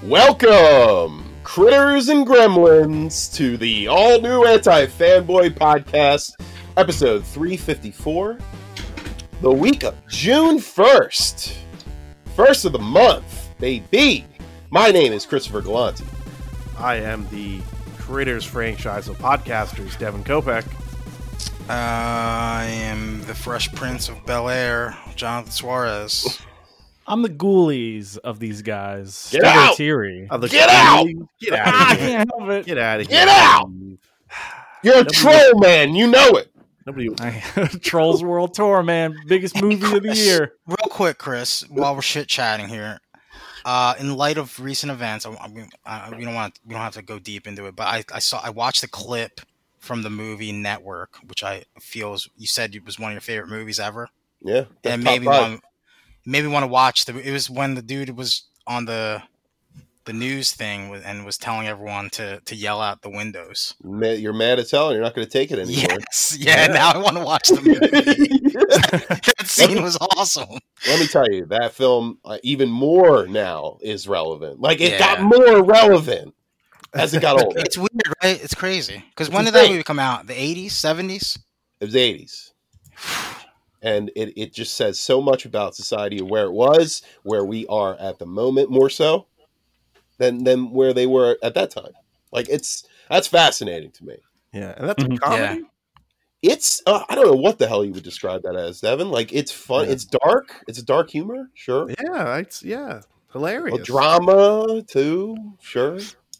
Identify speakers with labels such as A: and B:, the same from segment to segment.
A: Welcome, critters and gremlins, to the all new Anti Fanboy Podcast, episode 354, the week of June 1st, first of the month, baby. My name is Christopher Galante.
B: I am the Critters franchise of podcasters, Devin Kopeck.
C: I am the Fresh Prince of Bel Air, Jonathan Suarez.
D: I'm the ghoulies of these guys.
A: Get out!
D: Teary.
B: Of the
A: Get out!
B: Get out!
D: I
B: Of here.
D: can't help it.
B: Get out of here!
A: Get out! You're a troll, man. You know it.
B: Nobody.
D: I- Trolls World Tour, man. Biggest movie of the year.
C: Real quick, Chris, while we're shit chatting here, uh, in light of recent events, I, I mean, I, we don't want we don't have to go deep into it, but I, I saw I watched the clip from the movie Network, which I feel is, you said it was one of your favorite movies ever,
A: Yeah. that's
C: and
A: top
C: maybe
A: five.
C: want maybe want to watch the. It was when the dude was on the the news thing with- and was telling everyone to to yell out the windows.
A: Ma- You're mad as hell and you're not going to take it anymore.
C: Yes, yeah. Now I want to watch the movie. that scene was awesome.
A: let me tell you that film uh, even more now is relevant like it got
C: Yeah.
A: more relevant as it got older it
C: It's weird, right? It's crazy. Because
A: It's
C: when did that
A: insane.
C: movie come out? The 80s, 70s?
A: was 80s and it, it just says so much about society and where it was where we are at the moment more so than than where they were at that time like it's that's fascinating to me
B: Yeah, and that's a
D: Mhm.
B: comedy.
A: it's uh, i don't know what the hell you would describe that as devin like it's fun
B: Yeah.
A: it's dark it's a dark humor sure
B: Yeah, it's yeah, hilarious.
A: a drama too sure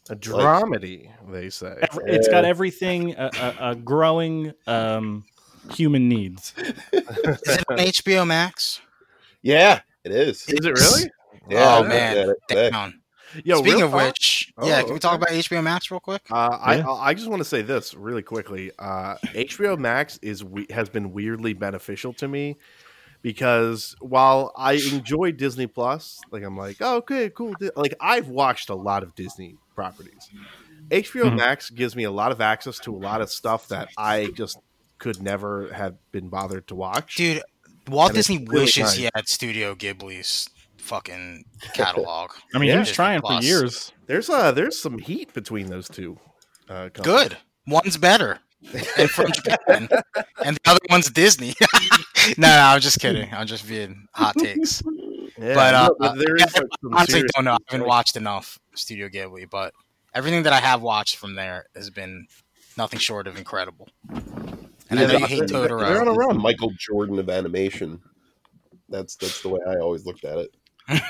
B: a dramedy. They say.
D: Every- It's got everything a, a, a growing um, human needs.
C: Is it on HBO Max?
A: yeah it is
B: Is it really?
A: Yeah,
C: oh,
A: I looked
C: man.
A: at it today.
C: Down.
B: Yo,
C: Speaking
B: real
C: of
B: talk,
C: which,
B: Oh,
C: yeah, can we talk
B: okay.
C: about HBO Max real quick?
B: Uh, I
D: Yeah.
B: I I just want to say this really quickly. Uh, HBO Max is we- has been weirdly beneficial to me because while I enjoy Disney Plus, like I'm like, oh, okay, cool. Di-" Like I've watched a lot of Disney properties. HBO
D: Mhm.
B: Max gives me a lot of access to a lot of stuff that I just could never have been bothered to watch.
C: Dude, Walt
B: That is
C: Disney
B: really
C: wishes
B: nice.
C: he had Studio Ghibli's fucking catalog.
D: I mean,
B: Yeah.
D: he was trying for
C: Plus.
D: years.
B: There's uh there's some heat between those two. Uh, companies.
C: Good. One's better. And from Japan. And the other one's Disney. no, no, I'm just kidding. I'm just being hot takes.
B: Yeah,
C: But, uh,
B: no, there is some
C: honestly
B: serious
C: don't know. I
B: heat,
C: haven't
B: like-
C: watched enough Studio Ghibli, but everything that I have watched from there has been nothing short of incredible. And I
A: Yeah,
C: know you
A: they're-
C: hate
A: they're-
B: they're
C: Totoro.
B: on a
A: It's the
B: run.
A: Michael Jordan of animation. That's that's the way I always looked at it.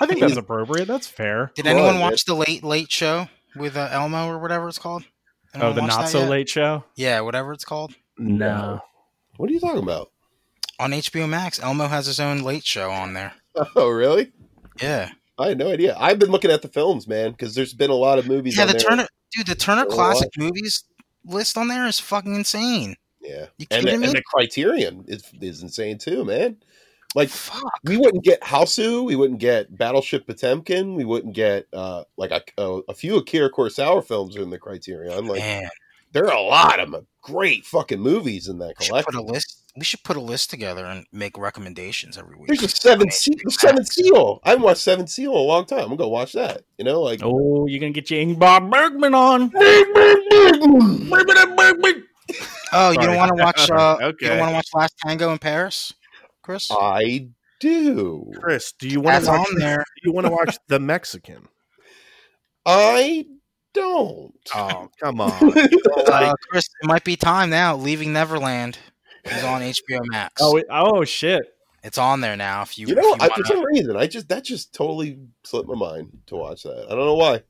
D: I think that's appropriate. That's fair.
C: Did anyone
A: Blood,
C: watch the Late Late Show with uh, Elmo or whatever it's called?
D: Oh,
C: Anyone
D: the
C: watch
D: not
C: that
D: so
C: yet?
D: late show.
C: Yeah, whatever it's called
D: No.
A: What are you talking about?
C: on HBO Max. Elmo has his own Late Show on there.
A: Oh, really?
C: Yeah,
A: I had no idea. I've been looking at the films, man, because there's been a lot of movies.
C: yeah.
A: on
C: The
A: there.
C: Turner, dude, the Turner
A: Or
C: Classic Movies list on there is fucking insane.
A: Yeah,
C: You
A: and the,
C: kidding
A: and
C: me?
A: the Criterion is, is insane too, man. Like
C: Fuck.
A: we wouldn't get Houseu, we wouldn't get Battleship Potemkin, we wouldn't get uh like a, a, a few Akira Kurosawa films are in the Criterion. Like
C: Man,
A: there are a lot of great fucking movies in that
C: we should put
A: collection.
C: a list. We should put a list together and make recommendations every week.
A: There's a seven
C: on
A: seal,
C: HBO
A: the seven
C: Max.
A: seal. I haven't watched seven seal in a long time. I'm gonna go watch that. You know, like
D: Oh, you're gonna get your Ingmar Bergman on.
C: Oh, you
B: Sorry.
C: don't want to watch. Uh, You
B: Okay.
C: don't want to watch Last Tango in Paris, Chris?
A: I do.
B: Chris, do you want
C: That's
B: to watch?
C: on there.
B: Do you want to watch The Mexican?
A: I don't.
B: Oh, come on.
C: Uh, Chris, it might be time now. Leaving Neverland is on HBO Max.
D: Oh, it- oh shit.
C: it's on there now. If you,
A: you know,
C: if
A: I,
C: you
A: for
C: wanna-
A: some reason, I just that just totally slipped my mind to watch that. I don't know why.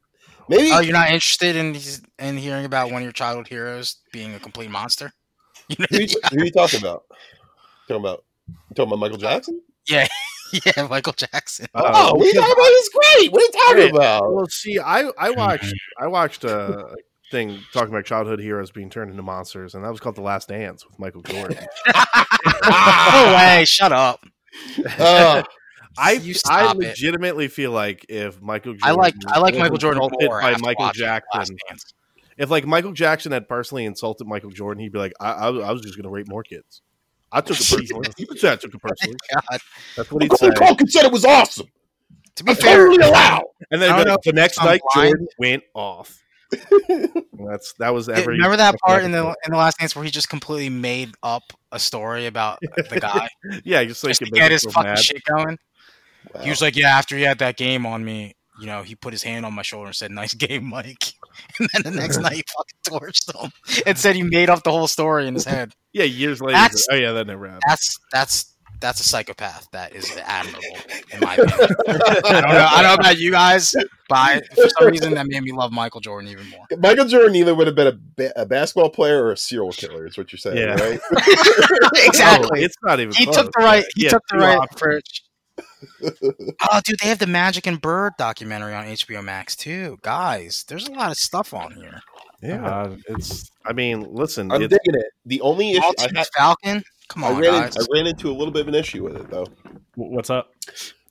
A: Maybe
C: oh, you're not interested in in hearing about one of your childhood heroes being a complete monster.
A: who, you, who you talking about? Talking about you talking about Michael Jackson?
C: yeah, Michael Jackson.
A: Oh, we talking about is great. What are you talking
B: Great.
A: about?
B: Uh, well, see, I I watched I watched a thing talking about childhood heroes being turned into monsters, and that was called The Last Dance with Michael Jordan.
C: no way! Shut up.
A: Uh,
B: I
C: You
B: I
C: stop it.
B: legitimately feel like if Michael Jordan
C: I like I like
B: was
C: Michael Jordan
B: insulted
C: more
B: by
C: after
B: Michael
C: watching Last
B: Jackson,
C: Dance.
B: if like Michael Jackson had personally insulted Michael Jordan, he'd be like, I I, I was just gonna rape more kids. I took it personally. yeah, I took it personally.
C: God.
B: That's what he'd say.
A: Macaulay Culkin said it was awesome.
C: To be fair,
A: Totally allowed.
B: And then
C: I don't
B: the,
C: know
B: the next
C: I'm
B: night,
C: blind.
B: Jordan went off. And that's that was
C: Yeah,
B: every.
C: Remember that part in the in the last dance where he just completely made up a story about the guy
B: yeah, just like
C: just to
B: it made
C: get
B: me
C: his
B: so
C: fucking
B: mad.
C: shit going?
A: Wow.
C: He was like, "Yeah, after he had that game on me, you know, he put his hand on my shoulder and said, "Nice game, Mike." And then the next night he fucking torched him and said he made up the whole story in his head.
B: Yeah, years later.
C: That's-
B: oh yeah, that never happened.
C: That's that's that's a psychopath that is admirable in my opinion. I don't know, I don't know about you guys, but I- for some reason that made me love Michael Jordan even more.
A: Michael Jordan either would have been a, ba- a basketball player or a serial killer, is what you're saying,
B: Yeah.
A: right?
C: exactly.
B: Oh, it's not even.
C: he
B: close.
C: took the right. He
B: Yeah,
C: took the
B: two
C: right
B: options.
C: approach. oh, dude, they have the Magic and Bird documentary on HBO Max too, guys. There's a lot of stuff on here.
B: Yeah,
D: Uh,
B: it's. I mean, listen.
A: I'm
B: it's-
A: digging it. The only issue I,
C: Maltese
A: had,
C: Falcon. Come
A: I
C: on,
A: ran, in-
C: guys.
A: I ran into a little bit of an issue with it though.
D: wh- what's up?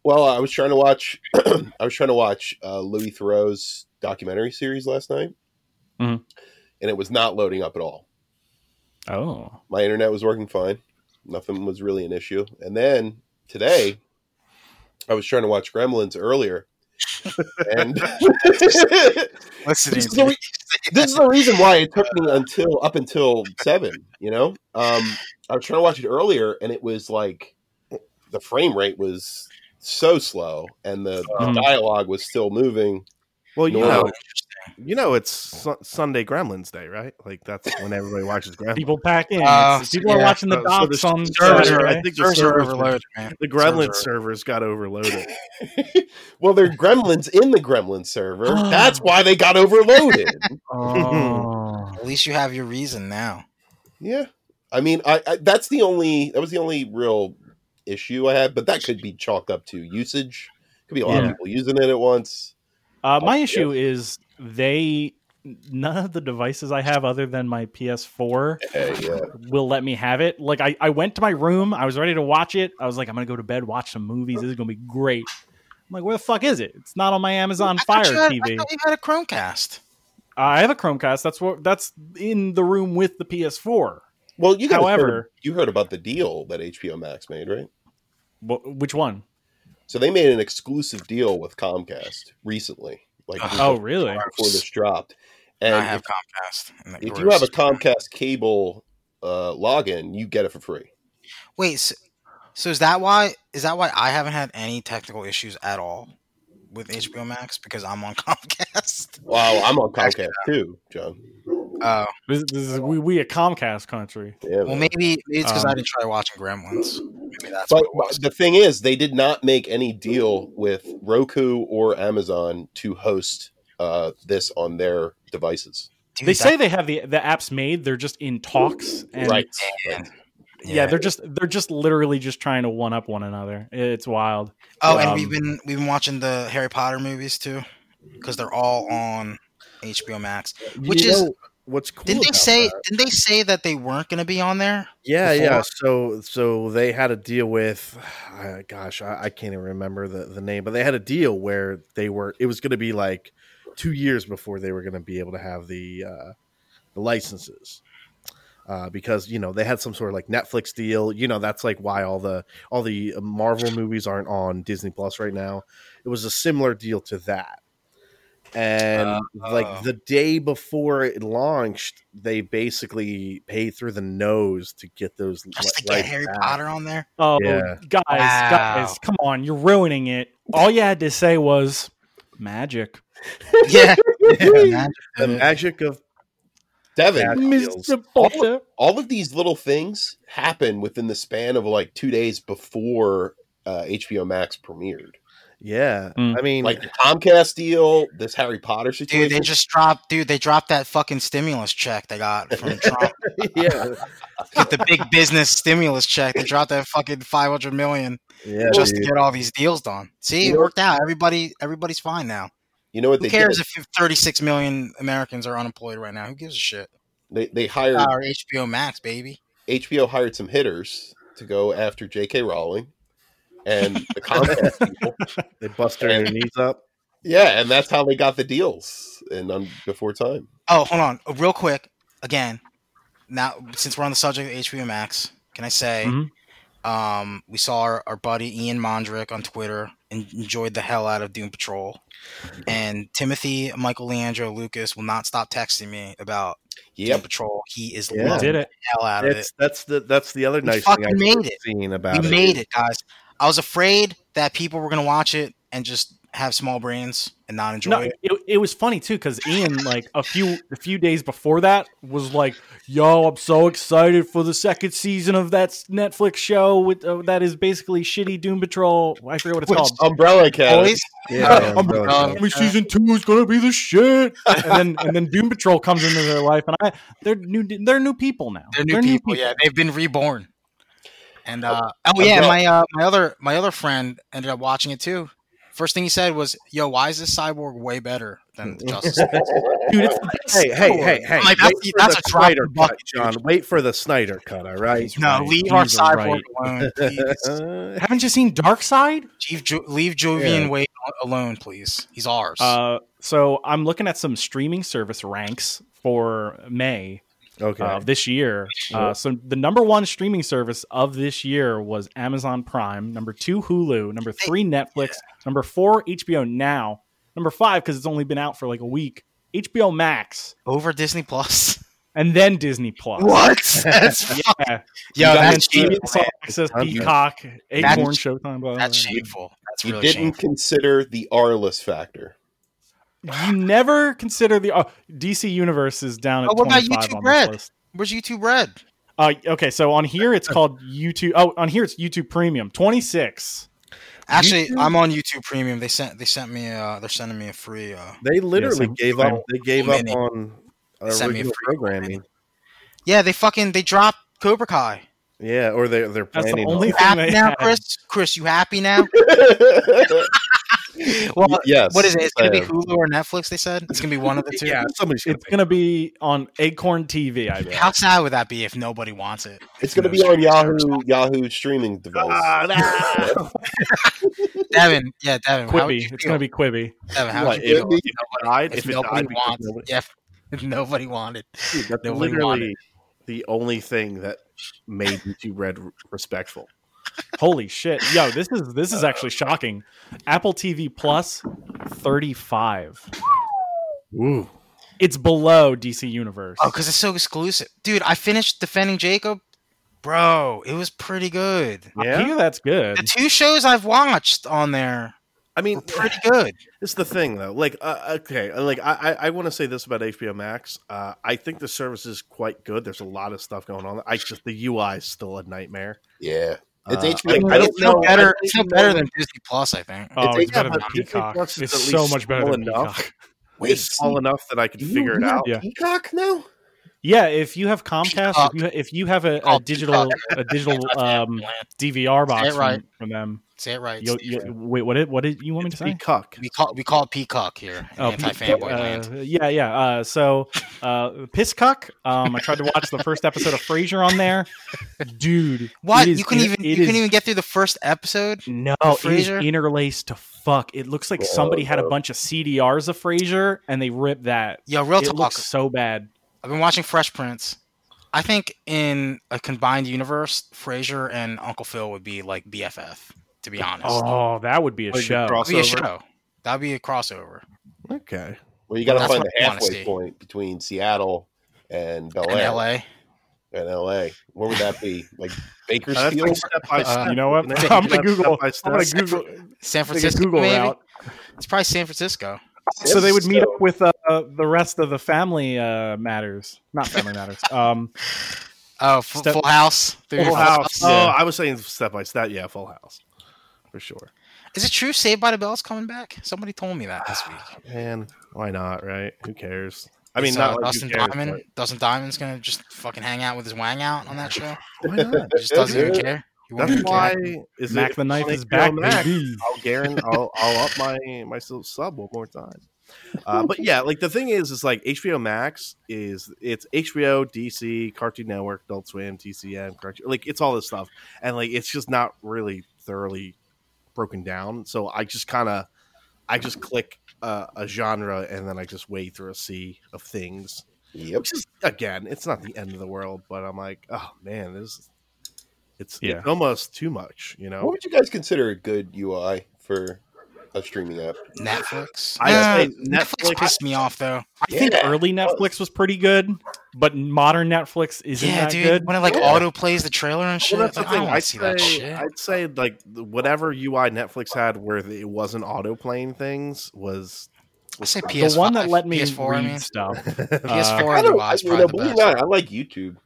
A: Well, I was trying to watch I was trying to watch uh, Louis Theroux's documentary series last night,
D: Mhm.
A: and it was not loading up at all.
D: Oh,
A: My internet was working fine; nothing was really an issue. And then today, I was trying to watch Gremlins earlier, and This
C: Listening
A: is
C: to
A: the
C: you
A: re-
C: say
A: this is
C: that.
A: the reason why it took me until up until seven. You know, um, I was trying to watch it earlier, and it was like the frame rate was so slow, and the, the
D: Um.
A: dialogue was still moving.
B: Well, you
A: No.
B: know, you know, it's Su- Sunday Gremlins Day, right? Like that's when everybody watches Gremlins.
D: people pack in.
C: Uh,
D: It's- people are
C: yeah.
D: watching the
B: So- so
D: docs
B: the
D: on
B: servers
D: Saturday.
B: are- I think the
C: Servers are
B: servers were-
C: overloaded, man.
B: the
C: Servers
B: Gremlin
C: are-
B: servers got overloaded.
A: Well, they're gremlins in the gremlin server. That's why they got overloaded.
D: Oh.
C: At least you have your reason now.
A: yeah, I mean, I, I that's the only that was the only real issue I had, but that could be chalked up to usage. Could be a lot of
D: Yeah.
A: people using it at once.
D: Uh,
C: Oh,
D: my issue is they none of the devices I have other than my PS4
A: Hey, yeah.
D: will let me have it. Like I, I went to my room, I was ready to watch it. I was like, I'm gonna go to bed, watch some movies. This is gonna be great. I'm like, where the fuck is it? It's not on my Amazon
C: I
D: Fire
C: thought you had, I
D: TV.
C: thought you had a Chromecast.
D: I have a Chromecast. That's what that's in the room with the PS4.
A: Well, you guys heard,
D: However-
A: you heard about the deal that HBO Max made, right?
D: Wh- which one?
A: So they made an exclusive deal with Comcast recently, like
D: Oh, really?
A: before this dropped.
C: Uh-huh. I
A: And
C: have Comcast. and that
A: if you
C: works.
A: have a Comcast cable uh, login, you get it for free.
C: Wait, so, so is that why is that why I haven't had any technical issues at all with HBO Max because I'm on Comcast?
A: Wow, I'm on Comcast too, John.
C: Uh,
D: This, this is we we a Comcast country.
A: Yeah,
C: well,
A: man.
C: maybe, maybe it's because I
D: Um,
C: didn't try watching Gremlins. Maybe that's
A: but
C: what it was.
A: the thing is, they did not make any deal with Roku or Amazon to host uh, this on their devices.
C: Dude,
D: They
C: that-
D: say they have the the apps made. They're just in talks and
A: Right.
C: man.
D: yeah, they're just they're just literally just trying to one up one another. It's wild.
C: oh, and
D: um,
C: we've been we've been watching the Harry Potter movies too because they're all on HBO Max. Which
B: You
C: is-
B: know what's cool.
C: Didn't they
B: about
C: say?
B: that?
C: Didn't they say that they weren't going to be on there?
B: Yeah, yeah. So,
C: before?
B: so they had a deal with, uh, gosh, I, I can't even remember the, the name, but they had a deal where they were. It was going to be like two years before they were going to be able to have the uh, the licenses, uh, because you know they had some sort of like Netflix deal. You know that's like why all the all the uh, Marvel movies aren't on Disney Plus right now. It was a similar deal to that. And
C: Oh.
B: like the day before it launched, they basically paid through the nose to get those
C: Just to
B: li-
C: get
B: rights
C: Harry
B: back.
C: Potter on there.
D: Oh,
B: Yeah.
D: guys,
C: Wow.
D: guys, come on! You're ruining it. All you had to say was magic,
C: Yeah,
B: The magic of
A: Devin,
B: Deals.
D: Mr. Potter.
A: all of these little things happen within the span of like two days before uh, HBO Max premiered.
B: yeah.
D: Mm.
B: I mean,
A: Like the Comcast deal, this Harry Potter
C: Dude,
A: situation.
C: they just dropped. Dude, they dropped that fucking stimulus check they got from Trump.
B: yeah,
C: Get the big business stimulus check. They dropped that fucking five hundred million
B: yeah.
C: just to
B: dude.
C: get all these deals done. See,
A: You
C: it
A: know-
C: worked out. Everybody, everybody's fine now.
A: you know what
C: Who
A: they
C: cares
A: did?
C: if thirty six million Americans are unemployed right now? Who gives a shit?
A: They, they hired
C: Our HBO Max, baby.
A: HBO hired some hitters to go after J.K. Rowling and the Comcast people.
B: they bust their knees up.
A: Yeah, and that's how they got the deals and um, before time.
C: Oh, hold on, Uh, real quick. Again, now since we're on the subject of HBO Max, can I say
D: Mhm.
A: Mm-hmm.
C: Um, we saw our, our buddy Ian Mondrick on Twitter and enjoyed the hell out of Doom Patrol. And Timothy, Michael Leandro, Lucas will not stop texting me about Doom
A: Yep.
C: Patrol. He is
B: Yeah.
C: loving
D: Did it?
C: the hell out of it.
B: That's that's the that's the other
C: We
B: nice thing
C: fucking
B: I've
C: made it.
B: seen about
C: We
B: it.
C: made it, guys. I was afraid that people were gonna watch it and just have small brains and not enjoy
D: No,
C: it.
D: it, it was funny too because Ian, like a few a few days before that, was like, "Yo, I'm so excited for the second season of that s- Netflix show with uh, that is basically shitty Doom Patrol. I forget what it's
C: Which-
D: called.
A: Umbrella Academy.
C: Boys,
B: Yeah,
D: I'm
B: bro,
C: done.
B: yeah.
D: Only season two is gonna be the shit, and then and then Doom Patrol comes into their life, and I they're new they're new people now.
C: They're new, people, Yeah, they've been reborn. And uh, oh
A: I've
C: yeah,
A: got-
C: my uh, my other my other friend ended up watching it too. First thing he said was, "Yo, why is this cyborg way better than the Justice?" League?"
D: dude. It's the best
B: Hey, hey,
D: story.
B: hey, hey! wait
C: Like, that's-
B: for
C: that's
B: the
C: a drop
B: Snyder
C: in the bucket,
B: cut, John. Wait for the Snyder cut. All right.
C: no,
D: right.
C: leave our
D: He's
C: cyborg
D: right.
C: alone. Please.
D: Haven't you seen Dark Side?
C: leave, Ju- leave Julian Wade alone, please. He's ours.
D: Uh, so I'm looking at some streaming service ranks for May
B: okay.
C: Um,
D: uh, this year. Uh,
B: Sure.
D: so the number one streaming service of this year was Amazon Prime. Number two, Hulu. Number three, Netflix. Number four, HBO Now. Number five, because it's only been out for like a week, HBO Max,
C: Over Disney Plus.
D: and then Disney Plus.
C: What? That's
D: Yeah,
C: yo,
A: You
D: and then
C: that's
D: Steven
C: cheap.
D: Saw Access,
B: I'm-
D: Peacock,
C: That's-
D: Acorn, Showtime. Blah, blah,
C: That's
D: blah.
C: shameful. That's
A: You
C: really
A: didn't
C: shameful.
A: consider the R list factor.
D: You never consider the oh, DC Universe is down at
C: Oh, what about
D: 25
C: YouTube
D: on this
C: Red?
D: list.
C: Where's YouTube Red?
D: Uh, okay, so on here it's called YouTube. Oh, on here it's YouTube Premium, twenty six.
C: Actually,
B: YouTube?
C: I'm on YouTube Premium. They sent they sent me. Uh, they're sending me a free. Uh,
B: they literally
D: Yes,
B: gave
D: I'm-
B: up. They gave up
C: Many.
B: on
C: Send me
B: original
C: a free
B: programming.
C: yeah, they fucking they dropped Cobra Kai.
B: Yeah, or they they're
D: That's the
B: planning.
D: only
C: You
D: thing
C: happy
D: they
C: now,
D: had.
C: Chris? Chris, you happy now? well,
A: yes.
C: what is it? It's gonna be
A: I am.
C: Hulu or Netflix. They said it's gonna be one of the two.
B: yeah, somebody's gonna
D: It's gonna be on Acorn TV. I bet.
C: How sad would that be if nobody wants it?
A: It's going to be on Yahoo Yahoo streaming
B: Uh,
A: device.
C: Ah, Devin, yeah, Devin. How would
D: Quibi.
C: you
D: It's
C: feel?
D: gonna be Quibi.
C: Devin, how
B: What,
C: would you
A: it-
C: feel if
A: it-
C: nobody,
B: died,
C: if
B: if it
C: nobody
B: died because
C: wants?
B: nobody-
C: yeah, if, if nobody wanted,
B: Dude, that's
C: Nobody
B: literally
C: wanted.
B: the only thing that made YouTube Red r- respectful.
D: Holy shit, yo, this is this is actually shocking. Apple TV Plus, thirty five.
B: Ooh,
D: It's below DC Universe.
C: oh, because it's so exclusive, dude. I finished defending Jacob, bro. It was pretty good.
D: I
B: yeah.
D: hear that's good.
C: The two shows I've watched on there
B: I mean,
C: were pretty good.
B: it's the thing though. Like, uh, okay, like I I, I want to say this about HBO Max. Uh, I think the service is quite good. There's a lot of stuff going on. I just the UI is still a nightmare.
A: Yeah. It's
B: Uh,
A: HBO.
B: I don't
C: it's no
B: know. I
C: better.
B: don't
C: It's no
B: even
C: better
B: know.
C: than Disney Plus, I think.
D: Oh,
B: It's-
D: it's better
B: yeah,
D: than
B: but Disney
D: Peacock.
B: Plus is
D: It's
B: at
D: so
B: least
D: much better
B: small
D: than
B: enough.
D: Peacock.
A: Wait,
B: it's small enough that I can
A: you-
B: figure it
A: you have
B: out.
D: Yeah.
A: Peacock now?
D: Yeah, if you have Comcast,
C: Peacock.
D: if you, if you have a, a
C: Oh,
D: digital
C: Peacock.
D: a digital um, DVR box
C: it right.
D: from, from them,
C: Say it right.
D: Yo,
C: Steve.
D: yo, wait, what did, what did you want me to
B: It's
D: say?
B: Peacock.
C: we call we call it Peacock here. in
D: Oh, Pe-
C: Anti-fanboy land.
D: uh, yeah, yeah. Uh, so, uh, Piscock. Um, I tried to watch the first episode of Frasier on there, dude.
C: What
D: it is
C: you couldn't
D: in-
C: even
D: it
C: you couldn't
D: is-
C: even get through the first episode.
D: No,
C: of
D: it is
C: Frasier?
D: interlaced to fuck. It looks like
A: Oh,
D: somebody had a
A: no.
D: bunch of CDRs of Frasier and they ripped that.
C: Yo, real
D: it
C: talk.
D: looks so bad.
C: I've been watching Fresh Prince. I think in a combined universe, Frasier and Uncle Phil would be like BFF. To be honest,
D: Oh, that would be a
B: Like a
D: show.
B: cross-
C: That'd be a
B: crossover.
C: show. That'd be a crossover.
B: Okay.
A: Well, you got to
C: That's
A: find
C: what
A: the
C: I wanna see.
A: halfway point between Seattle and
B: Oh,
A: Bel
C: In
A: Air
C: LA,
A: and LA. Where would that be? Like
B: Uh, that's
A: Bakersfield?
B: like step by
C: Uh,
B: step.
D: You know what?
B: Isn't it?
D: I'm gonna
B: Step
D: Google.
B: by
D: I'm
B: step.
D: gonna Google.
C: San
D: Take a
C: Francisco.
D: Google
C: maybe?
D: route.
C: It's probably San Francisco.
D: so they would meet
A: So-
D: up with uh, uh, the rest of the family uh, matters, not family matters. Um,
C: Oh, F-
D: Step-
C: Full House. Full
B: Full House.
D: Yeah.
B: Oh, I was saying step by step. Yeah, Full House, for sure.
C: Is it true? Saved by the Bell's coming back. Somebody told me that this week.
B: Man, why not? Right? Who cares? I mean,
C: Is,
B: not
C: uh,
B: like, who
C: Dustin
B: cares,
C: Diamond. Dustin Diamond's gonna just fucking hang out with his wang out on that show.
B: but Why not?
C: He just doesn't even care. He won't
B: That's
C: even
B: why.
C: care.
B: Is
D: Mac
B: it
D: the Knife
B: funny
D: is
B: Joe
D: back,
B: Mac?
D: baby.
B: I'll guarantee. I'll, I'll up my my s- sub one more time. Uh, but yeah, like the thing is, is like HBO Max is it's HBO, DC, Cartoon Network, Adult Swim, TCM, Cartoon, like it's all this stuff, and like it's just not really thoroughly broken down. So I just kind of, I just click uh, a genre and then I just wade through a sea of things.
A: Yep.
B: Which is again, it's not the end of the world, but I'm like, oh man, this It's,
D: Yeah.
B: it's almost too much, you know.
A: What would you guys consider a good UI for a streaming app?
C: Netflix.
B: I
C: Nah,
B: say
C: Netflix,
B: Netflix-
C: pissed me off though.
D: I think
A: Yeah.
D: early Netflix was pretty good, but modern Netflix isn't
C: yeah,
D: that
C: dude.
D: good.
C: When it like
A: Yeah.
C: auto plays the trailer and shit,
B: Well, that's the
C: like, I
B: thing.
C: don't
B: I'd
C: want to see
B: say,
C: that shit.
B: I'd say like whatever UI Netflix had where it wasn't auto playing things was
C: I say
D: The
C: PS5.
D: one that let me
C: PS4,
D: read uh,
C: I mean.
D: stuff.
C: PS4
A: I
C: and the
A: don't. I,
C: Wii's
A: you
C: probably
A: know,
C: the
A: believe it
C: best.
A: or not, I like YouTube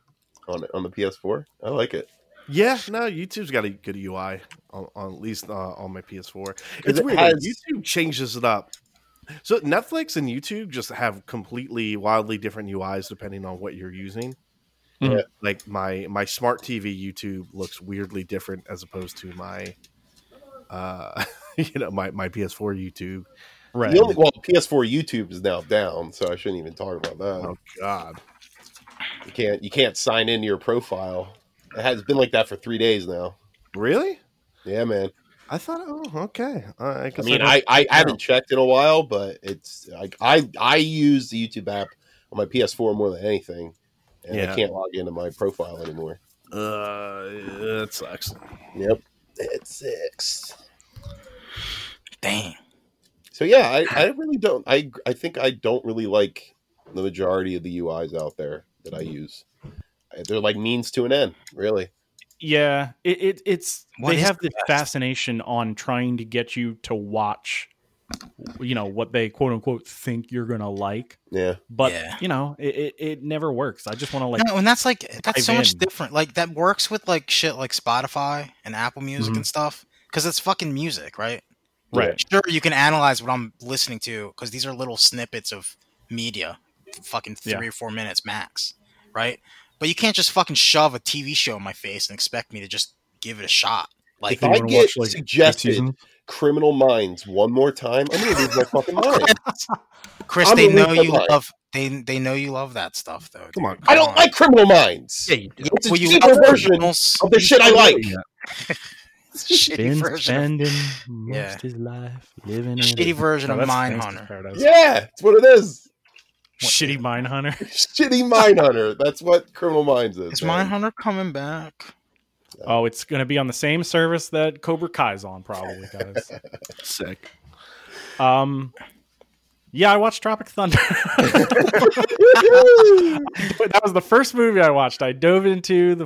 A: on on the PS4. I like it.
B: Yeah, no, YouTube's got a good UI on, on at least uh, on my PS4.
A: 'Cause
B: It's
A: it
B: weird. like,
A: has-
B: YouTube changes it up. So Netflix and YouTube just have completely wildly different UIs depending on what you're using.
D: Mhm.
A: Yeah.
B: Like my my smart TV YouTube looks weirdly different as opposed to my uh you know my my PS4 YouTube.
D: Right.
A: The only well, PS4 YouTube is now down, so I shouldn't even talk about that.
B: Oh god.
A: You can't you can't sign into your profile. It has been like that for three days now.
B: Really?
A: Yeah, man.
B: I thought oh okay. Uh, I,
A: I
B: guess
A: mean,
B: don't-
A: I, I, I haven't checked in a while, but it's I, I I use the YouTube app on my PS4 more than anything, and
B: Yeah.
A: I can't log into my profile anymore.
B: uh that sucks.
A: Yep, it six.
C: Dang.
A: So yeah, I, I really don't. I I think I don't really like the majority of the UIs out there that I use. They're like means to an end, really.
D: Yeah, it, it it's
C: What
D: they
C: is
D: have
C: the
D: this
C: best?
D: fascination on trying to get you to watch, you know, what they quote unquote think you're gonna like,
A: Yeah,
D: but
C: Yeah.
D: you know, it, it it never works. I just want to like,
C: no, and that's like that's so
D: dive
C: much
D: in.
C: different. Like that works with like shit like Spotify and Apple Music
D: Mhm.
C: and stuff because it's fucking music, right?
D: Right.
C: Sure, you can analyze what I'm listening to because these are little snippets of media, fucking three
D: Yeah.
C: or four minutes max, right? But you can't just fucking shove a TV show in my face and expect me to just give it a shot. Like
A: If I
D: you wanna
A: get
D: like, the
A: suggested-
D: season.
A: Criminal Minds one more time. I'm gonna lose my fucking mind.
C: Chris,
A: I'm
C: they
A: a
C: know
A: weak
C: you
A: online.
C: love they they know you love that stuff though.
B: Come
C: dude.
B: on.
A: I don't like Criminal Minds.
B: Yeah, you do.
A: It's a
C: Well, you
A: cheaper
C: love
A: version
C: criminals.
A: of the shit I like.
C: shitty
D: Been
C: version. of-
D: spending
C: Yeah.
D: most his life living in
C: Shitty
D: a-
C: version
D: No,
C: of
D: that's Gangsta's
C: Mindhunter.
D: Paradise.
A: Yeah, it's what it is.
D: Shitty Mindhunter.
A: Shitty Mindhunter. That's what Criminal Minds is.
C: Is
A: man.
C: Mindhunter coming back?
D: Oh, it's gonna be on the same service that Cobra Kai's on, probably, guys.
B: Sick.
D: um, yeah, I watched Tropic Thunder. But that was the first movie I watched. I dove into the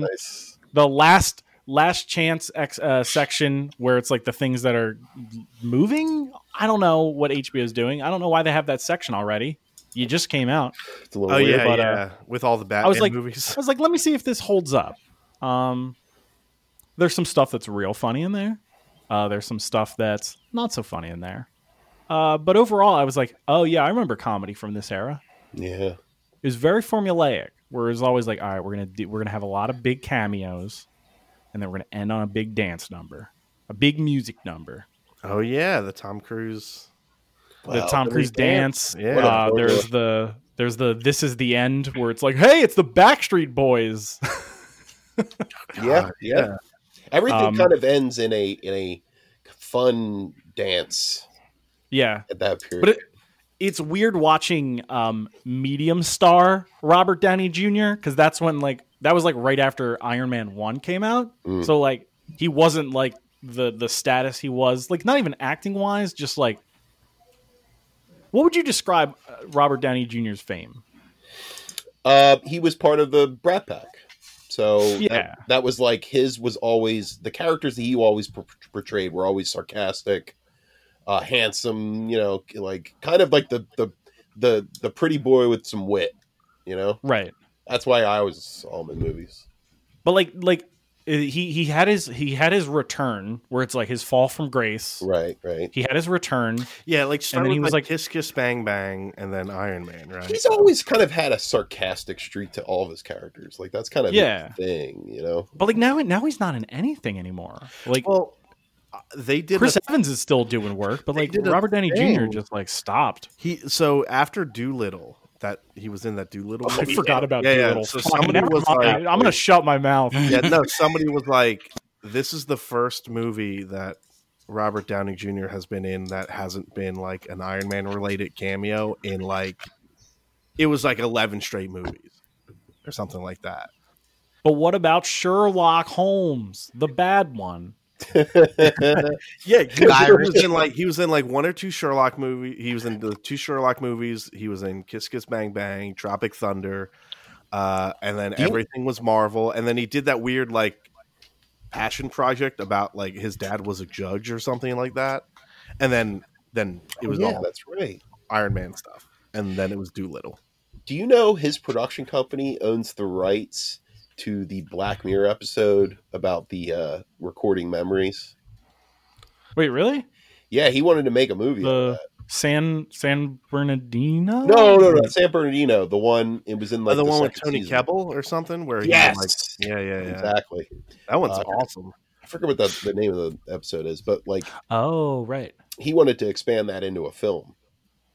A: nice.
D: the last last chance ex, uh, section where it's like the things that are moving. I don't know what HBO is doing. I don't know why they have that section already. You just came out.
A: It's a little
B: Oh
A: weird.
B: yeah,
D: but, uh,
B: yeah. With all the Batman
D: like-
B: movies.
D: I was like, let me see if this holds up. Um, there's some stuff that's real funny in there. Uh, there's some stuff that's not so funny in there. Uh, but overall, I was like, oh yeah, I remember comedy from this era.
A: Yeah.
D: It was very formulaic, where it was always like, all right, we're gonna do, we're gonna have a lot of big cameos, and then we're gonna end on a big dance number, a big music number.
B: Oh yeah, the Tom Cruise.
D: the
A: Wow,
D: Tom
A: really
D: Cruise dance.
B: Yeah.
A: What a
D: Uh,
A: formula.
D: there's the there's the this is the end where it's like, hey, it's the Backstreet Boys.
A: Yeah, yeah.
B: yeah.
A: Everything
D: Um,
A: kind of ends in a in a fun dance
D: yeah,
A: at that period.
D: but it, it's weird watching um, medium star Robert Downey Jr. because that's when like that was like right after Iron Man One came out.
A: Mm.
D: So like he wasn't like the the status he was like not even acting wise, just like what would you describe uh, Robert Downey Jr.'s fame?
A: uh, he was part of the Brat Pack, so
D: Yeah.
A: that, that was like his was always the characters that he always por- portrayed were always sarcastic, uh, handsome. You know, like kind of like the the the the pretty boy with some wit. You know,
D: Right.
A: that's why I always saw him in movies.
D: but like like uh, he he had his he had his return where it's like his fall from grace
A: Right, right.
D: he had his return
B: Yeah, like start
D: then
B: with
D: he was
B: like,
D: like-
B: Kiss Kiss Bang Bang and then Iron Man, right?
A: He's always kind of had a sarcastic streak to all of his characters. Like that's kind of
D: Yeah.
A: his thing, you know.
D: but like now now he's not in anything anymore like
B: well, uh, they did.
D: chris
B: a-
D: evans is still doing work but
B: They
D: like
B: did a
D: robert downey jr
B: thing.
D: just like stopped
B: he so after Doolittle that he was in that Doolittle.
D: Oh, i
B: movie.
D: forgot about
B: Yeah, yeah.
D: Doolittle.
B: So
D: Fuck,
B: somebody
D: never
B: was
D: mind.
B: like-
D: i'm gonna shut my mouth
B: Yeah, no, somebody was like, "This is the first movie that Robert Downey Jr. has been in that hasn't been like an Iron Man related cameo in like it was like eleven straight movies or something like that."
D: But what about Sherlock Holmes, the bad one?
B: Yeah, 'cause
C: Guy
B: he was
C: Ritchie.
B: in like he was in like one or two Sherlock movie. He was in the two Sherlock movies. He was in Kiss Kiss Bang Bang, Tropic Thunder, uh, and then
A: Do you-
B: everything was Marvel. And then he did that weird like passion project about like his dad was a judge or something like that. And then then it was
A: Oh, yeah,
B: all
A: that's right.
B: Iron Man stuff. And then it was Doolittle.
A: Do you know his production company owns the rights to the Black Mirror episode about the uh, recording memories?
D: Wait, really?
A: Yeah, he wanted to make a movie. out of
D: The San San Bernardino?
A: that. No, no, no. San Bernardino, the one it was in like
B: the, one with
A: second
B: Tony
A: season.
B: Kebbell or something where he
A: Yes,
B: like yeah yeah yeah
A: exactly.
B: that one's
A: Uh,
B: awesome.
A: I forget what the, the name of the episode is, but like
D: Oh, right.
A: he wanted to expand that into a film.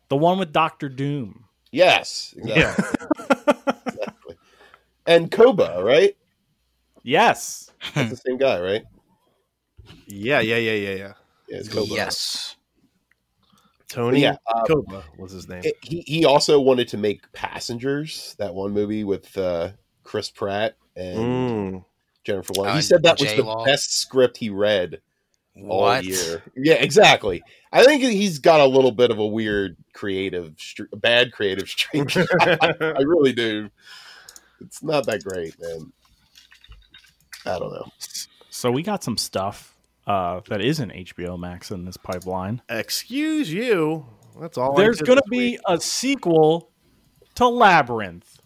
D: The one with Doctor Doom.
A: Yes, exactly. exactly. And Koba, right?
D: Yes.
A: That's the same guy, right?
B: Yeah yeah yeah yeah yeah.
A: Yeah, it's Koba.
C: Yes.
B: Tony
A: Yeah, um,
B: Koba was his name.
A: It- he he also wanted to make Passengers, that one movie with uh, Chris Pratt and
B: Mm.
A: Jennifer Lawrence.
C: Uh,
A: he said that was the
C: J-Law.
A: best script he read all
C: What?
A: year. Yeah, exactly. I think he's got a little bit of a weird creative, str- bad creative streak. I, I really do. It's not that great, man. I don't know.
D: So we got some stuff uh, that isn't HBO Max in this pipeline.
B: Excuse you. That's all. Oh, I
D: There's
B: did
D: going to
B: this
D: be
B: week.
D: a sequel to Labyrinth,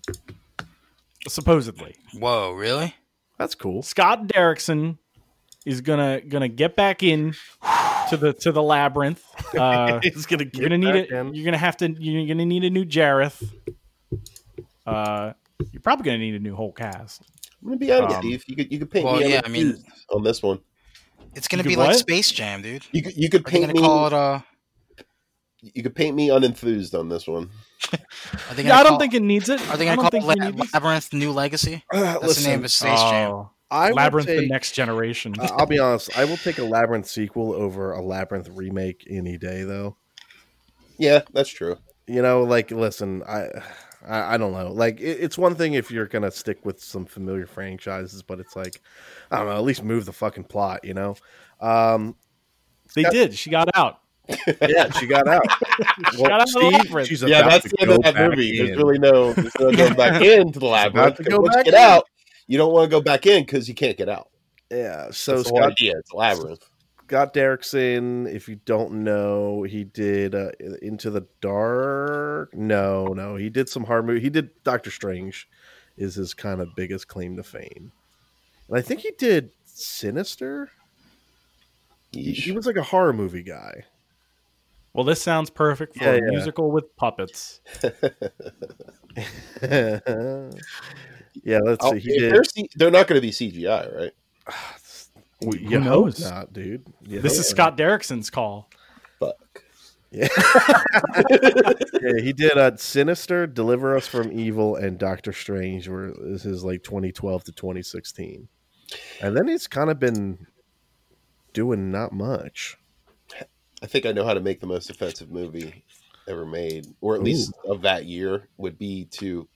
D: supposedly.
C: Whoa, really?
B: That's cool.
D: Scott Derrickson is gonna gonna get back in to the to the labyrinth. Uh,
B: It's gonna. Get
D: you're gonna need
B: back
D: it.
B: in.
D: You're gonna have to. You're gonna need a new Jareth. Uh, you're probably gonna need a new whole cast.
A: I'm gonna be honest,
B: Um,
A: Steve. You could you could paint
C: well,
A: me on,
C: yeah,
A: the
C: I mean-
A: shoes on this one.
C: It's gonna
D: You
C: be
D: could
C: like
D: what?
C: Space Jam, dude.
A: You could you could
C: Are they
A: paint
C: gonna
A: me
C: call it uh
A: you could paint me unenthused on this one.
C: are they
D: Yeah,
C: gonna
D: I don't
C: call,
D: think it needs it.
C: are they
D: I
C: gonna
D: don't
C: call it
D: think you
C: La-
D: need this.
C: Labyrinth New Legacy? That's the name of Space Jam.
D: Oh,
B: Uh, I
D: labyrinth,
B: Will
D: the
B: take,
D: next generation.
B: I- I'll be honest. I will take a labyrinth sequel over a labyrinth remake any day, though.
A: Yeah, that's true.
B: You know, like listen, I. I, I don't know. Like, it, it's one thing if you're gonna stick with some familiar franchises, but it's like, I don't know. At least move the fucking plot, you know. Um,
D: they did. She got out.
B: yeah, she got out.
D: got out of the labyrinth.
B: she's
A: yeah,
B: about
A: that's
B: to
A: the end of
B: go
A: that
B: back
A: movie. There's
B: in.
A: really no there's no going back into the labyrinth.
B: to
A: 'cause
B: go
A: once you
B: back
A: get
B: in.
A: out, you don't want to go back in because you can't get out.
B: yeah.
A: So
B: So
A: that's the whole
B: Scott
A: idea. It's a labyrinth.
B: Scott Derrickson, if you don't know, he did uh, Into the Dark. No, no, he did some hard movie. He did Doctor Strange, is his kind of biggest claim to fame, and I think he did Sinister. He, he was like a horror movie guy.
D: Well, this sounds perfect for
B: Yeah,
D: a
B: yeah.
D: musical with puppets.
B: yeah, let's
A: I'll-
B: see. He
A: Oh, if
B: did.
A: they're, C- they're not going to be CGI, right?
B: We,
D: Who
B: you hope
D: knows?
B: not, dude. You
D: This
B: hope
D: is
B: not.
D: Scott Derrickson's call.
A: Fuck.
B: yeah, he did uh, Sinister, Deliver Us from Evil, and Doctor Strange. Where this is like 2012 to 2016, and then he's kind of been doing not much.
A: I think I know how to make the most offensive movie ever made, or at least of that year, would be to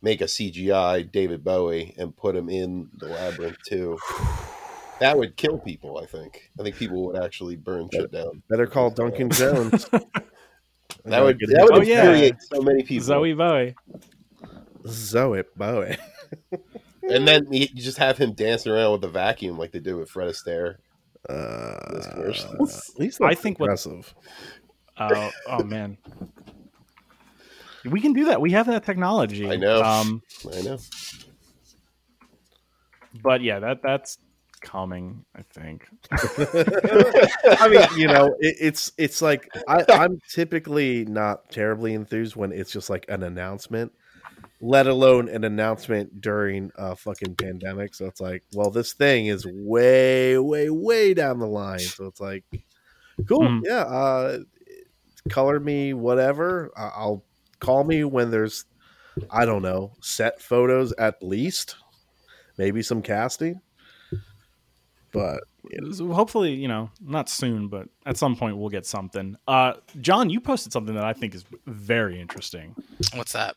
A: make a CGI David Bowie and put him in the labyrinth too. That would kill people. I think. I think people would actually burn shit down.
B: Better call Duncan Jones.
A: That would
B: Get
A: that would
D: Oh, yeah.
A: infuriate so many people.
D: Zoe Bowie.
B: Zoe Bowie.
A: And then you you just have him dancing around with a vacuum like they do with Fred Astaire. This
B: Uh,
A: versus-
B: at least I
D: I think
B: think
D: what-
B: impressive.
D: Oh, oh man. We can do that. We have that technology.
A: I know.
D: Um,
A: I know.
D: but yeah, that that's coming. I think.
B: I mean, you know, it, it's it's like I, I'm typically not terribly enthused when it's just like an announcement, let alone an announcement during a fucking pandemic. So it's like, well, this thing is way, way, way down the line. So it's like, cool,
D: Mhm.
B: yeah. Uh, color me whatever. I- I'll call me when there's, I don't know, set photos at least, maybe some casting. But
D: So hopefully, you know, not soon, but at some point we'll get something. Uh, John, you posted something that I think is very interesting.
C: What's that?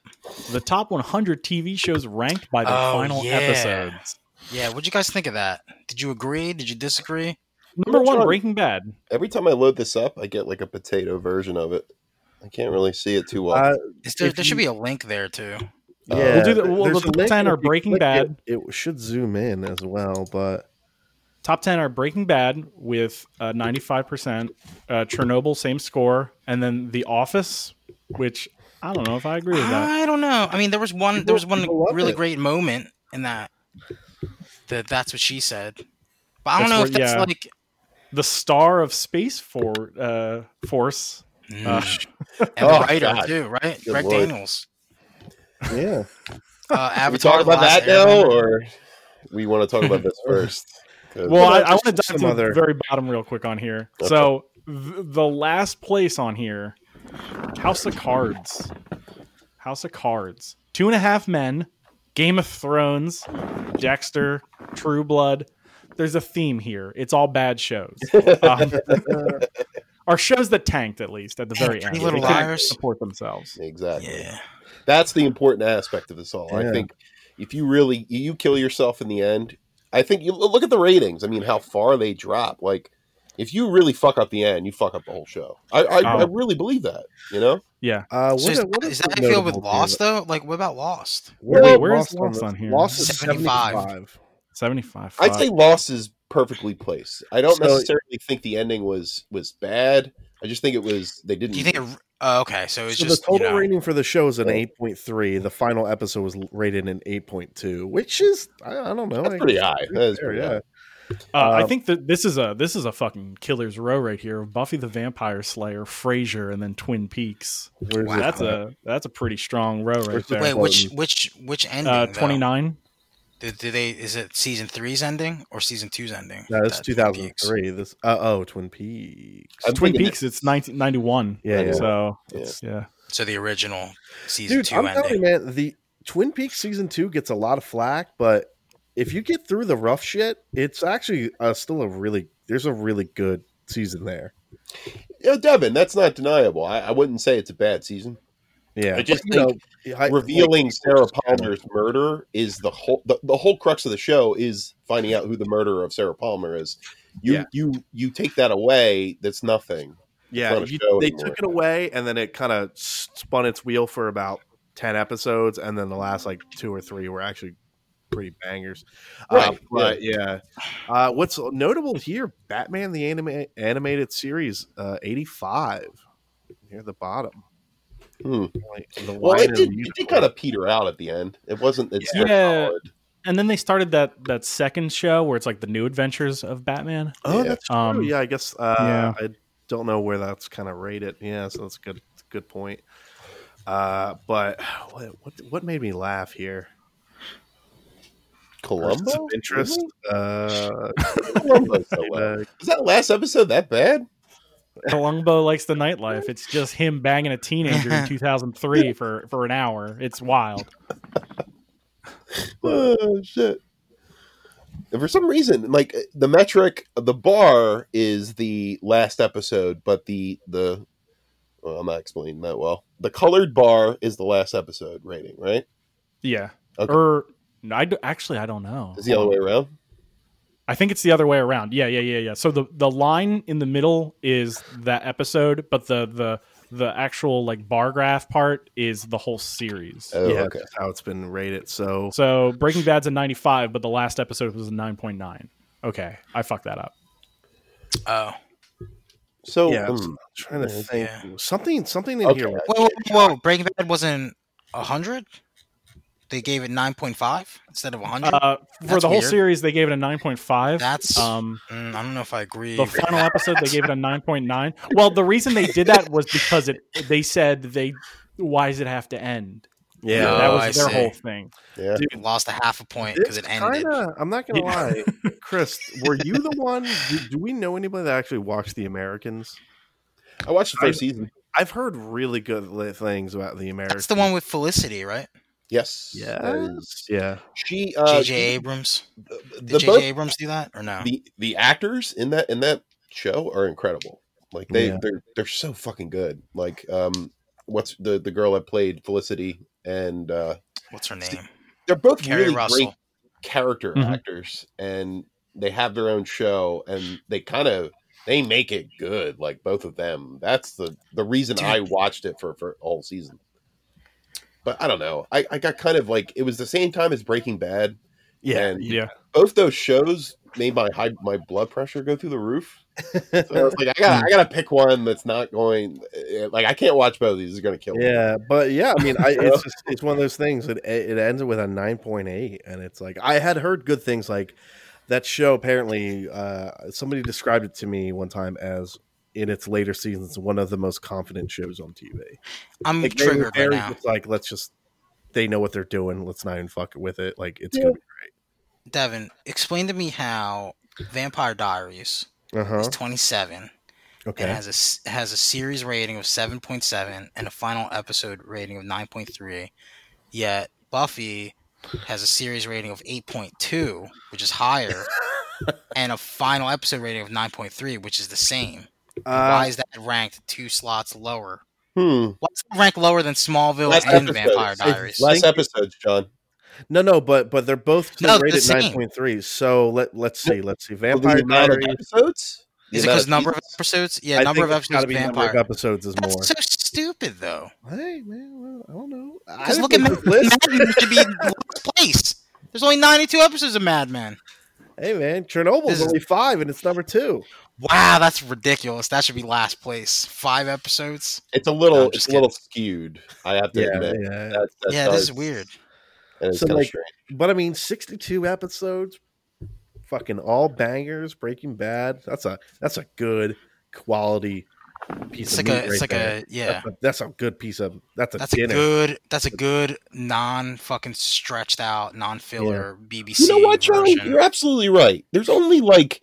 D: The top 100 TV shows ranked by their
C: Oh,
D: final
C: yeah.
D: episodes.
C: Yeah, what'd you guys think of that? Did you agree? Did you disagree?
D: Number
A: Which
D: one,
A: one?
D: Breaking Bad.
A: Every time I load this up, I get like a potato version of it. I can't really see it too well.
B: Uh,
C: Is there
B: If
C: there should be a link there too.
A: Uh,
B: yeah,
A: We'll
D: do the-
B: th-
D: we'll-
B: there's
D: we'll
B: a link
D: plan our
B: if you
D: Breaking
B: click
D: Bad.
B: It, it should zoom in as well, but
D: Top 10 are Breaking Bad with uh, 95%, uh, Chernobyl, same score, and then The Office, which I don't know if I agree with that.
C: I don't know. I mean, there was one there was one
B: people love
C: really
B: it.
C: great moment in that. That that's what she said. But I don't
D: That's
C: know
D: where-
C: if that's
D: yeah.
C: like
D: The star of Space for, uh, Force. Uh,
C: Mm. and the
A: Oh,
C: writer
A: God.
C: too, right?
A: Good
C: Greg
A: Lord.
C: Daniels.
B: yeah,
C: Uh,
A: we
C: Avatar.
A: talk about
C: The Last
A: that now,
C: Airbender.
A: or we want to talk about this first? 'Cause-
D: Well, I,
B: Yeah,
D: I want to
B: just
D: dive
B: some
D: to the
B: other-
D: very bottom real quick on here.
A: Okay.
D: So th- the last place on here, House of Cards, House of Cards, Two and a Half Men, Game of Thrones, Dexter, True Blood. There's a theme here. It's all bad shows. Um, or shows that tanked at least at the very
C: Pretty
D: end.
C: Little
D: They couldn't
C: Liars.
D: support themselves.
A: exactly.
C: Yeah.
A: That's the important aspect of this all. I
B: Yeah.
A: think if you really you kill yourself in the end, I think you look at the ratings. I mean, how far they drop. Like, if you really fuck up the end, you fuck up the whole show. I I, I
D: Oh.
A: really believe that. You know,
D: Yeah.
B: uh,
C: So
B: what
C: is,
B: a- what a
C: is that how
B: notable
C: you feel with
B: thing.
C: Lost though? Like, what about Lost?
B: Where-
A: Wait,
D: where is Lost
B: this?
D: on here?
B: Lost is
C: 75.
B: 75.
D: 75.
A: I'd say loss is perfectly placed. I don't
B: So-
A: necessarily think the ending was was bad. I just think it was they didn't.
C: Do you think? It, oh, okay, so it's
B: So
C: just
B: the total
C: you know,
B: rating for the show is an
A: Yeah.
B: 8.3. The final episode was l- rated an 8.2, which is I, I don't know.
A: That's
B: I
A: pretty
B: guess
A: high.
B: it's
A: That is
B: fair,
A: pretty high.
D: Uh, I
B: Um,
D: think that this is a this is a fucking killer's row right here of Buffy the Vampire Slayer, Frasier, and then Twin Peaks.
B: Where's
C: Wow.
B: it?
D: That's a that's a pretty strong row right
B: Where's the-
D: there.
C: Wait, which
B: Important.
C: which which ending?
D: uh,
C: though?
D: twenty nine.
C: Do, do they? Is it season three's ending or season two's ending?
B: No, that's
C: That Twin Peaks.
B: 2003. This uh, oh, Twin Peaks.
A: I'm
D: Twin
A: thinking
D: Peaks. It's nineteen ninety one.
B: Yeah, yeah.
D: So
A: Yeah.
D: yeah,
C: So the original season
B: Dude,
C: two
B: I'm
C: ending.
B: telling you, man, the Twin Peaks season two gets a lot of flack, but if you get through the rough shit, it's actually uh, still a really there's a really good season there.
A: Yeah, Devin, that's not deniable. I, I wouldn't say it's a bad season.
B: Yeah,
A: I just
B: but, you
A: think
B: know, I-
A: Revealing
B: like-
A: Sarah Palmer's murder is the whole the, the whole crux of the show is finding out who the murderer of Sarah Palmer is. You
B: Yeah.
A: you you take that away, that's nothing.
B: Yeah,
A: not a
B: you-
A: show
B: they
A: anymore.
B: took it away, and then it kind of spun its wheel for about ten episodes, and then the last like two or three were actually pretty bangers. Uh,
A: Right,
B: but yeah, Uh, what's notable here? Batman the anime animated series uh, eighty five near the bottom.
A: Hmm.
B: Like, the
A: Well,
B: line
A: it
B: is
A: did, it
B: beautiful.
A: did kind of peter out at the end. It wasn't. It's still
D: Yeah.
A: solid.
D: and then they started that that second show where it's like the new adventures of Batman.
B: Oh,
A: Yeah.
B: that's true.
D: Um,
B: yeah, I guess. Uh,
D: yeah.
B: I don't know where that's kind of rated. Yeah, so that's a good. Good point. Uh, but what, what what made me laugh here?
A: Columbo.
B: Persons of interest. Uh,
A: Columbo's so low.
B: uh,
A: Was that last episode that bad?
D: Columbo likes the nightlife. It's just him banging a teenager in two thousand three for for an hour. It's wild.
A: Oh shit! And for some reason, like the metric, the bar is the last episode, but the the well, I'm not explaining that well. The colored bar is the last episode rating, right?
D: Yeah.
A: Okay.
D: Or no, I d- actually I don't know.
A: Is the other way around?
D: I think it's the other way around. Yeah, yeah, yeah, yeah. So the the line in the middle is that episode, but the the the actual like bar graph part is the whole series.
A: Oh,
B: yeah,
A: okay.
B: that's how it's been rated. So
D: So Breaking Bad's a 95, but the last episode was a 9.9. Okay, I fucked that up.
C: Oh,
A: So
B: um, yeah, I'm
A: mm,
B: trying to
A: Yeah.
B: think something something in
A: Okay.
B: here. like-
C: whoa, whoa, whoa! Breaking Bad wasn't hundred. They gave it nine point five instead of hundred.
D: Uh, for
C: That's
D: the whole
C: weird.
D: series, they gave it a 9.5.
C: That's-
D: um,
C: mm, I don't know if I agree.
D: the final episode. They gave it a 9.9. Well, the reason they did that was because it. They said they. Why does it have to end?
B: yeah,
C: No,
D: that
B: that was
C: I
D: was their
C: see.
D: whole thing.
A: yeah.
B: Dude,
C: Lost a half a point because it
B: It's
C: ended.
B: kinda- I'm not gonna lie, Chris. Were you the one? Do, do we know anybody that actually watched The Americans?
A: I watched the first season.
B: I've heard really good li- things about The Americans.
C: That's the one with Felicity, right?
A: Yes. that
B: Yes.
A: is-
B: Yeah.
A: She uh
C: J.J. Abrams.
A: the,
C: Did J.J.
A: both-
C: Abrams do that or no?
A: the the actors in that in that show are incredible. Like they
B: Yeah.
A: they're they're so fucking good. Like um what's the the girl that played Felicity and uh
C: What's her name?
A: they're both
C: Carrie
A: really
C: Russell. Mm-hmm.
A: great character
D: Mhm.
A: actors and they have their own show and they kind of they make it good like both of them that's the the reason i watched it for for a whole season but i don't know i i got kind of like it was the same time as breaking bad
B: Yeah.
A: and
D: Yeah.
A: both those shows made my high my blood pressure go through the roof so i was like i gotta i gotta pick one that's not going eh, like i can't watch both of these is gonna kill me
B: Yeah, but yeah, I mean, I, it's just, it's one of those things that it, it ends with a nine point eight, and it's like I had heard good things like that show. Apparently, uh, somebody described it to me one time as in its later seasons one of the most confident shows on TV.
C: I'm
B: Like, they were
C: triggered right
B: very
C: now.
B: just like let's just they know what they're doing. Let's not even fuck with it. Like it's
A: Yeah.
B: gonna
C: Devin, explain to me how Vampire Diaries
B: be uh huh
C: is 27
B: okay.
C: and has a s- has a series rating of 7.7 and a final episode rating of 9.3. Yet Buffy has a series rating of 8.2, which is higher, and a final episode rating of 9.3, which is the same. Why
B: Uh,
C: is that ranked two slots lower?
A: hmm
C: Why is it ranked lower than Smallville
A: Last
C: and
A: episode.
C: Vampire
A: It's
C: Diaries?
A: last episodes john
B: no, no, but but they're both still
C: No, they're the
B: rated
C: same.
B: nine point three. So let let's see, let's see.
A: Well,
B: Vampire
A: the amount of
B: Diaries.
A: episodes The
C: Is
A: amount
C: it because number of
A: seasons?
C: episodes? Yeah,
B: I
C: number
B: think
C: of
B: it's gotta
C: episodes.
B: be
C: Vampire.
B: number of episodes is more.
C: That's so stupid, though.
B: Hey man, well, I don't know. I
C: Because
B: didn't
C: look at
B: make
C: Mad
B: this
C: Men
B: list.
C: should be in last place. There's only 92 episodes of Mad Men.
B: Hey man, Chernobyl's
C: This is-
B: only five, and it's number two.
C: Wow, that's ridiculous. That should be last place. Five episodes.
A: It's a little,
C: No, I'm
A: it's
C: just
A: a little skewed. I have to admit.
B: yeah.
A: That's, that's
C: yeah,
A: how
C: this is
A: it's-
C: weird.
A: and it's
B: So,
A: kinda
B: like-
A: strange.
B: But I mean, sixty-two episodes, fucking all bangers. Breaking Bad. That's a that's a good quality piece
C: It's
B: of
C: like
B: meat
C: a,
B: right
C: it's like
B: there.
C: a, yeah.
B: That's a, that's a good piece of that's a
C: That's a
B: dinner.
C: good, that's a good non fucking stretched out, non filler BBC
A: You know what, John?
C: version.
A: You're absolutely right. There's only like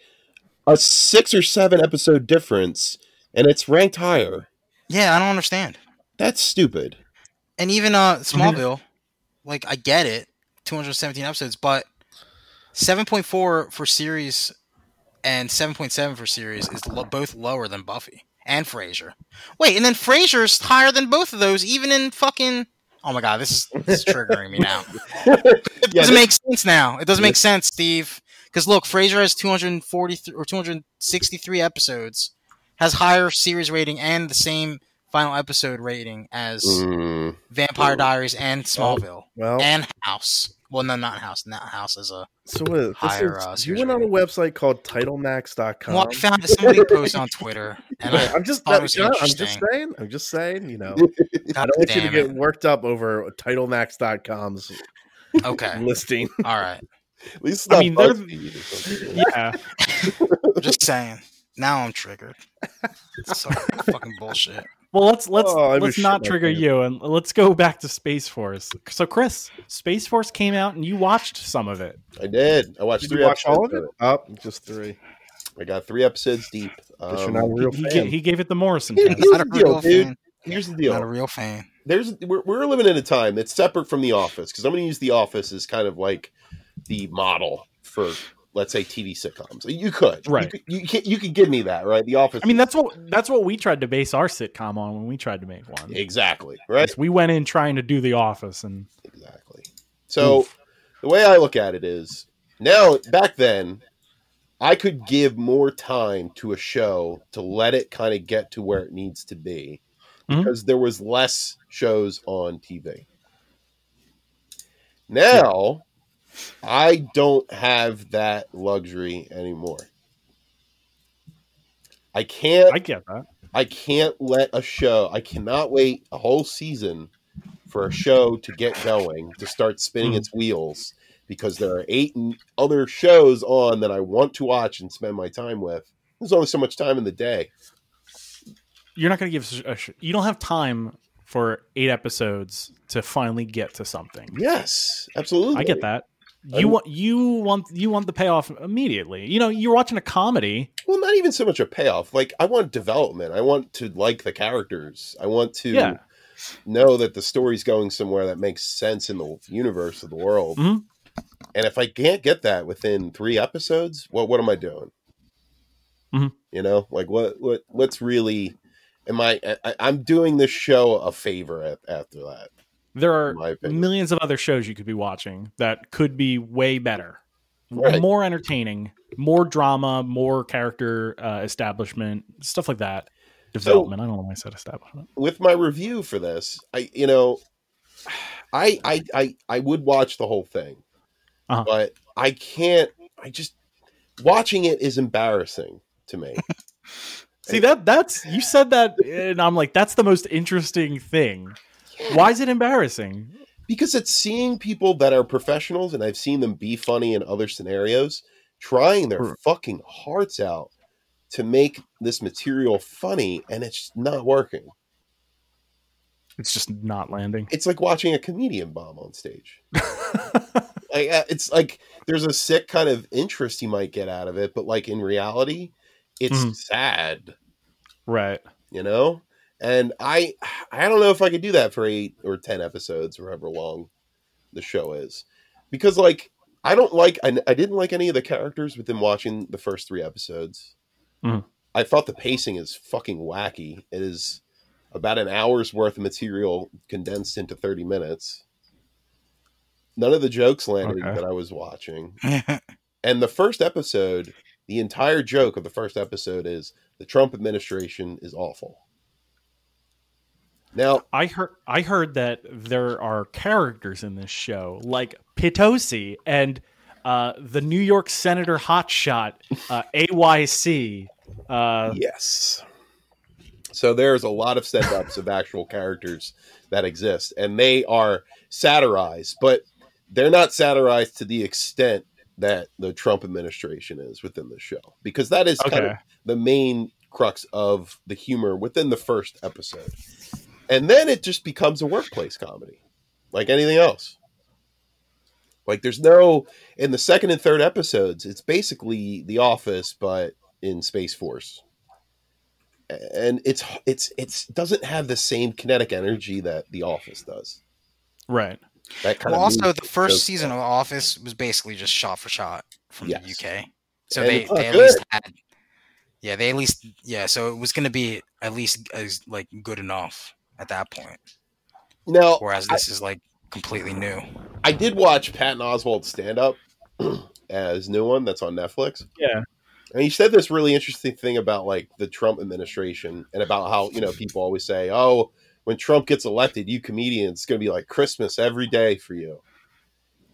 A: a six or seven episode difference, and it's ranked higher.
C: Yeah, I don't understand.
A: That's stupid.
C: And even uh Smallville, like I get it, 217 episodes, but 7.4 for series and 7.7 for series is lo- both lower than Buffy and Frasier. Wait, and then Frasier's higher than both of those, even in fucking. Oh my god, this is, this is triggering me now. It
A: Yeah,
C: doesn't make sense now. It doesn't make sense, Steve. Because look, Frasier has 243 or 263 episodes, has higher series rating and the same final episode rating as.
A: Mm,
C: Vampire
A: Ooh. Oh.
C: Diaries and Smallville
B: Well,
C: and House. Well, no, not House. Not House is a.
B: so what? This
C: higher,
B: is-
C: uh,
B: you
C: series
B: went on a
C: rating.
B: website called TitleMax.com.
C: Well, I found somebody posted on Twitter, and I,
B: I'm just,
C: thought it
B: I'm
C: was
B: just
C: interesting.
B: saying. I'm just saying. You know, I
C: God
B: don't want you to
C: damn
B: get
C: it.
B: worked up over TitleMax.com's
C: Okay,
B: listing.
C: all right.
A: at least it's
D: I
A: not
D: mean, they're-
A: BuzzFeed or something.
D: Yeah.
C: Just saying. Now I'm triggered. It's so fucking bullshit.
D: Well, let's let's
B: Oh, I wish
D: let's
B: shit
D: not
B: like
D: trigger
B: that.
D: you and let's go back to Space Force. So, Chris, Space Force came out and you watched some of it.
A: I did. I watched
B: Did
A: three
B: you watch
A: episodes
B: all of it? Up, just three.
A: I got three episodes deep. Um,
B: Guess you're not a real
D: he,
B: fan.
D: ga- he gave it the Morrison.
A: Here-
D: test.
A: here's
C: Not a
A: the deal,
C: real
A: dude.
C: fan.
A: Here's the
C: Not a
A: deal.
C: real fan.
A: There's we're, we're living in a time that's separate from the office because I'm going to use the office as kind of like the model for let's say TV sitcoms. You could, You
D: Right.
A: could, you, could, you could give me that, right? The office.
D: I mean, that's what that's what we tried to base our sitcom on when we tried to make one.
A: Exactly. Right.
D: Is We went in trying to do The Office, and
A: Exactly. So the way I look at it is now back then I could give more time to a show to let it kind of get to where it needs to be
D: Mhm.
A: because there was less shows on TV. Now I don't have that luxury anymore. I
B: uh,
A: can't
D: I get that.
A: I can't let a show. I cannot wait a whole season for a show to get going to start spinning
D: Hmm.
A: its wheels because there are eight n- other shows on that I want to watch and spend my time with. There's only so much time in the day.
D: You're not going to give us a sh- you don't have time for eight episodes to finally get to something.
A: Yes, absolutely.
D: I get that. You
A: I'm-
D: want you want you want the payoff immediately. You know, you're watching a comedy.
A: Well, not even so much a payoff. Like I want development. I want to like the characters. I want to
D: Yeah.
A: know that the story's going somewhere that makes sense in the universe of the world.
D: Mhm.
A: And if I can't get that within three episodes, what what am I doing?
D: Mhm.
A: You know, like what what what's really am I, I I'm doing this show a favor at, after that?
D: There are
A: In my opinion,
D: millions of other shows you could be watching that could be way better,
A: Right.
D: more entertaining, more drama, more character uh, establishment, stuff like that. Development. I don't know why I said establishment.
A: with my review for this, I you know, I I I, I would watch the whole thing,
D: Uh-huh.
A: but I can't. I just watching it is embarrassing to me.
D: See that that's you said that, and I'm like, that's the most interesting thing. Why is it embarrassing?
A: because it's seeing people that are professionals and I've seen them be funny in other scenarios trying their
B: Right.
A: fucking hearts out to make this material funny and it's not working.
D: It's just not landing.
A: It's like watching a comedian bomb on stage. like, uh, it's like there's a sick kind of interest you might get out of it, but like in reality, it's
D: Mhm.
A: sad,
D: Right.
A: you know? And I I don't know if I could do that for 8 or 10 episodes or however long the show is because like i don't like i, I didn't like any of the characters within watching the first three episodes
D: Mhm.
A: i thought the pacing is fucking wacky it is about an hour's worth of material condensed into 30 minutes none of the jokes landed
D: Okay.
A: that i was watching and the first episode the entire joke of the first episode is the trump administration is awful now
D: I heard I heard that there are characters in this show like Pitosi and uh, the New York Senator hotshot uh, AYC. Uh,
A: Yes. So there's a lot of step ups of actual characters that exist, and they are satirized, but they're not satirized to the extent that the Trump administration is within the show, because that is kind of
D: Okay.
A: the main crux of the humor within the first episode. And then it just becomes a workplace comedy, like anything else. Like there's no in the second and third episodes, it's basically The Office, but in Space Force and it's it's it's doesn't have the same kinetic energy that The Office does.
D: Right.
A: That kind
C: well,
A: of
C: also
A: mood
C: the first
A: goes
C: season of Office was basically just shot for shot from
A: Yes.
C: the UK. So
A: And
C: they,
A: it's not
C: they at
A: good.
C: least had yeah they at least yeah so it was going to be at least as like good enough at that point.
A: now.
C: Whereas this is like completely new.
A: I did watch Patton Oswald stand up as new one that's on Netflix.
D: Yeah.
A: And he said this really interesting thing about like the Trump administration and about how, you know, people always say, Oh, when Trump gets elected, you comedians, it's gonna be like Christmas every day for you.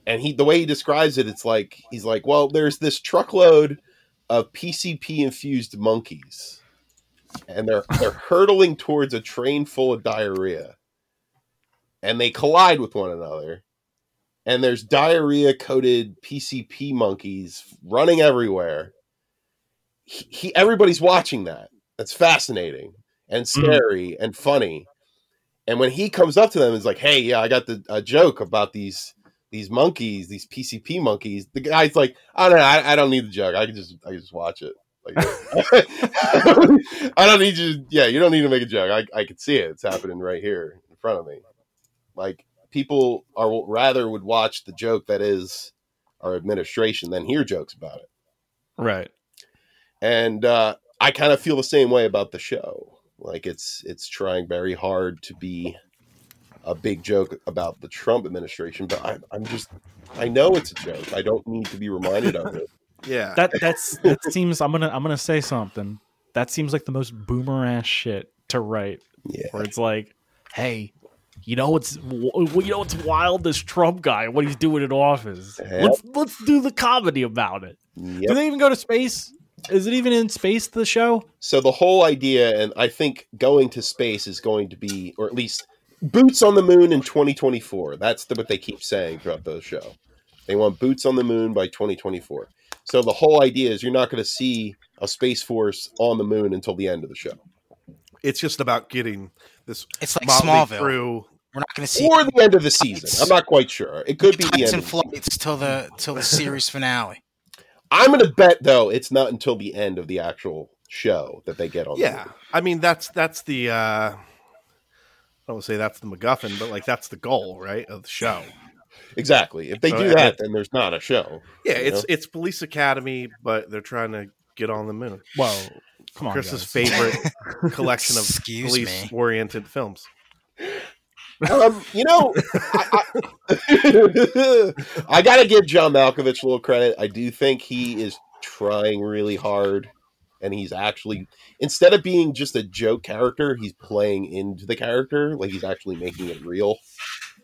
A: And he the way he describes it, it's like he's like, Well, there's this truckload of PCP infused monkeys. And they're they're hurtling towards a train full of diarrhea. And they collide with one another and there's diarrhea coated PCP monkeys running everywhere. He, he everybody's watching that. That's fascinating and scary and funny. And when he comes up to them, is like, "Hey, yeah, I got the a joke about these these monkeys, these PCP monkeys." The guy's like, "I don't know, I, I don't need the joke. I can just I can just watch it." Like, I don't need you. Yeah, you don't need to make a joke. I I can see it. It's happening right here in front of me. Like people are rather would watch the joke that is our administration than hear jokes about it.
D: Right.
A: And uh, I kind of feel the same way about the show. Like it's it's trying very hard to be a big joke about the Trump administration, but I'm, I'm just I know it's a joke. I don't need to be reminded of it.
B: Yeah.
D: That that's that seems I'm gonna I'm gonna say something. That seems like the most boomer ass shit to write.
A: Yeah.
D: Where it's like, hey, you know it's you know it's wild this Trump guy what he's doing in office.
A: Yep.
D: Let's let's do the comedy about it. Do
A: Yep.
D: they even go to space? Is it even in space? The show?
A: So the whole idea, and I think going to space is going to be, or at least boots on the moon in 2024. That's the, what they keep saying throughout the show. They want boots on the moon by 2024. So the whole idea is you're not going to see a space force on the moon until the end of the show,
B: it's just about getting this
C: It's like
B: motley
C: Smallville.
B: crew.
C: We're not going to see
A: or the end of the season. I'm not quite sure. It could be the end.
C: Tights and
A: Of the,
C: flights till the till the series finale.
A: I'm going to bet though it's not until the end of the actual show that they get on. the
B: Yeah, I mean that's that's the uh I don't say that's the MacGuffin, but like that's the goal, right, of the show.
A: Exactly. If they do
B: Uh,
A: that, then there's not a show.
B: Yeah,
A: You
B: it's
A: know?
B: it's Police Academy, but they're trying to get on the moon.
D: Whoa, come on,
B: Chris's
D: guys.
B: favorite collection of
C: Excuse me.
B: police-oriented films.
A: Um, you know, I, I, I got to give John Malkovich a little credit. I do think he is trying really hard, and he's actually instead of being just a joke character, he's playing into the character. Like he's actually making it real,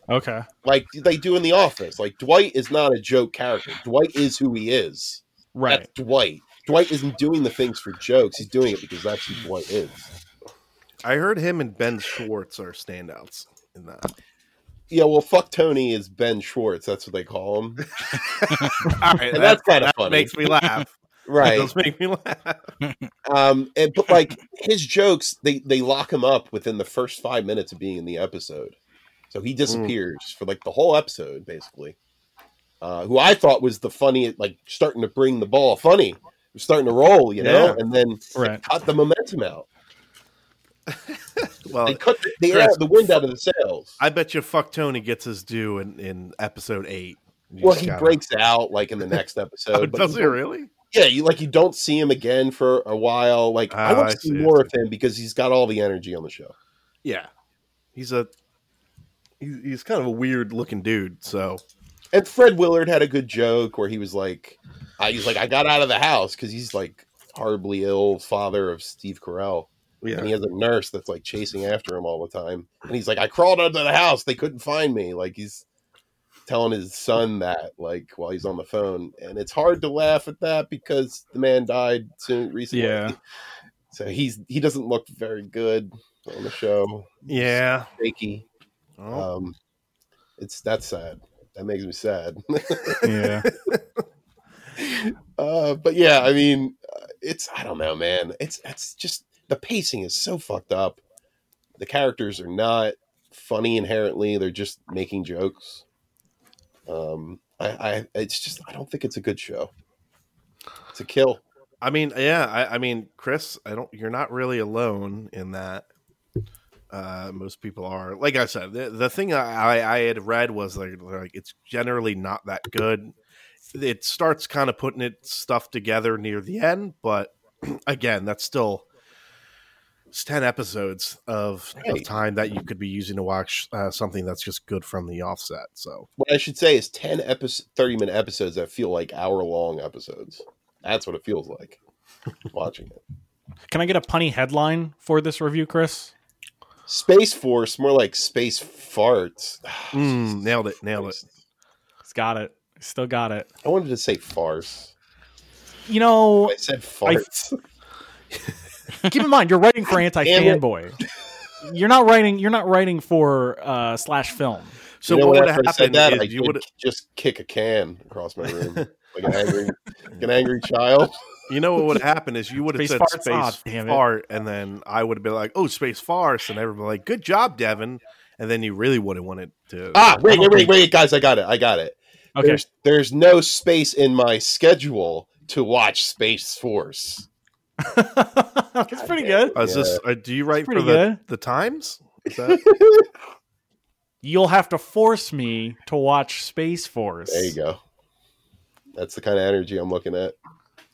D: Okay,
A: like they do in The Office. Like Dwight is not a joke character. Dwight is who he is.
D: right.
A: That's Dwight. Dwight isn't doing the things for jokes. He's doing it because that's who Dwight is.
B: I heard him and Ben Schwartz are standouts in that.
A: Yeah, well, fuck Tony is Ben Schwartz. That's what they call him.
B: All right,
A: And that's kind of
B: that
A: funny,
B: makes me laugh. It
A: right?
B: does make me laugh.
A: um and but like his jokes they they lock him up within the first five minutes of being in the episode so
B: Hmm.
A: he disappears for like the whole episode basically uh who i thought was the funny like starting to bring the ball funny starting to roll you know
B: Yeah.
A: and then
D: Right.
A: cut the momentum out they
B: Well,
A: cut the, the, air,
B: Uh, Chris.
A: the wind out of the sails
B: I bet you fuck Tony gets his due in, in episode eight. You
A: well
B: just
A: he
B: gotta-
A: breaks out like in the next
B: Oh,
A: episode but
B: does
A: you
B: he really?
A: yeah, you like you don't see him again for a while. Like I
B: Ah,
A: want
B: I
A: to see
B: see, I
A: more of him because he's got all the energy on the show.
B: Yeah, he's a he's, he's kind of a weird looking dude. So
A: And Fred Willard had a good joke where he was like, I, he's like, I got out of the house because he's like horribly ill father of Steve Carell. And he has a nurse that's like chasing after him all the time. And he's like, I crawled out of the house. They couldn't find me. Like he's telling his son that, like while he's on the phone. And it's hard to laugh at that because the man died soon recently.
D: Yeah.
A: So he's he doesn't look very good on the show.
B: yeah.
A: Shaky.
B: Oh,
A: Um, it's that's sad. That makes me sad.
D: Yeah.
A: Uh, but yeah, I mean, uh, it's I don't know, man. It's it's just the pacing is so fucked up. The characters are not funny inherently; they're just making jokes. Um, I, I it's just I don't think it's a good show. It's a kill.
B: I mean, yeah. I, I mean, Chris, I don't. You're not really alone in that. Uh, most people are. Like I said, the, the thing I, I had read was like, like it's generally not that good. It starts kind of putting it stuff together near the end, but again, that's still it's ten episodes of, of
A: Right.
B: time that you could be using to watch uh, something that's just good from the offset. So
A: What I should say is ten episode, thirty minute episodes that feel like hour long episodes. That's what it feels like watching it.
D: Can I get a punny headline for this review, Chris?
A: Space Force, more like space farts.
B: mm, nailed it, nailed it.
D: He's got it. He's Still got it.
A: I wanted to say farce.
D: You know,
A: I said farts.
D: keep in mind you're writing for anti
A: Damn it.
D: fanboy. You're not writing. You're not writing for uh, slash film.
B: So
A: You know
B: what would
A: after
B: have
A: I said
B: happened
A: that,
B: is
A: I
B: you
A: did
B: would
A: just kick a can across my room like an angry, like an angry child.
B: You know what would happen is you would have
D: Space
B: said
D: farts?
B: space
D: Aw, damn it.
B: fart, and then I would have been like, "Oh, space farce," and everybody like, "Good job, Devin." And then you really would have wanted to.
D: Oh,
A: Ah, wait, wait, wait, wait, guys, I got it, I got it.
D: Okay.
A: There's there's no space in my schedule to watch Space Force.
D: That's pretty good.
B: Uh, is this? Uh, do you write for
D: pretty
B: the,
D: good.
B: the Times? Is that,
D: You'll have to force me to watch Space Force.
A: There you go. That's the kind of energy I'm looking at.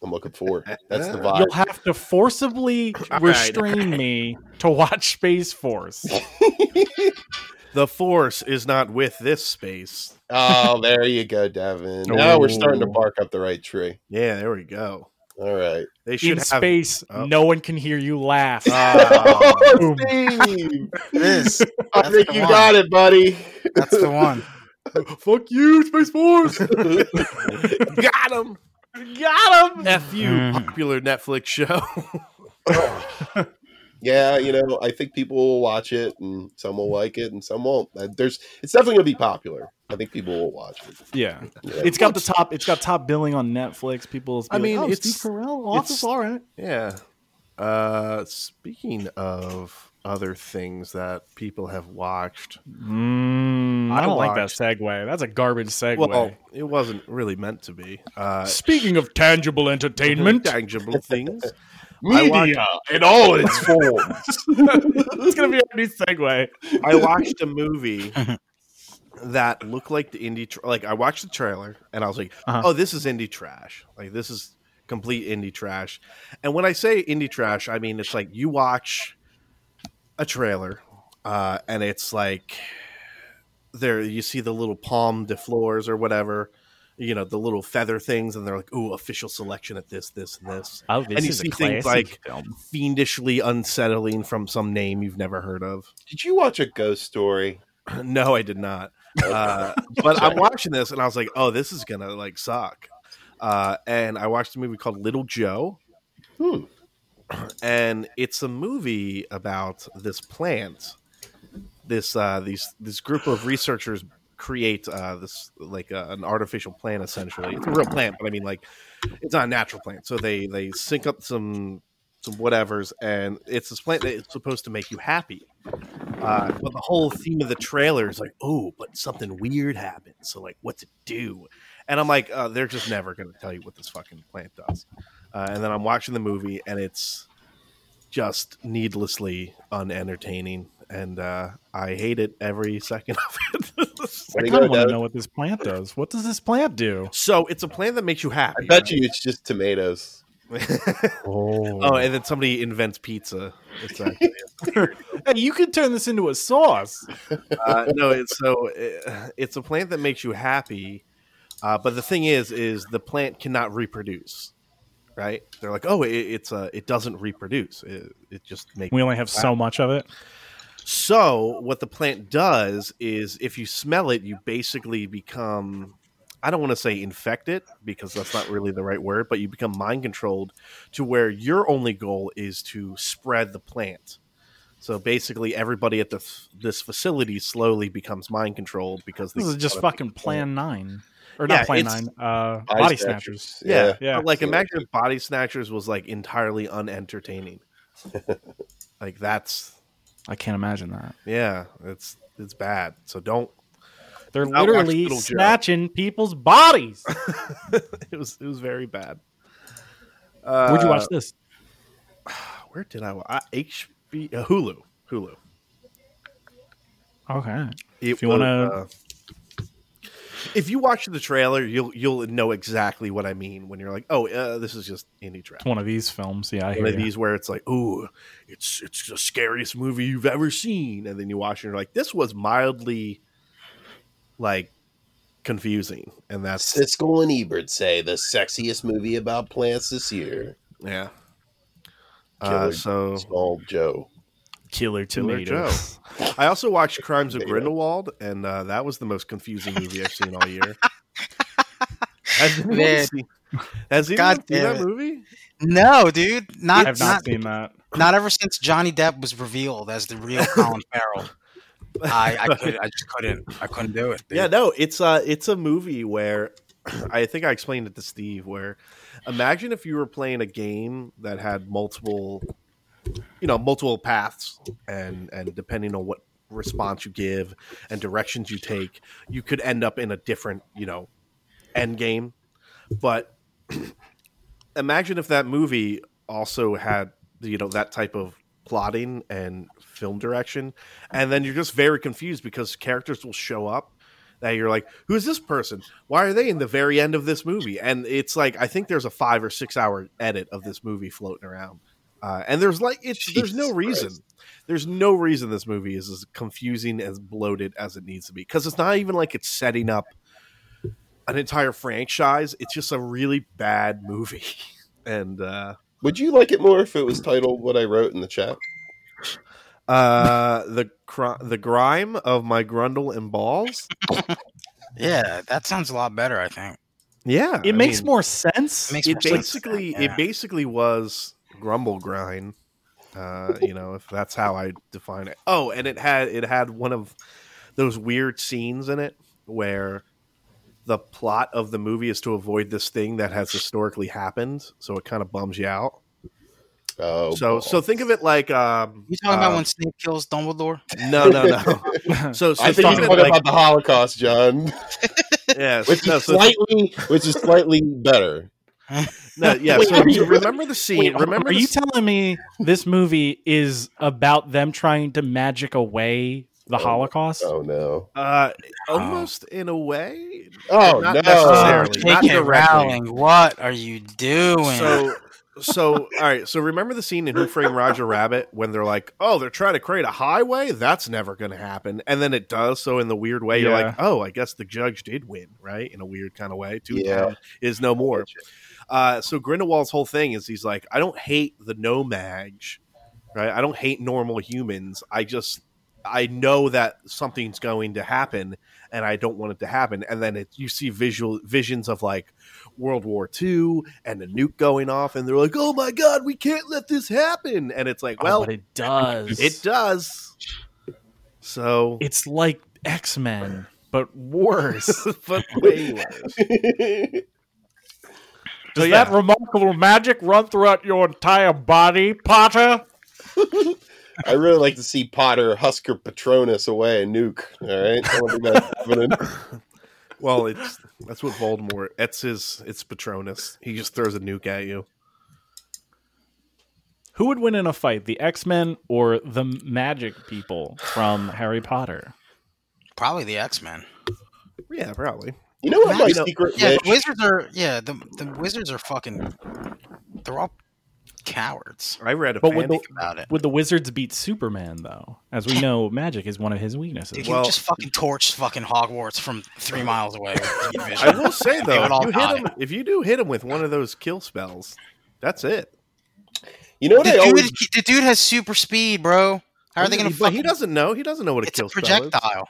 A: I'm looking for. That's the vibe.
D: You'll have to forcibly
B: All right,
D: restrain me to watch Space Force.
B: the Force is not with this space.
A: Oh, there you go, Devin. Now we're starting to
B: Oh.
D: Ooh.
A: bark up the right tree.
B: Yeah, there we go.
A: All right.
B: They should
D: In
B: have.
D: space,
B: Oh.
D: no one can hear you laugh.
B: Ah,
D: Boom.
A: Steve,
C: It is.
A: I
C: That's
A: think
C: the
A: you
C: one.
A: got it, buddy.
C: That's the one.
B: fuck you, Space Force.
D: Mhm.
B: Got him.
D: Got him.
B: F you,
D: Mm-hmm.
C: Mm.
B: popular Netflix show.
A: yeah, you know, I think people will watch it, and some will like it, and some won't. Uh, There's, it's definitely gonna be popular. I think people will watch it.
D: Yeah,
A: you know.
D: it's got the top. It's got top billing on Netflix. People.
B: I mean,
D: like, oh,
B: it's-
D: Steve Carell. Office,
B: it's-
D: all right.
B: Yeah. Uh, speaking of other things that people have watched,
D: Mm, I
B: I
D: don't like that
B: watched-
D: segue. That's a garbage segue.
B: well, it wasn't really meant to be. Uh,
D: Speaking of tangible entertainment,
B: tangible things.
A: Media in all its forms.
D: It's gonna be our new segue.
B: I watched a movie that looked like the indie. Tra- like I watched the trailer and I was like,
D: Uh-huh.
B: "Oh, this is indie trash. Like this is complete indie trash." And when I say indie trash, I mean it's like you watch a trailer uh, and it's like there you see the little palm de floors or whatever, you know, the little feather things, and they're like, "Ooh, official selection at this, this, and this."
D: Oh, this
B: And you
D: is
B: see
D: a
B: things
D: classic
B: like-
D: film.
B: Fiendishly unsettling from some name you've never heard of.
A: Did you watch a ghost story?
B: No, I did not. Uh, but I'm watching this and I was like, oh, this is gonna like suck. Uh, and I watched a movie called Little Joe,
A: Hmm.
B: and it's a movie about this plant. This uh, these this group of researchers create uh, this like uh, an artificial plant. Essentially, it's a real plant, but I mean like it's not a natural plant. So they they sync up some some whatevers, and it's this plant that is supposed to make you happy. Uh, but the whole theme of the trailer is like, oh, but something weird happened. So like, what's it do? And I'm like, uh, they're just never going to tell you what this fucking plant does. Uh, and then I'm watching the movie, and it's just needlessly unentertaining, and uh, I hate it every second of it.
A: Way
D: I
A: to
D: kind
A: go,
D: of want
A: Doug.
D: to know what this plant does. What does this plant do?
B: so it's a plant that makes you happy.
A: I bet you it's just tomatoes.
D: Oh,
B: oh, and then somebody invents pizza. It's uh,
D: hey, you could turn this into a sauce.
B: uh, no, it's so uh, it's a plant that makes you happy, uh, but the thing is, is the plant cannot reproduce, right? They're like, oh, it, it's uh, it doesn't reproduce. It, it just makes.
D: We only have so much of it.
B: So what the plant does is, if you smell it, you basically become. I don't want to say infected because that's not really the right word, but you become mind controlled to where your only goal is to spread the plant. So basically, everybody at the, this facility slowly becomes mind controlled because
D: This
B: they-
D: is just fucking Plan Nine, or
B: Yeah,
D: not Plan
B: it's-
D: Nine. Uh,
A: Eye
D: body
A: snatchers.
D: snatchers.
B: Yeah, yeah.
D: Yeah.
B: But, like
A: Yeah.
B: imagine if Body Snatchers was like entirely unentertaining. like that's
D: I can't imagine that.
B: yeah, it's it's bad. So don't.
D: They're
B: Not watch
D: literally
B: Little Joe.
D: snatching people's bodies.
B: It was it was very bad. Uh,
D: Where'd you watch this?
B: Where did I? wa- I HB uh, Hulu Hulu.
D: Okay.
B: It
D: If you
B: was,
D: wanna-
B: uh, if you watch the trailer, you'll you'll know exactly what I mean when you're like, oh, uh, this is just indie trash.
D: It's one of these films. Yeah, I
B: one
D: hear
B: of
D: you.
B: these where it's like, ooh, it's it's the scariest movie you've ever seen, and then you watch it and you're like, this was mildly like confusing, and that's
A: Siskel and Ebert say the sexiest movie about plants this year.
B: yeah. Uh,
A: Killer
B: so
A: Small Joe.
D: Killer
B: Killer Joe.
D: Tomatoes.
B: I also watched Crimes of
A: Tomato.
B: Grindelwald, and uh, that was the most confusing movie I've seen all year. Has anyone
C: Man.
B: seen, has anyone
C: God
B: seen
C: damn
B: that
C: it.
B: movie?
C: No, dude,
D: I
C: not
D: have
C: not,
D: not seen that.
C: not ever since Johnny Depp was revealed as the real Colin Farrell. I I, could, I just couldn't I couldn't do it. dude.
B: Yeah, no, it's a it's a movie where I think I explained it to Steve. Where imagine if you were playing a game that had multiple, you know, multiple paths, and and depending on what response you give and directions you take, you could end up in a different, you know, end game. But imagine if that movie also had you know that type of plotting and film direction and then you're just very confused because characters will show up that you're like who's this person why are they in the very end of this movie and it's like i think there's a five or six hour edit of this movie floating around uh, and there's like it's there's no
A: Jesus
B: reason
A: Christ.
B: there's no reason this movie is as confusing as bloated as it needs to be because it's not even like it's setting up an entire franchise it's just a really bad movie and uh
A: Would you like it more if it was titled what I wrote in the chat?
B: Uh, the cr- the grime of my grundle and balls.
C: yeah, that sounds a lot better. I think
B: Yeah,
D: It
B: I
D: makes
B: mean,
D: more sense.
C: it makes
B: It
C: more sense.
B: basically
C: Yeah.
B: it basically was grumble grind. Uh, you know, if that's how I define it. Oh, and it had it had one of those weird scenes in it where the plot of the movie is to avoid this thing that has historically happened, so it kind of bums you out.
A: Oh,
B: so so think of it like um
C: You talking about
B: uh,
C: when Snape kills Dumbledore?
B: no no no. So, so
A: I think
B: think
A: you're
B: of it
A: talking
B: like-
A: about the Holocaust, John,
B: yes,
A: which
B: no,
A: is
B: so
A: slightly, which is slightly better.
B: No, yeah.
A: Wait,
B: so
A: are
B: you
A: you really-
B: remember the scene?
D: Wait,
B: remember
D: are
B: the
D: you
B: s-
D: telling me this movie is about them trying to magic away the
A: Oh,
D: Holocaust?
A: Oh no!
B: uh,
D: Oh.
B: almost in a way.
A: Oh
B: Not
A: no!
B: necessarily. not
C: J.K.
B: directly.
C: Rowling, what are you doing?
B: So, so all right. So remember the scene in Who Framed Roger Rabbit when they're like, "Oh, they're trying to create a highway. That's never going to happen." And then it does. So in the weird way, you're like, "Oh, I guess the judge did win, right?" In a weird kind of way. Two
A: Yeah.
B: town is no more. Uh, so Grindelwald's whole thing is he's like, I don't hate the nomads, right? I don't hate normal humans. I just I know that something's going to happen, and I don't want it to happen. And then it, you see visual visions of like World War II and the nuke going off, and they're like, "Oh my god, we can't let this happen!" And it's
C: Oh,
B: like,
D: well,
B: well,
D: Oh, but it does.
B: it does. So,
D: It's like X Men, but worse.
B: but way worse.
D: Does
B: yeah.
D: that remarkable magic run throughout your entire body, Potter?
A: I really like to see Potter Husker Patronus away and nuke. All right, I don't think that's happening.
B: Well, it's that's what Voldemort. That's his. It's Patronus. He just throws a nuke at you.
D: Who would win in a fight, the X Men or the magic people from Harry Potter?
C: Probably the X Men.
B: Yeah, probably.
A: You know what my
C: You know,
A: secret
C: Yeah, the
A: wish?
C: wizards are. Yeah, the the wizards are fucking. They're all cowards.
B: I read a
D: But with
B: fanfic
D: the-
C: About it.
D: Would the wizards beat Superman, though? As we know, magic is one of his
C: Dude,
D: weaknesses.
C: he
B: Well-
C: just fucking torched fucking Hogwarts from three miles away. with heat
B: I
C: vision.
B: will say though,
C: would
B: if
C: all
B: you
C: die.
B: hit him, if you do hit him with one of those kill spells, that's it.
A: You know what
C: the,
A: I
C: dude,
A: always?
C: the dude has super speed, bro. How are they gonna?
B: He- But
C: fucking,
B: he doesn't know. He doesn't know what a
C: It's a
B: kill spell is.
C: projectile.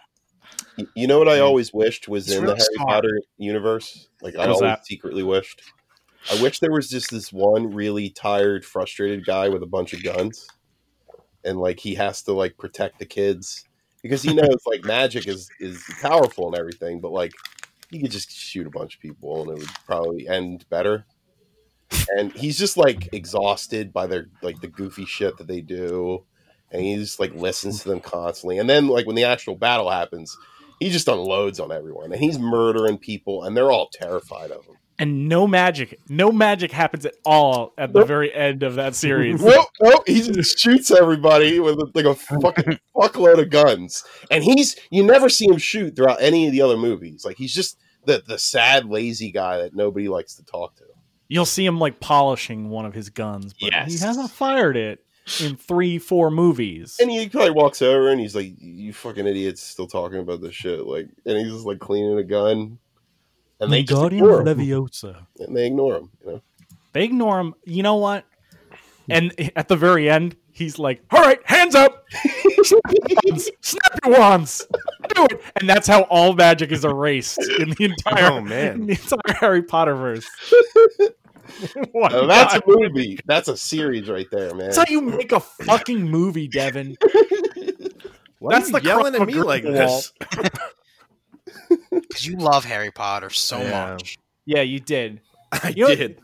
A: You know what I always wished was
C: It's
A: in the
C: really
A: Harry
C: smart.
A: Potter universe. Like I
D: What's
A: always
D: that?
A: secretly wished. I wish there was just this one really tired, frustrated guy with a bunch of guns, and like he has to like protect the kids because he knows like magic is is powerful and everything, but like he could just shoot a bunch of people and it would probably end better. And he's just like exhausted by their like the goofy shit that they do, and he just like listens to them constantly. And then like when the actual battle happens, he just unloads on everyone, and he's murdering people, and they're all terrified of him.
D: and no magic, no magic happens at all at the
A: Nope.
D: very end of that series.
A: Nope, nope. He just shoots everybody with like a fucking fuckload of guns, and he's you never see him shoot throughout any of the other movies. Like he's just the the sad, lazy guy that nobody likes to talk to.
D: You'll see him like polishing one of his guns, but
A: Yes.
D: he hasn't fired it in three, four movies.
A: And he probably walks over and he's like, "You fucking idiots, still talking about this shit." Like, and he's just like cleaning a gun, and they just
D: Wingardium
A: ignore him.
D: Leviosa.
A: And they ignore him. You know,
D: They ignore him. You know what? And at the very end, he's like, "All right, hands up, wands. snap your wands, do it." And that's how all magic is erased in the entire
B: Oh, man.
D: in the entire Harry Potter verse. What
A: Now, that's a movie. That's a series right there, man.
D: That's how you make a fucking movie, Devin.
B: Why
D: That's
B: are you
D: the
B: yelling at
D: crux
B: me
D: of
B: like this?
D: Grindelwald.
C: Because you love Harry Potter so
B: Yeah.
C: much.
D: Yeah, you did.
B: I
D: You know-
B: did.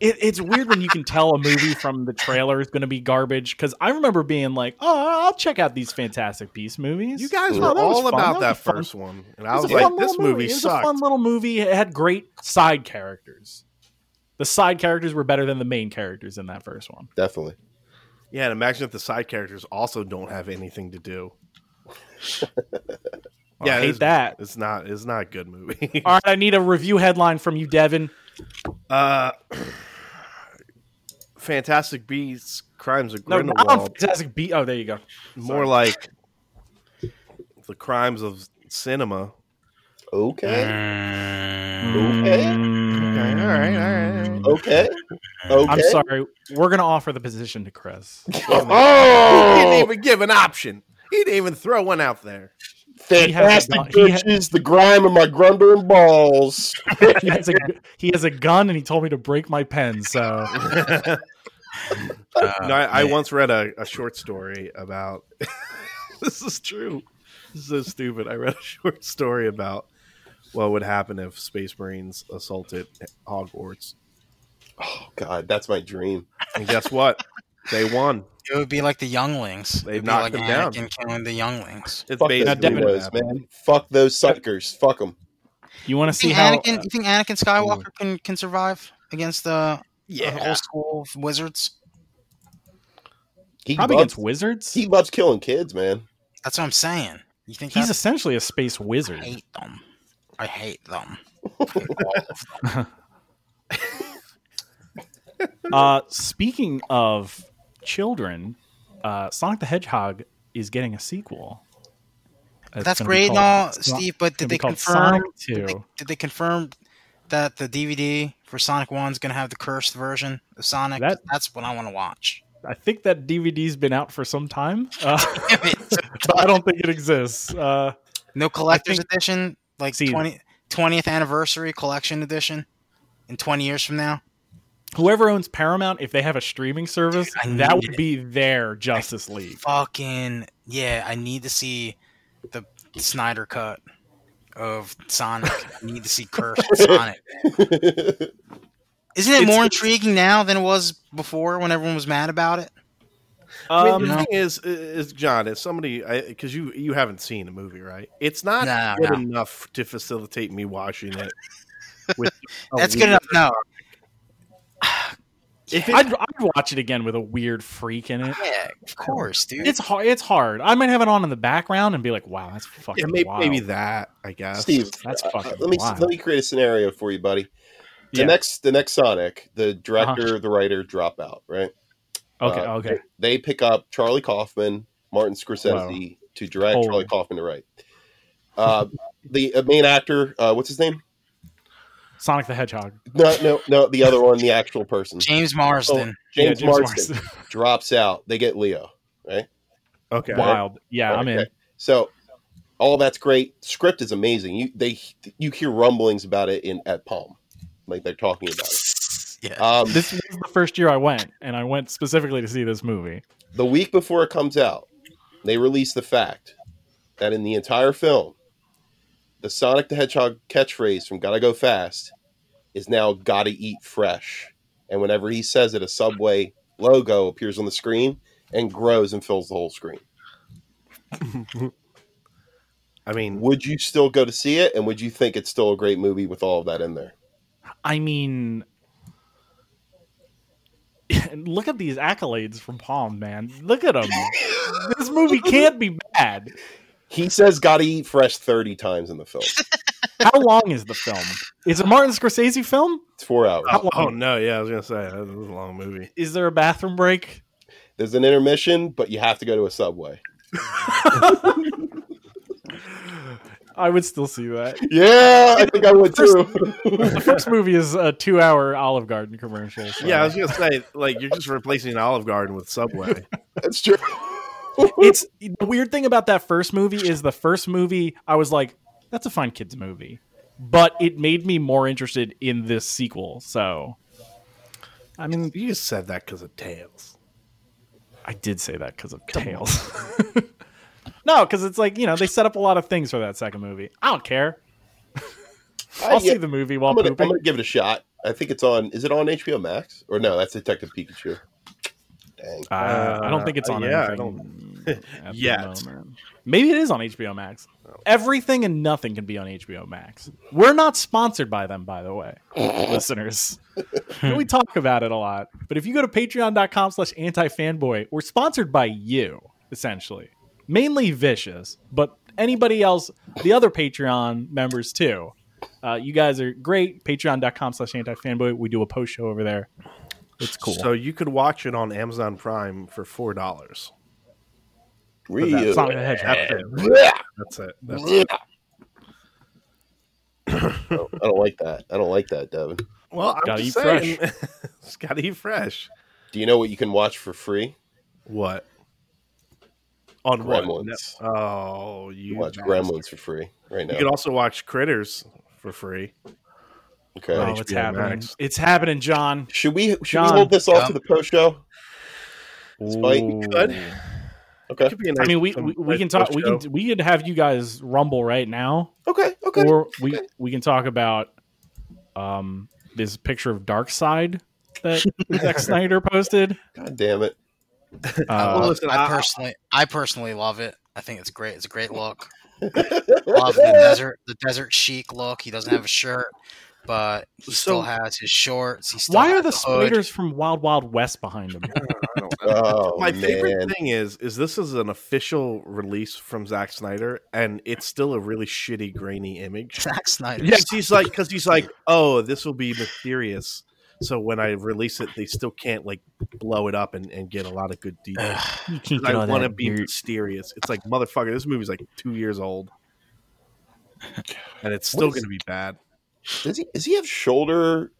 D: It, it's weird when you can tell a movie from the trailer is going to be garbage. Because I remember being like, "Oh, I'll check out these Fantastic Beast movies."
B: You guys
A: Oh,
B: were
D: that was
B: all
D: fun.
B: about
D: That
B: that
D: was fun.
B: first one, and
D: It
B: I was
D: a
B: like,
D: fun
B: "This
D: little
B: movie
D: It was a fun
B: sucked."
D: little movie. It had great side characters. The side characters were better than the main characters in that first one.
A: Definitely.
B: Yeah, and imagine if the side characters also don't have anything to do.
D: I
B: yeah,
D: hate
B: it's,
D: that.
B: It's not. It's not a good movie.
D: All right, I need a review headline from you, Devin.
B: Uh, Fantastic Beasts: Crimes of
D: No,
B: Grindelwald.
D: not on Fantastic Beast. Oh, there you go.
B: more like the crimes of cinema.
A: Okay.
C: Mm.
B: Okay, all right, all right.
A: Okay. Okay.
D: I'm sorry. We're gonna offer the position to Chris.
B: He didn't
A: Oh,
B: even give an option. He didn't even throw one out there.
A: fantastic
D: He has a- he ha-
A: bitches, the grime of my grundling balls.
D: he has a he has a gun and he told me to break my pen. So
C: Uh,
B: No, I, I
C: man.
B: once read a, a short story about. this is true. This is so stupid. I read a short story about what would happen if Space Marines assaulted Hogwarts,
A: Oh God, that's my dream.
B: and guess what? They won.
C: It would be like the younglings.
B: They
C: It'd be
B: knocked
C: like
B: them down.
C: Anakin killing the younglings.
B: It's
A: Fuck those
B: basically
D: Devin-
B: what
A: duos,
B: happened.
A: man. Fuck those suckers. Fuck them.
D: you want to
C: You
D: see
C: think
D: how?
B: uh,
C: Anakin? you think Anakin Skywalker can, can survive? against the,
B: mm. Yeah.
C: the whole school of wizards?
A: He
D: Probably
A: loves,
D: against wizards.
A: he loves killing kids, man.
C: That's what I'm saying. You think
D: He's
C: that-
D: essentially a space
C: I
D: wizard.
C: hate them. I hate them.
D: Uh, speaking of children, uh, Sonic the Hedgehog is getting a sequel.
C: That's
D: gonna be
C: great, and
D: called-
C: all,
D: it's not-
C: Steve. But
D: gonna
C: did
D: be
C: they
D: called
C: confirm?
D: Sonic
C: Did they,
D: 2.
C: did they confirm that the DVD for Sonic One's going to have the cursed version of Sonic?
D: That-
C: That's what I want to watch.
D: I think that DVD's been out for some time. Uh,
C: Damn it.
D: but I don't think it exists. Uh,
C: No collector's
D: think-
C: edition, like
D: See-
C: 20, 20th anniversary collection edition in 20 years from now.
D: whoever owns Paramount, if they have a streaming service,
C: I
D: that
C: need
D: would
C: it.
D: be their Justice League.
C: Fucking yeah, I need to see the Snyder cut of Sonic. I need to see cursed Sonic. Isn't it more intriguing now than it was before when everyone was mad about it?
B: I
D: Um,
B: mean, the
C: no.
B: thing is, is John, as somebody, because you you haven't seen the movie, right? It's not
C: No,
B: good
C: no.
B: enough to facilitate me watching it. With a
C: That's good
B: weird-
C: enough. No,
B: If it-
D: I'd, I'd watch it again with a weird freak in it.
C: yeah, of course, dude.
D: It's hard. It's hard. I might have it on in the background and be like, "Wow, that's fucking
B: yeah, may-
D: wild."
B: maybe that, I guess.
A: Steve,
D: That's
A: uh,
D: fucking
A: let me
D: wild.
A: let me create a scenario for you, buddy. The
D: Yeah. Uh-huh.
A: next the next Sonic, the director, the writer drop out, right?
D: okay,
A: uh,
D: okay.
A: They pick up Charlie Kaufman, Martin Scorsese to direct,
D: Oh.
A: Charlie Kaufman to write. Uh, the uh, main actor, uh, what's his name?
D: Sonic the Hedgehog.
A: No, no, no, the other one, the actual person, James,
C: James Marsden.
D: Yeah, James
A: Marsden drops out. They get Leo.
B: okay.
D: Wild. Yeah, I'm in.
A: Okay. So all that's great. Script is amazing. You they you hear rumblings about it in at Palm, like they're talking about it.
C: Yeah,
A: Um,
D: This was the first year I went, and I went specifically to see this movie.
A: the week before it comes out, they release the fact that in the entire film, the Sonic the Hedgehog catchphrase from "Gotta Go Fast" is now "Gotta Eat Fresh," and whenever he says it, a Subway logo appears on the screen and grows and fills the whole screen.
B: I mean,
A: Would you still go to see it, and would you think it's still a great movie with all of that in there?
D: I mean, look at these accolades from Palm, man. Look at them. this movie can't be bad.
A: He says "Gotta Eat Fresh" thirty times in the film.
D: How long is the film? Is it a Martin Scorsese film?
A: It's four hours.
B: oh, oh, no, yeah, I was gonna say that was a long movie.
D: Is there a bathroom break?
A: There's an intermission, but you have to go to a subway.
D: I would still see that.
A: Yeah, I think I would too.
D: The first movie is a two-hour Olive Garden commercial. so-
B: Yeah, I was gonna say like you're just replacing Olive Garden with Subway.
A: That's true.
D: it's the weird thing about that first movie is the first movie I was like, that's a fine kids movie, but it made me more interested in this sequel. So, I mean,
B: you just said that because of Tails.
D: I did say that because of Tails. no, because it's like you know they set up a lot of things for that second movie. I don't care. I'll
A: I-
D: see the movie while
A: I'm gonna, I'm
D: pooping.
A: gonna give it a shot. I think it's on. Is it on HBO Max or no? That's Detective Pikachu. Dang.
D: Uh, I don't think it's
B: Uh,
D: on.
B: yeah, I
D: anything at the
B: Yet. Oh.
D: moment. Maybe it is on HBO Max. Everything and nothing can be on HBO Max. We're not sponsored by them, by the way, listeners. we talk about it a lot, but if you go to patreon.com slash anti-fanboy, we're sponsored by you, essentially. Mainly Vicious, but anybody else, the other Patreon members too. Uh, you guys are great. Patreon.com slash anti-fanboy. We do a post show over there. It's cool.
B: So you could watch it on Amazon Prime for four dollars.
A: Real.
D: Sonic the Hedgehog.
B: That's it.
A: Blech,
B: That's it. That's it.
A: blech. No, Oh, I don't like that. I don't like that, Devin.
B: Well, I'm
D: Gotta
B: just
D: eat
B: saying, it's gotta eat fresh.
A: Do you know what you can watch for free?
B: What? On what?
A: Gremlins.
B: No- Oh, you
A: You watch
B: bastard.
A: Gremlins for free right
B: You
A: now.
B: could also watch Critters for free.
A: Okay.
D: Oh,
B: HBO
D: it's happening.
B: Max.
D: It's happening, John.
A: Should we should
D: John.
A: we hold this off to
C: Yeah.
A: the post show? Spike?
B: You could.
A: Okay.
B: Could be a
D: I
B: nice-
D: mean, we,
B: some
D: we, we
B: nice
D: can talk. We
B: post-show.
D: can we could have you guys rumble right now,
A: Okay. Okay.
D: or we we can talk about um this picture of Dark Side that Zack Snyder posted.
A: God damn it.
C: I,
D: Uh,
C: love-
B: listen,
C: I
B: I-
C: personally, I personally love it. I think it's great. It's a great look. Love the desert, the desert chic look. He doesn't have a shirt. but
B: So-
C: he still has his shorts. He still
D: Why
C: has
D: are the
C: hood.
D: spiders from Wild Wild West behind him?
B: I don't-
A: Oh,
B: My
A: man.
B: favorite thing is is this is an official release from Zack Snyder, and it's still a really shitty, grainy image.
C: Zack Snyder.
B: Yes, he's like because he's like, oh, this will be mysterious. So when I release it, they still can't like blow it up and, and get a lot of good details.
C: Ugh,
D: You can't
B: I
D: get on
B: want to
D: that
B: be
D: dirt.
B: mysterious. It's like motherfucker, this movie's like two years old, and it's still
A: What is-
B: going to be bad.
A: Does he? Does he have shoulder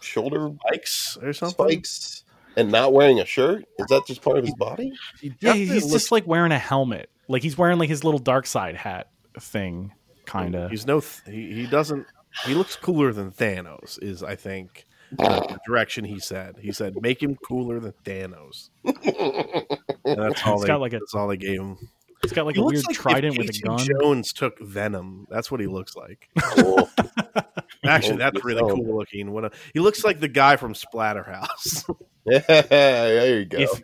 A: shoulder
B: Spikes or something.
A: spikes and not wearing a shirt? Is that just part of his body?
B: He
D: Yeah,
B: definitely
D: he's
B: looks-
D: just like wearing a helmet. Like he's wearing like his little dark side hat thing, kind of.
B: He's no. Th- he, he doesn't. He looks cooler than Thanos. Is I think uh, the, the direction he said. He said make him cooler than Thanos. And that's all.
D: He's
B: They,
D: got like a-
B: that's all they gave him.
D: He's got like
B: He
D: a
B: looks
D: weird
B: like if
D: trident with a
B: Casey
D: gun.
B: Jones took Venom. That's what he looks like.
A: Cool.
B: Actually,
A: Oh,
B: that's really
A: oh.
B: cool looking. What a, he looks like the guy from Splatterhouse.
A: yeah, there you go.
D: If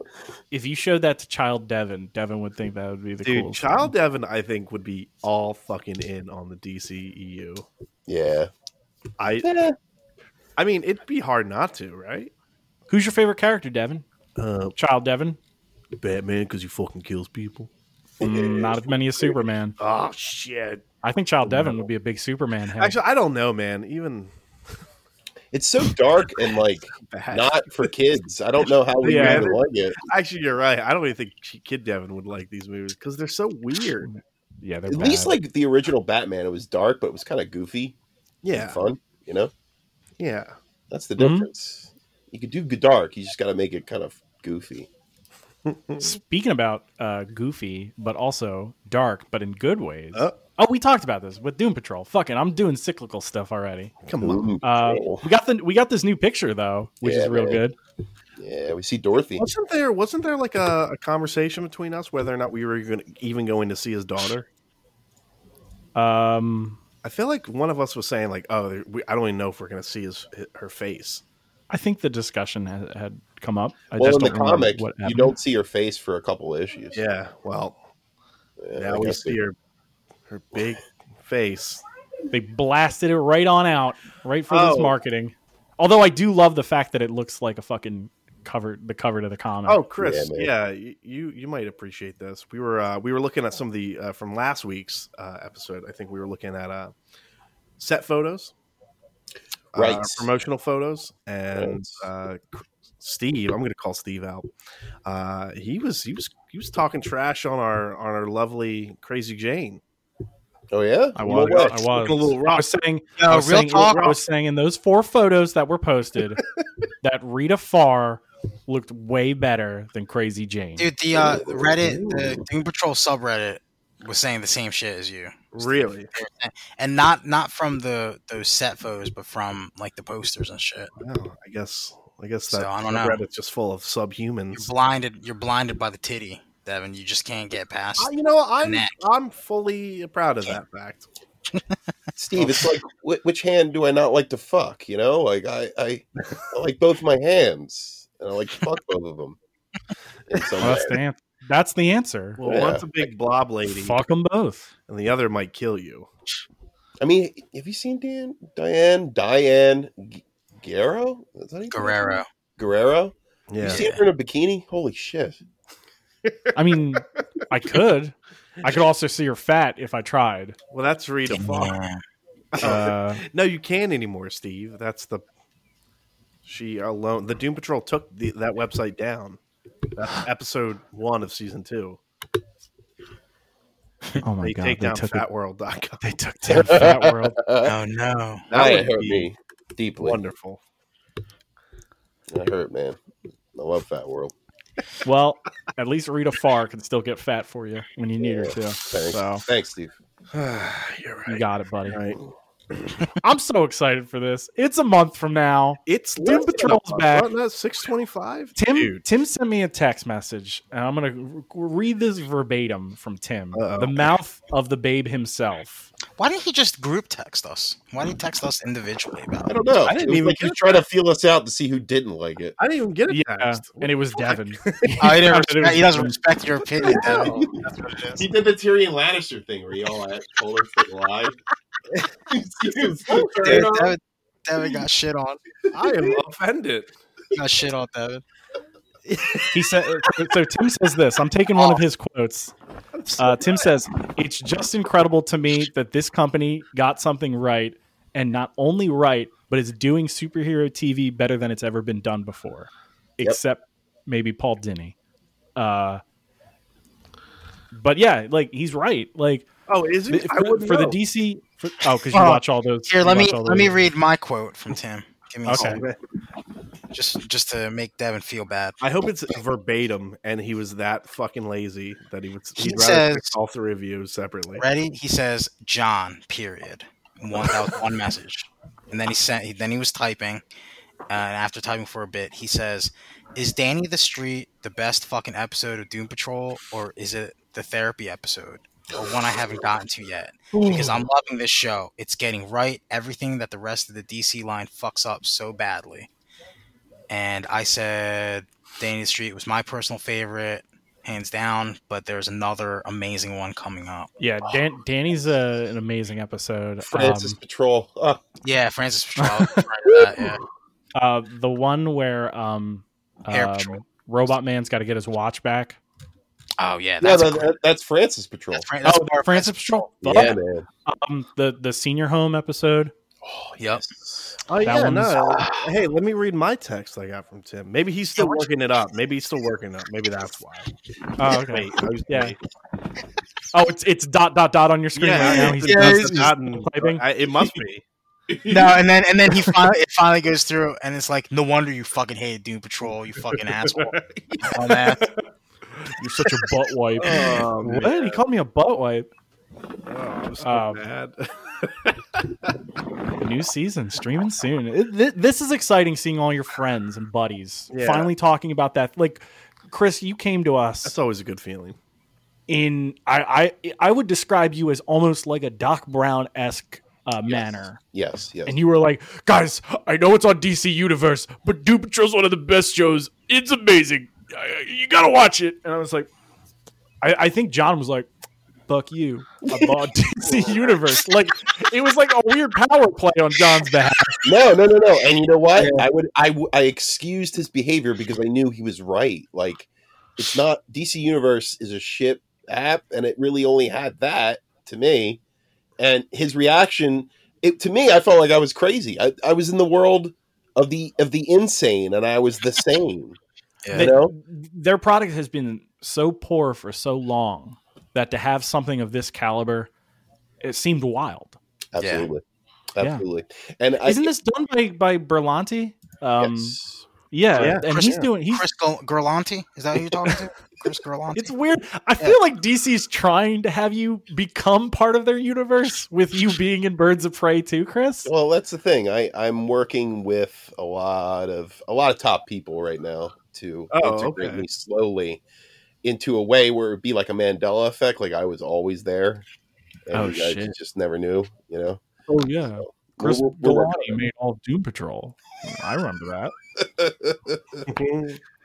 D: if you showed that to Child Devin, Devin would think that would be the
B: Dude,
D: coolest.
B: Child Devin, I think, would be all fucking in on the DCEU.
A: yeah.
B: I, I mean, it'd be hard not to, right?
D: thing. Who's your favorite character, Devin?
B: Uh,
D: Child Devin.
B: Batman, because he fucking kills people.
D: Mm, not as many as Superman.
B: Oh shit!
D: I think Child Devin would be a big Superman. head.
B: Actually, I don't know, man. Even
A: It's so dark and like
B: bad.
A: not for kids. I don't know how we
D: Yeah.
A: would like it.
B: actually, you're right. I don't even think Kid Devin would like these movies because they're so weird.
D: yeah, they're
A: At least
D: bad.
A: like the original Batman, it was dark, but it was kind of goofy and
B: Yeah,
A: fun. You know,
B: yeah.
A: that's the
D: Mhm.
A: difference. You could do dark. You just got to make it kind of goofy.
D: Speaking about uh, goofy, but also dark, but in good ways.
B: Uh.
D: oh, we talked about this with Doom Patrol. Fucking, I'm doing cyclical stuff already.
B: Come on.
A: Ooh,
D: Uh,
A: cool.
D: we got the we got this new picture though, which
A: Yeah,
D: is real
A: man.
D: good.
A: yeah, we see Dorothy.
B: Wasn't there wasn't there like a, a conversation between us whether or not we were even, even going to see his daughter?
D: Um,
B: I feel like one of us was saying like, "Oh, there- we, I don't even know if we're going to see his her face."
D: I think the discussion had, had come up. I
A: well,
D: just
A: in the
D: don't remember
A: comic,
D: what
A: you
D: happened.
A: don't see her face for a couple of issues.
B: Yeah. Well,
A: Yeah, I
B: now we
A: guess
B: see her her big face.
D: They blasted it right on out, right for this
B: Oh.
D: marketing. Although I do love the fact that it looks like a fucking cover, the cover to the comic.
B: Oh, Chris,
A: man.
B: yeah, y you you might appreciate this. We were uh, we were looking at some of the uh, from last week's uh, episode. I think we were looking at uh, set photos, uh,
A: Right.
B: promotional photos, and
A: Right.
B: uh, Cr- Steve. I'm going to call Steve out. Uh, he was he was he was talking trash on our on our lovely crazy Jane.
A: Oh yeah,
D: I
A: You
D: was,
A: know what?
D: I
B: Looking a
D: was,
B: little rough.
D: I was saying,
C: No,
D: I was
C: real
D: saying,
C: talk.
D: I was saying in those four photos that were posted, that Rita Farr looked way better than Crazy Jane.
C: Dude, the uh, Reddit, the Doom Patrol subreddit was saying the same shit as you,
B: Really?
C: and not not from the those set photos, but from like the posters and shit.
B: Well, I guess I guess
C: So,
B: that
C: I don't
B: that
C: know.
B: Reddit's just full of subhumans.
C: You're blinded. You're blinded by the titty, Devin. You just can't get past.
B: I- you know, I'm
C: Neck.
B: I'm fully proud of that fact.
A: Steve.
B: Oh.
A: It's like wh- which hand do I not like to fuck? You know, like I, I, I like both my hands, and I like to fuck both of them. In some
D: Well, that's
A: way.
D: the an- that's the answer.
B: Well,
A: Yeah.
B: one's a big blob lady,
D: Fuck them both.
B: and the other might kill you.
A: I mean, have you seen Dan, Diane, Diane G- Guerrero? Is that how you pronounce her name?
C: Guerrero.
A: Guerrero.
B: Yeah,
A: You seen her in a bikini? Holy shit!
D: I mean, I could. I could also see her fat if I tried.
B: well, that's Rita Farr.
C: Yeah.
D: Uh,
B: No, you can't anymore, Steve. That's the she alone. The Doom Patrol took the, that website down. That's episode one of season two.
D: oh my
B: they
D: god,
B: take
D: they
B: down
D: took it.
B: fatworld.com.
D: They took down Fat World.
C: Oh no.
A: That
B: would
A: one hurt
B: be
A: me deeply.
B: Wonderful.
A: That hurt, man. I love Fat World.
D: Well, at least Rita Farr can still get fat for you when you need her to.
A: Thanks,
D: So
A: thanks, Steve.
B: You're
D: you
B: right.
D: got it, buddy.
B: You're right.
D: I'm so excited for this. It's a month from now.
B: It's
D: Doom Patrol's back.
B: Six twenty-five.
D: Tim Tim sent me a text message, and I'm gonna r- read this verbatim from Tim,
B: Uh-oh.
D: the mouth of the babe himself.
C: Why didn't he just group text us? Why did he text us individually about
A: I
C: it?
A: don't know.
B: I didn't
A: It was
B: even
A: like
B: get
A: you try to feel us out to see who didn't like it.
B: I didn't even get it.
D: Yeah,
B: text.
D: and it was Devin.
C: Oh, he,
D: I
C: didn't
D: thought it
C: respect,
D: was-
C: he doesn't respect your opinion, Devin. That's what it is.
A: He did the Tyrion Lannister thing where he all told us to lie.
C: Dude, Devin, Devin got shit on.
B: I am offended.
C: Got shit on, Devin.
D: He said, so Tim says this. I'm taking one of his quotes. Uh, Tim says, it's just incredible to me that this company got something right and not only right, but it's doing superhero TV better than it's ever been done before, except maybe Paul Dini. Uh, but yeah, like he's right. Like
B: Oh, is
D: th-
B: it? I
D: for,
B: wouldn't
D: for the
B: know.
D: DC, for, oh, because you
C: Oh,
D: watch all those.
C: Here,
D: you
C: let me
D: watch all
C: let me
D: those.
C: read my quote from Tim. Give me a
D: Okay.
C: second, just just to make Devin feel bad.
B: I hope it's verbatim, and he was that fucking lazy that he would.
C: He
B: He'd rather
C: says-
B: fix all three of you separately.
C: Ready? He says, "John." Period. One that was one message, and then he sent. He, then he was typing, uh, and after typing for a bit, he says, "Is Danny the Street the best fucking episode of Doom Patrol, or is it the therapy episode, or one I haven't gotten to yet? Because I'm loving this show. It's getting right everything that the rest of the DC line fucks up so badly." And I said, "Danny the Street was my personal favorite." Hands down, but there's another amazing one coming up.
D: Yeah, Dan, Danny's uh an amazing episode.
A: Francis
D: Um,
A: Patrol. Uh,
C: Yeah, Francis Patrol. that, yeah.
D: uh, the one where um,
C: Hair
D: um,
C: Patrol.
D: Robot Man's got to get his watch back.
C: Oh
A: yeah,
C: yeah, that's a
A: that,
C: great-
A: that, that's Francis Patrol.
C: that's, Fran- that's
D: oh,
C: part of
D: Francis Patrol.
A: yeah, man.
D: Um, the the senior home episode.
A: Oh,
C: Yep.
B: Oh
D: That
B: yeah,
D: one's-
B: no. Hey, let me read my text I got from Tim. Maybe he's still
C: Yeah, what's-
B: working it up. Maybe he's still working it up. Maybe that's why.
D: Oh, okay.
B: Wait, I was-
D: Yeah. Oh, it's it's dot dot dot on your screen right now. He's
B: it's-
C: Yeah,
B: it's
C: he's
B: not in-
D: typing.
B: I- it must be.
C: No, and then and then he finally it finally goes through, and it's like, no wonder you fucking hate Doom Patrol, you fucking asshole. Oh, man.
D: You're such a butt wipe.
B: Oh,
D: what?
B: man.
D: He called me a butt wipe.
B: Oh, I'm so
D: Um,
B: mad.
D: New season streaming soon. It- thi- this is exciting seeing all your friends and buddies
B: Yeah.
D: finally talking about that. Like, Chris, you came to us.
B: That's always a good feeling.
D: in I I I would describe you as almost like a Doc Brown esque uh, manner,
A: Yes, yes.
D: and you were like, guys, I know it's on DC Universe, but Doom Patrol's one of the best shows. It's amazing. I- You gotta watch it. And I was like, I, I think John was like, fuck you about DC Universe. Like it was like a weird power play on John's behalf.
A: No, no, no, no. And you know what? I would, I, w- I excused his behavior because I knew he was right. Like, it's not DC Universe is a ship app, and it really only had that to me. And his reaction, it, to me, I felt like I was crazy. I, I was in the world of the of the insane, and I was the sane.
C: Yeah.
A: You know?
D: Their product has been so poor for so long that to have something of this caliber, it seemed wild.
A: Absolutely,
D: Yeah.
A: absolutely. And I,
D: Isn't this done by by Berlanti? Um,
A: yes.
D: yeah,
B: Yeah.
D: and
C: Chris-
D: he's doing he's.
C: Chris Gal- Gerlanti, is that who you're talking to? Chris Gerlanti.
D: It's weird. I feel like DC's trying to have you become part of their universe with you being in Birds of Prey too, Chris.
A: Well, that's the thing. I I'm working with a lot of a lot of top people right now to
B: Oh,
A: integrate
B: okay.
A: me slowly into a way where it would be like a Mandela effect, like I was always there, and
D: Oh,
A: you guys
D: shit.
A: just never knew, you know.
D: Oh yeah, Chris
A: We're- we're- we're
D: Berlanti made all Doom Patrol. I remember that.
B: That's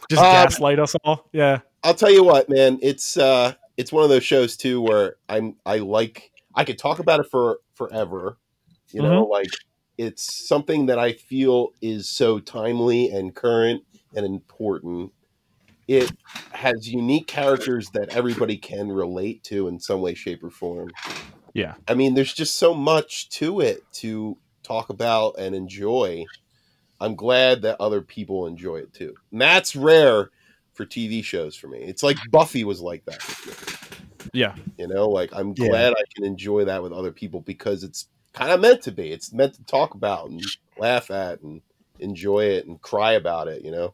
D: Just
C: Uh,
A: Um,
D: gaslight us all. Yeah,
A: I'll tell you what, man. It's uh, it's one of those shows too where I'm I like I could talk about it for forever, you know. Like it's something that I feel is so timely and current and important. It has unique characters that everybody can relate to in some way, shape, or form.
D: Yeah.
A: I mean, there's just so much to it to talk about and enjoy. I'm glad that other people enjoy it too. And that's rare for TV shows for me. It's like Buffy was like that.
D: yeah.
A: You know, like I'm
B: Yeah.
A: glad I can enjoy that with other people because it's kind of meant to be. It's meant to talk about and laugh at and enjoy it and cry about it, you know?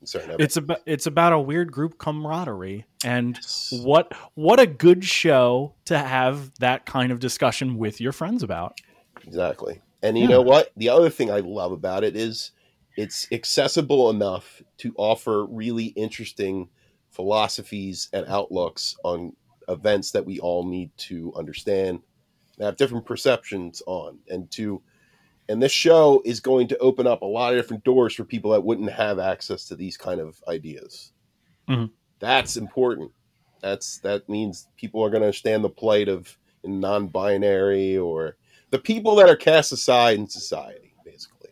A: In certain
D: It's about it's about a weird group camaraderie and
A: episodes.
D: what what a good show to have that kind of discussion with your friends about.
A: Exactly. And you
D: Yeah.
A: know what? The other thing I love about it is it's accessible enough to offer really interesting philosophies and outlooks on events that we all need to understand and have different perceptions on and to and this show is going to open up a lot of different doors for people that wouldn't have access to these kind of ideas
D: Mhm.
A: that's important that's that means people are going to understand the plight of non-binary or the people that are cast aside in society, basically.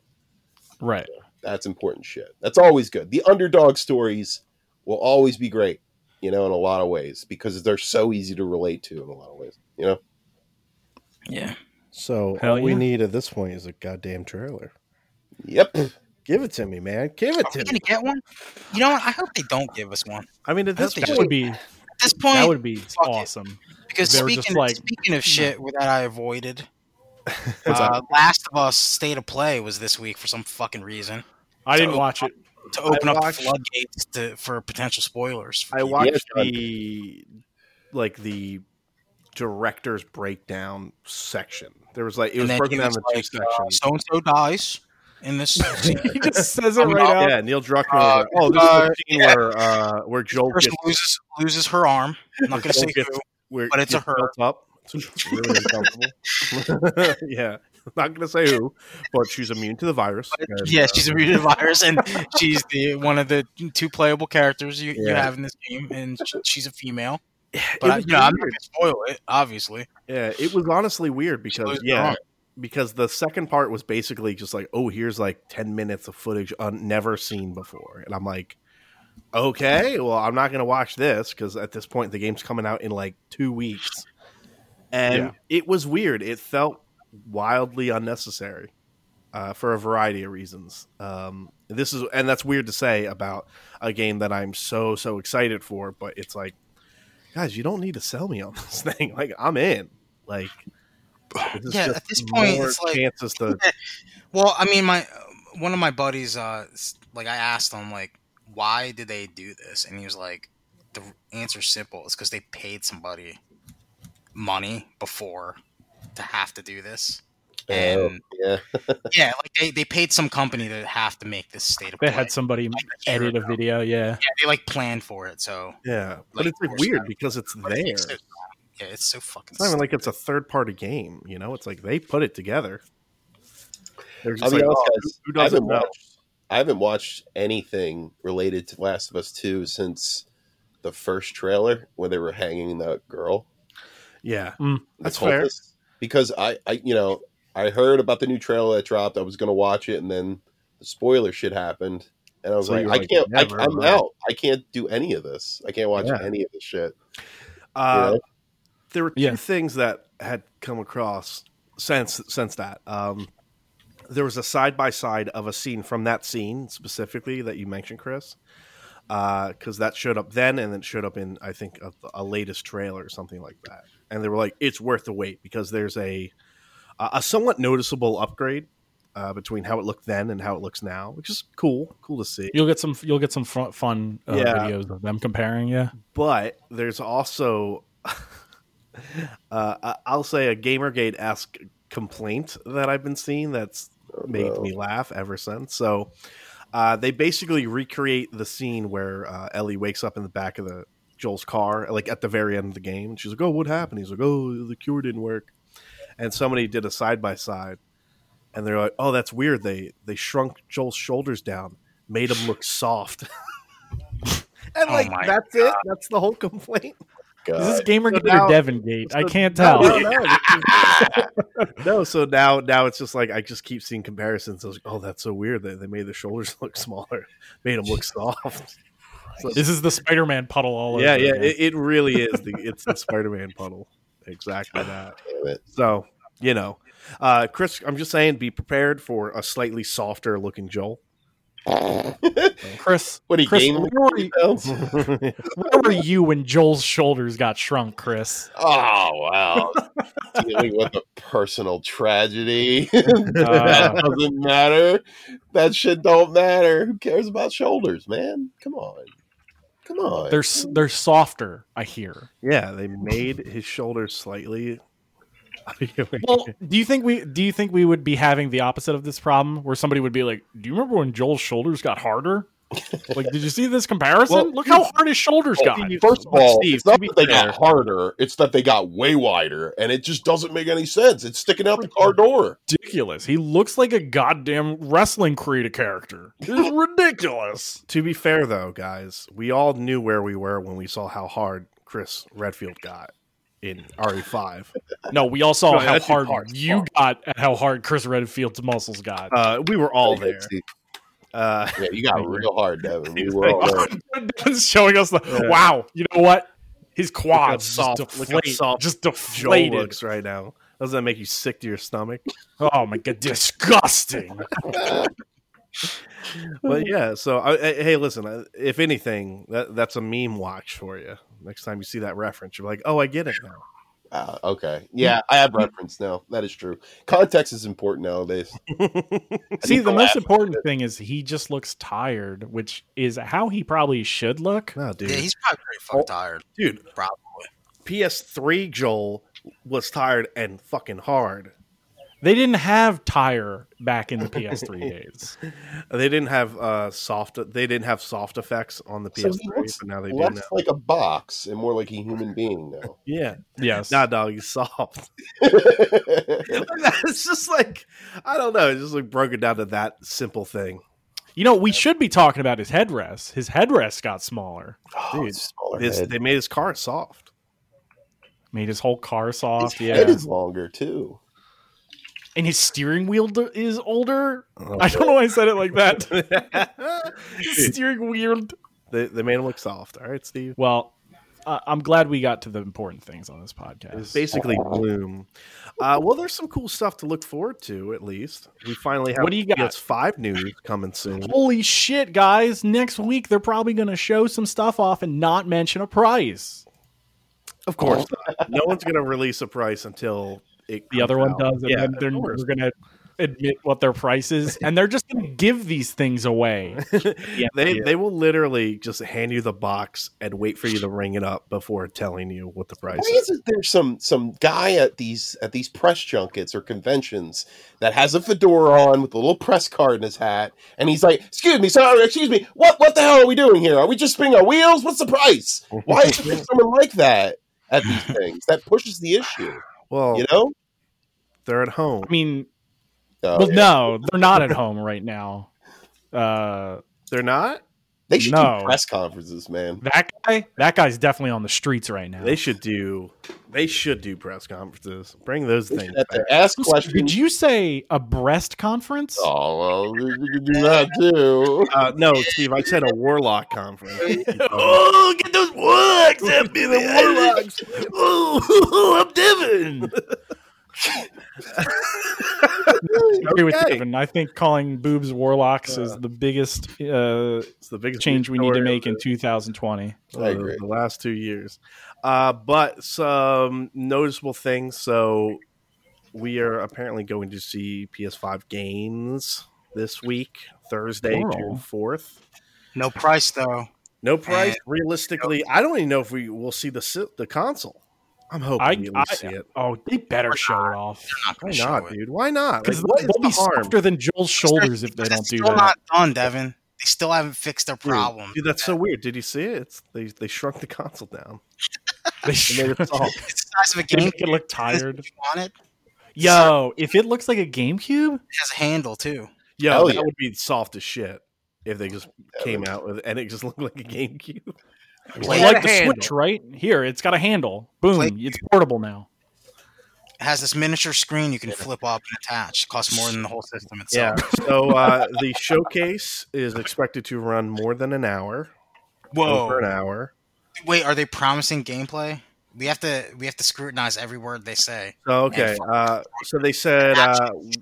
D: Right.
A: That's important shit. That's always good. The underdog stories will always be great, you know, in a lot of ways because they're so easy to relate to in a lot of ways, you know.
C: Yeah.
B: So
D: Hell
B: all we
D: yeah.
B: need at this point is a goddamn trailer.
A: Yep.
B: Give it to me, man. Give it
C: Are we
B: to
C: gonna
B: me.
C: get one? You know what? I hope they don't give us one.
B: I mean, at
C: I
B: this
C: hope they
D: That
C: just-
B: point,
D: would be
C: At this point,
D: that would be
C: it.
D: awesome.
C: because
D: they were just
C: speaking
D: like-
C: speaking of shit that I avoided, uh, Last of Us State of Play was this week for some fucking reason
D: I didn't
C: So-
D: watch it.
C: to open up
B: watched-
C: the floodgates to, for potential spoilers. For
B: I
C: people.
B: watched
A: Yeah, John.
B: the like the director's breakdown section. There was like it
C: And
B: was
C: then
B: broken
C: he
B: down
C: was
B: into two
C: like, uh,
B: sections.
C: So and so dies in this. scene.
D: He just says it
C: uh, I'm
D: right out.
B: yeah, Neil Druckmann.
C: Uh,
B: was like, oh, this is
C: uh,
B: the scene where uh, where Joel
C: Person
B: gets
C: loses loses her arm. I'm not gonna say
B: Don't
C: who.
B: get- where
C: but it's
B: gets
C: a her.
B: built up. It's really uncomfortable. yeah, not gonna say who, but she's immune to the virus. And,
C: Yeah,
B: uh,
C: she's a mutant virus, and she's the one of the two playable characters you, you
B: Yeah.
C: have in this game, and sh- she's a female.
B: it
C: But I,
B: was
C: you know, I'm not
B: weird.
C: gonna spoil it, obviously.
B: Yeah, it was honestly weird because
C: loses her
B: yeah,
C: arm.
B: because the second part was basically just like, oh, here's like ten minutes of footage un- never seen before, and I'm like, okay, well, I'm not gonna watch this because at this point the game's coming out in like two weeks, and
D: Yeah.
B: it was weird. It felt wildly unnecessary uh, for a variety of reasons. Um, this is and that's weird to say about a game that I'm so so excited for, but it's like, guys, you don't need to sell me on this thing. Like I'm in. Like this is
C: Yeah,
B: just
C: at this point,
B: more
C: it's like-
B: chances to
C: Well, I mean, my one of my buddies, uh, s- like I asked him, like, why did they do this, and he was like, the answer's simple. It's because they paid somebody money before to have to do this.
A: Oh,
C: And
A: yeah.
C: yeah, like they, they paid some company to have to make this state of
D: They
C: play.
D: had somebody edit a video. Yeah.
C: yeah, they like planned for it, so
B: yeah, but
C: Like,
B: it's like
C: force
B: weird
C: that.
B: because it's
C: But
B: there.
C: it takes
B: It's
C: so- yeah, it's so fucking.
B: not even like it's a third party game. You know, it's like they put it together. They're just
A: I'll be
B: like,
A: honest,
B: "Oh,
A: guys,
B: who
A: I haven't
B: doesn't know?
A: watched I haven't watched anything related to Last of Us 2 since the first trailer where they were hanging that girl.
B: Yeah,
D: Mm.
A: the
B: that's fair.
A: cultists. Because I, I, you know, I heard about the new trailer that dropped. I was going to watch it, and then the spoiler shit happened, and I was
B: So
A: like,
B: you were
A: I
B: like,
A: can't. I,
B: never
A: I'm
B: mind.
A: out. I can't do any of this. I can't watch
B: Yeah.
A: any of this shit.
B: Uh,
A: Yeah.
B: There were two
D: Yeah.
B: things that had come across since since that. Um, there was a side by side of a scene from that scene specifically that you mentioned, Chris, because that showed up then, and then it showed up in I think a, a latest trailer or something like that. And they were like, "It's worth the wait" because there's a a a somewhat noticeable upgrade uh, between how it looked then and how it looks now, which is cool, cool to see.
D: You'll get some. You'll get some fun, fun uh,
B: Yeah.
D: videos of them comparing. Yeah.
B: but there's also uh, I- I'll say a Gamergate esque complaint that I've been seeing that's
A: Oh,
B: made
A: no.
B: me laugh ever since. So uh, they basically recreate the scene where uh, Ellie wakes up in the back of the Joel's car, like at the very end of the game, and she's like, "Oh, what happened?" He's like, "Oh, the cure didn't work," and somebody did a side by side, and they're like, "Oh, that's weird. They they shrunk Joel's shoulders down, made him look soft." And
C: Oh
B: like
C: my
B: that's it. That's the whole complaint.
A: God.
D: Is this Gamergate
B: Uh, now-
D: or Devongate? I
B: so-
D: can't
B: No,
D: tell.
B: no, no. No, so now now it's just like I just keep seeing comparisons. I was like, oh, that's so weird. They, they made the shoulders look smaller, made them look soft.
D: This is the Spider-Man puddle all
B: yeah,
D: over.
B: yeah,
D: again.
B: it, it really is. The, it's the Spider-Man puddle, exactly that.
A: Damn it.
B: So you know, uh, Chris, I'm just saying, be prepared for a slightly softer looking Joel.
D: Chris,
A: what are you
D: Chris,
A: game?
D: where were, you,
A: Oh
D: where were you when Joel's shoulders got shrunk, Chris?
A: Oh, wow! Dealing with a personal tragedy that
D: Uh,
A: doesn't matter. That shit don't matter. Who cares about shoulders, man? Come on, come on.
D: they're s- they're softer. I hear.
B: yeah, they made his shoulders slightly.
D: Well, do you think we do you think we would be having the opposite of this problem where somebody would be like, "Do you remember when Joel's shoulders got harder? Like, did you see this comparison?
B: Well,
D: Look how hard his shoulders
A: Oh,
D: got."
A: First of
B: But
A: all,
B: Steve,
A: it's not
B: to be
A: that they
B: fair-
A: got harder; it's that they got way wider, and it just doesn't make any sense. It's sticking out the car door.
D: Ridiculous. He looks like a goddamn wrestling creative character. It's ridiculous.
B: To be fair, though, guys, we all E knew where we were when we saw how hard Chris Redfield got in RE5.
D: No, we all saw
B: No,
D: how
B: that's your
D: hard
B: part.
D: you got and how hard Chris Redfield's muscles got.
B: Uh, we were all there. Uh,
A: Yeah, you got real hard, Devin. We were all there.
D: Devin's showing us the
B: Yeah.
D: wow. You know what? His quads
B: Look how
D: just
B: soft- look how
D: deflate,
B: soft
D: just
B: Joel
D: deflated.
B: looks right now. Doesn't that make you sick to your stomach?
D: Oh my god, disgusting!
B: But yeah, so I, I- hey, listen. I- If anything, that, that's a meme watch for you. Next time you see that reference, you're like, "Oh, I get it now."
A: Ah, okay. Yeah, I have reference now. That is true. Context is important nowadays. I
D: See,
A: need
D: the
A: to
D: most
A: laugh.
D: important thing is he just looks tired, which is how he probably should look.
B: No, dude,
C: Yeah, he's probably pretty fucking tired.
B: dude.
C: Probably.
B: PS3 Joel was tired and fucking hard.
D: They didn't have tire back in the PS3 days.
B: They didn't have uh soft. They didn't have soft effects on the
A: So he
B: PS3,
A: looks
B: but now they do
A: Less
B: now.
A: like a box and more like a human being now.
B: Yeah,
D: Yes.
B: nah, dog, he's soft. it's just like I don't know. It's just like broken down to that simple thing.
D: You know, we should be talking about his headrest. His headrest got smaller,
A: Oh, it's smaller
B: This,
A: head.
B: they made his car soft.
D: made his whole car
A: His
D: soft. yeah,
A: head is longer too.
D: and his steering wheel d- is older.
B: Oh.
D: I don't know why I said it like that. steering wheel.
B: they, they made him look soft. All right, Steve.
D: Well, uh, I'm glad we got to the important things on this
B: It's
D: podcast.
B: basically Bloom. Uh, well, there's some cool stuff to look forward to. At least we finally have
D: What do you got?
B: PS5 news coming soon.
D: Holy shit, guys! Next week they're probably going to show some stuff off and not mention a price.
B: Of course, not. no one's going to release a price until it
D: The other
B: comes
D: one
B: out.
D: does, and
B: Yeah,
D: then they're,
B: of course.
D: going to admit what their price is, and they're just going to give these things away. Yeah,
B: they they will literally just hand you the box and wait for you to ring it up before telling you what the price
A: Why
B: is.
A: isn't there some some guy at these at these press junkets or conventions that has a fedora on with a little press card in his hat, and he's like, "Excuse me, sorry, excuse me, what what the hell are we doing here? Are we just spinning our wheels? What's the price? Why is there someone like that at these things that pushes the issue?
B: Well,
A: You know?
B: they're at home.
D: I mean,
A: Oh,
D: well,
A: yeah.
D: no, they're not at home right now. Uh,
B: They're not.
A: They should
D: no.
A: do press conferences, man.
D: that guy, that guy's definitely on the streets right now.
B: They should do. They should do press conferences. Bring those
A: They
B: things.
A: should have
B: back.
A: to ask questions.
D: Did you say a breast conference?
A: Oh, well, we we could do that too.
B: Uh, no, Steve. I said a warlock conference.
D: Oh, get those warlocks at me,
B: oh, I'm Devin.
D: agree with
B: Okay.
D: Devin. I think calling boobs warlocks is the biggest uh,
B: It's the biggest
D: change we need to
B: story
D: make
B: of
D: in 2020.
B: the,
A: I agree.
B: the last two years. Uh, but some noticeable things. So we are apparently going to see PS5 games this week, Thursday,
D: Cool.
B: June fourth.
C: No price though.
B: No price.
C: And-
B: Realistically, I don't even know if we will see the si- the console. I'm hoping
D: I-
B: we at
D: I-
B: least see it.
D: Oh, they better show it off
C: They're not
B: Why
C: going to show
B: not,
C: it.
B: dude? Why not? Like,
D: because
B: what is
D: they'll
B: the
D: be
B: harm?
D: softer than Joel's shoulders if they
C: Because
D: don't
C: it's
D: do
C: still
D: that.
C: not done, Devin. They still haven't fixed their
B: Dude,
C: problem.
B: Dude, that's so weird. Did you see it? It's, they they shrunk the console down.
D: They
B: They made
D: should
B: it soft.
C: It's the size of a
D: they
C: game.
D: make it look tired.
C: On it, it
D: Yo, if it looks like a GameCube,
C: has a handle too.
B: Yeah,
A: Hell
B: that
A: yeah.
B: would be soft as shit if they just
A: That
B: came
A: would-
B: out with and it just looked like a GameCube.
C: Play
D: like
B: a
D: the
B: handle.
D: Switch, right? Here, it's got a handle. Boom,
C: Play-
D: it's portable now.
C: It has this miniature screen you can flip up and attach. It costs more than the whole system
B: Yeah.
C: itself.
B: so uh, the showcase is expected to run more than an hour. Over an hour.
C: Wait, are they promising gameplay? We have to we have to scrutinize every word they say
B: So okay. Uh, so they said uh,
C: when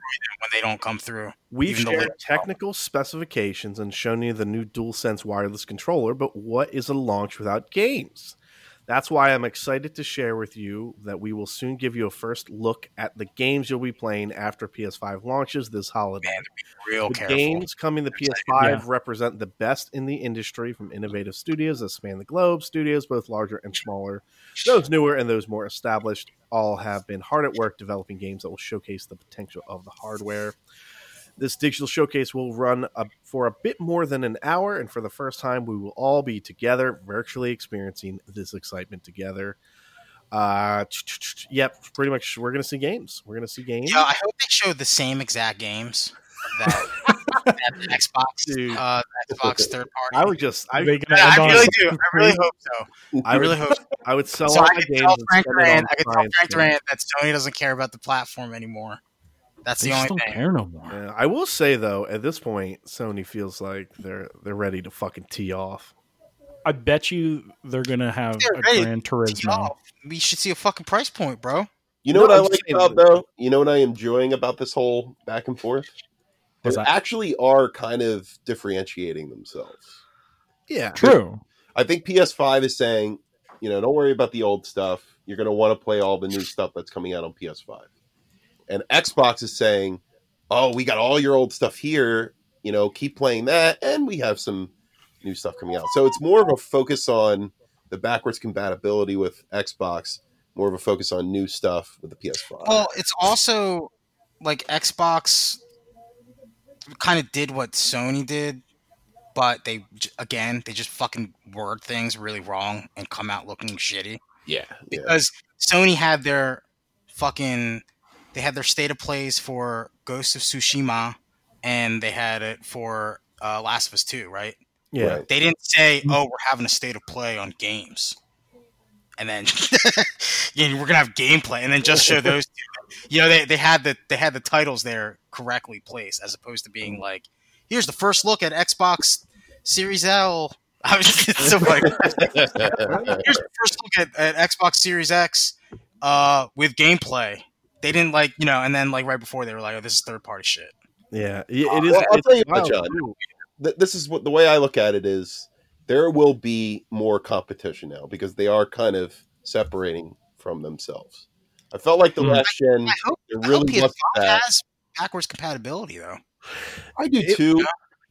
C: they don't come through.
B: we've
C: Even though
B: shared
C: they're-
B: technical specifications and shown you the new DualSense wireless controller, but what is a launch without games? That's why I'm excited to share with you that we will soon give you a first look at the games you'll be playing after PS5 launches this holiday.
C: Man, Real
B: the
C: careful.
B: games coming to PS5
D: Yeah.
B: represent the best in the industry from innovative studios that span the globe. Studios both larger and smaller, those newer and those more established, all have been hard at work developing games that will showcase the potential of the hardware. This digital showcase will run up for a bit more than an hour, and for the first time, we will all be together, virtually experiencing this excitement together. Uh, yep, pretty much. We're gonna see games. We're gonna see games.
C: Yeah, I hope they show the same exact games that that Xbox,
B: Dude.
C: uh, Xbox third party.
B: I would just I,
D: Are they gonna
C: Yeah,
D: end
C: I
D: on
C: really
D: a-
C: do. I really hope so.
B: I
C: I really
B: would
C: hope. So,
B: I would sell
C: so
B: all
C: I
B: my
C: could
B: games.
C: tell
B: and
C: Frank
B: spend it on
C: Durant. I could tell
B: science
C: Frank
B: thing.
C: Durant that Sony doesn't care about the platform anymore. That's
D: They
C: the
D: just
C: only
D: don't
C: thing.
D: care no more.
B: Yeah, I will say though, at this point, Sony feels like they're they're ready to fucking tee off.
D: I bet you they're gonna have
C: They're
D: a
C: ready
D: Gran
C: Y'all,
D: Turismo.
C: we should see a fucking price point, bro.
A: You know
B: No,
A: what I
B: I'm
A: like
B: saying
A: about
B: that-
A: though? You know what I am enjoying about this whole back and forth? They
D: What's that?
A: actually are kind of differentiating themselves.
B: Yeah,
D: True.
A: I think PS5 is saying, you know, don't worry about the old stuff. You're going to want to play all the new stuff that's coming out on PS5. And Xbox is saying, oh, we got all your old stuff here. You know, keep playing that. And we have some new stuff coming out. So it's more of a focus on the backwards compatibility with Xbox, more of a focus on new stuff with the PS5.
C: Well, it's also like Xbox kind of did what Sony did, but they j- again they just fucking word things really wrong and come out looking shitty
A: yeah. yeah.
C: because Sony had their fucking they had their state of plays for Ghost of Tsushima and they had it for uh, Last of Us Two, right?
B: yeah.
A: Right.
C: They didn't say, "Oh, we're having a state of play on games," and then yeah, we're gonna have gameplay, and then just show those. Two. You know, they, they had the they had the titles there correctly placed, as opposed to being like, "Here's the first look at Xbox Series L." I was it's so funny. Here's the first look at, at Xbox Series X uh, with gameplay. They didn't like, you know, and then like right before they were like, "Oh, this is third party shit."
B: Yeah, y- it is.
A: Uh, Well, I'll
B: it's
A: tell you what,
B: wild,
A: John.
B: too.
A: th- this is what the way I look at it is there will be more competition now because they are kind of separating from themselves. I felt like the
D: Hmm.
A: last gen
C: I hope
A: it
C: I hope
A: really
C: PS5
A: was that.
C: has backwards compatibility though.
A: I do
B: It-
A: too.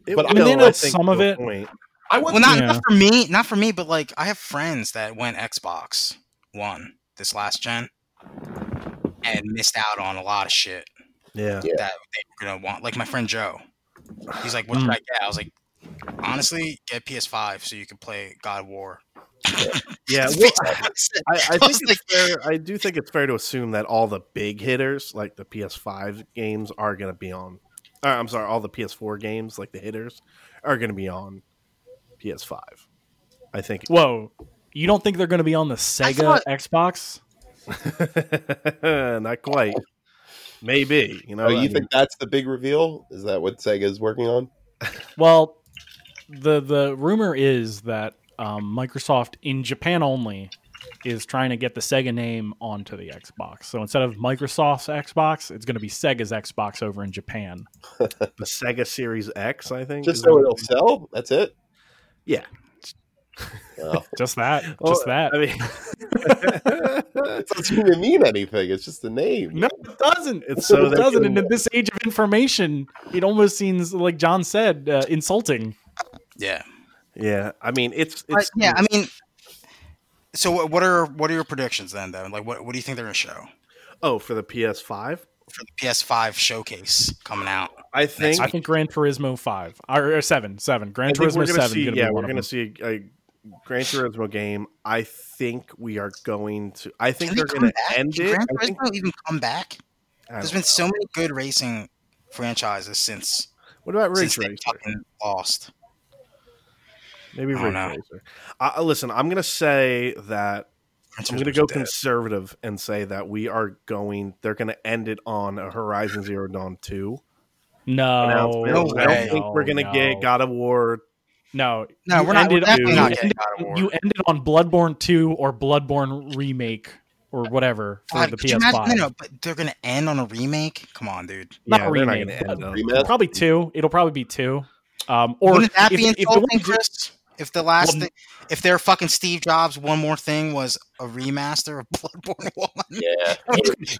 B: It
A: But I
B: will,
D: mean, that's
B: think,
D: some
B: to
D: of
B: a
D: it.
B: point.
A: I went
C: Well, not,
D: Yeah.
C: not for me, not for me, but like I have friends that went Xbox One this last gen and missed out on a lot of shit
B: Yeah,
A: Yeah.
C: that they were gonna want. Like my friend Joe, he's like, "What
D: Mm.
C: should I
A: Hmm.
C: get?" I was like, "Honestly, get PS5 so you can play God of War."
B: yeah.
C: That's
B: Well,
C: basically what I said.
B: I, I
C: I
B: think
C: was
B: it's fair. I do think it's fair to assume that all the big hitters, like the PS5 games, are going to be on. Uh, I'm sorry, all the PS4 games, like the hitters, are going to be on PS5. I think.
D: Whoa. You don't think they're gonna be on the Sega
C: thought-
D: Xbox?
B: Not quite. Maybe you know.
A: Oh,
B: I
A: you
B: mean,
A: think that's the big reveal? Is that what Sega is working on?
D: Well, the the rumor is that um, Microsoft in Japan only is trying to get the Sega name onto the Xbox. So instead of Microsoft's Xbox, it's going to be Sega's Xbox over in Japan.
B: the Sega Series X? I think
A: Just
B: is
A: so
B: what-
A: it'll sell? That's it?
B: Yeah.
A: Wow.
D: Just that,
B: Oh,
D: just that.
B: I mean,
A: It doesn't even mean anything. It's just the name.
D: no, it doesn't.
B: It's so
D: it
B: they
D: doesn't.
B: can-
D: And in this age of information, it almost seems like John said, uh, insulting.
C: Yeah,
B: yeah. I mean, it's
C: But,
B: it's
C: yeah. I mean, so what, what are what are your predictions then? Though, like, what what do you think they're gonna show
B: oh for the PS5.
C: for the PS5 showcase coming out?
B: I think
D: I think Gran Turismo Five or, or seven, seven. Gran
B: I think gonna
D: Turismo Seven.
B: see,
D: gonna
B: yeah,
D: be
B: we're
D: one of
B: going to
D: them.
B: see a, a Gran Turismo game. I think we are going to. I think
C: Can they
B: they're
C: come
B: going
C: back?
B: to end
C: Can
B: it.
C: Gran
B: I think,
C: Turismo even come back?
B: I don't
C: There's
B: know.
C: been so many good racing franchises since,
B: what about
C: since
B: Ridge
C: they
B: Racer?
C: fucking lost.
B: Maybe
C: I
B: Ridge
C: don't know.
B: Racer. Uh, uh, listen, I'm going to say that
C: Gran
B: I'm going to
C: Turismo's
B: go
C: dead.
B: conservative and say that we are going. They're going to end it on a Horizon Zero Dawn two.
D: No,
B: announcement. I
C: way.
B: don't think we're going to get God of War.
D: No,
C: No,
D: you
C: we're not. We're
D: ended-
C: definitely
B: you
C: not
D: ended-
C: getting God of War.
D: you ended on Bloodborne 2 or Bloodborne remake or whatever for
C: God,
D: the
C: could you imagine-
D: PS5.
C: no, no, but they're going to end on a remake. Come on, dude.
D: Not
B: yeah, they're not
D: remake,
B: going to end on.
A: Remake?
D: Probably two. It'll probably be two. Um, or
C: Wouldn't that
D: if-
C: be
D: if the
C: insulting,
D: one-
C: Chris? If the last,
D: Well,
C: thing, if their fucking Steve Jobs one more thing was a remaster of Bloodborne One,
A: Yeah.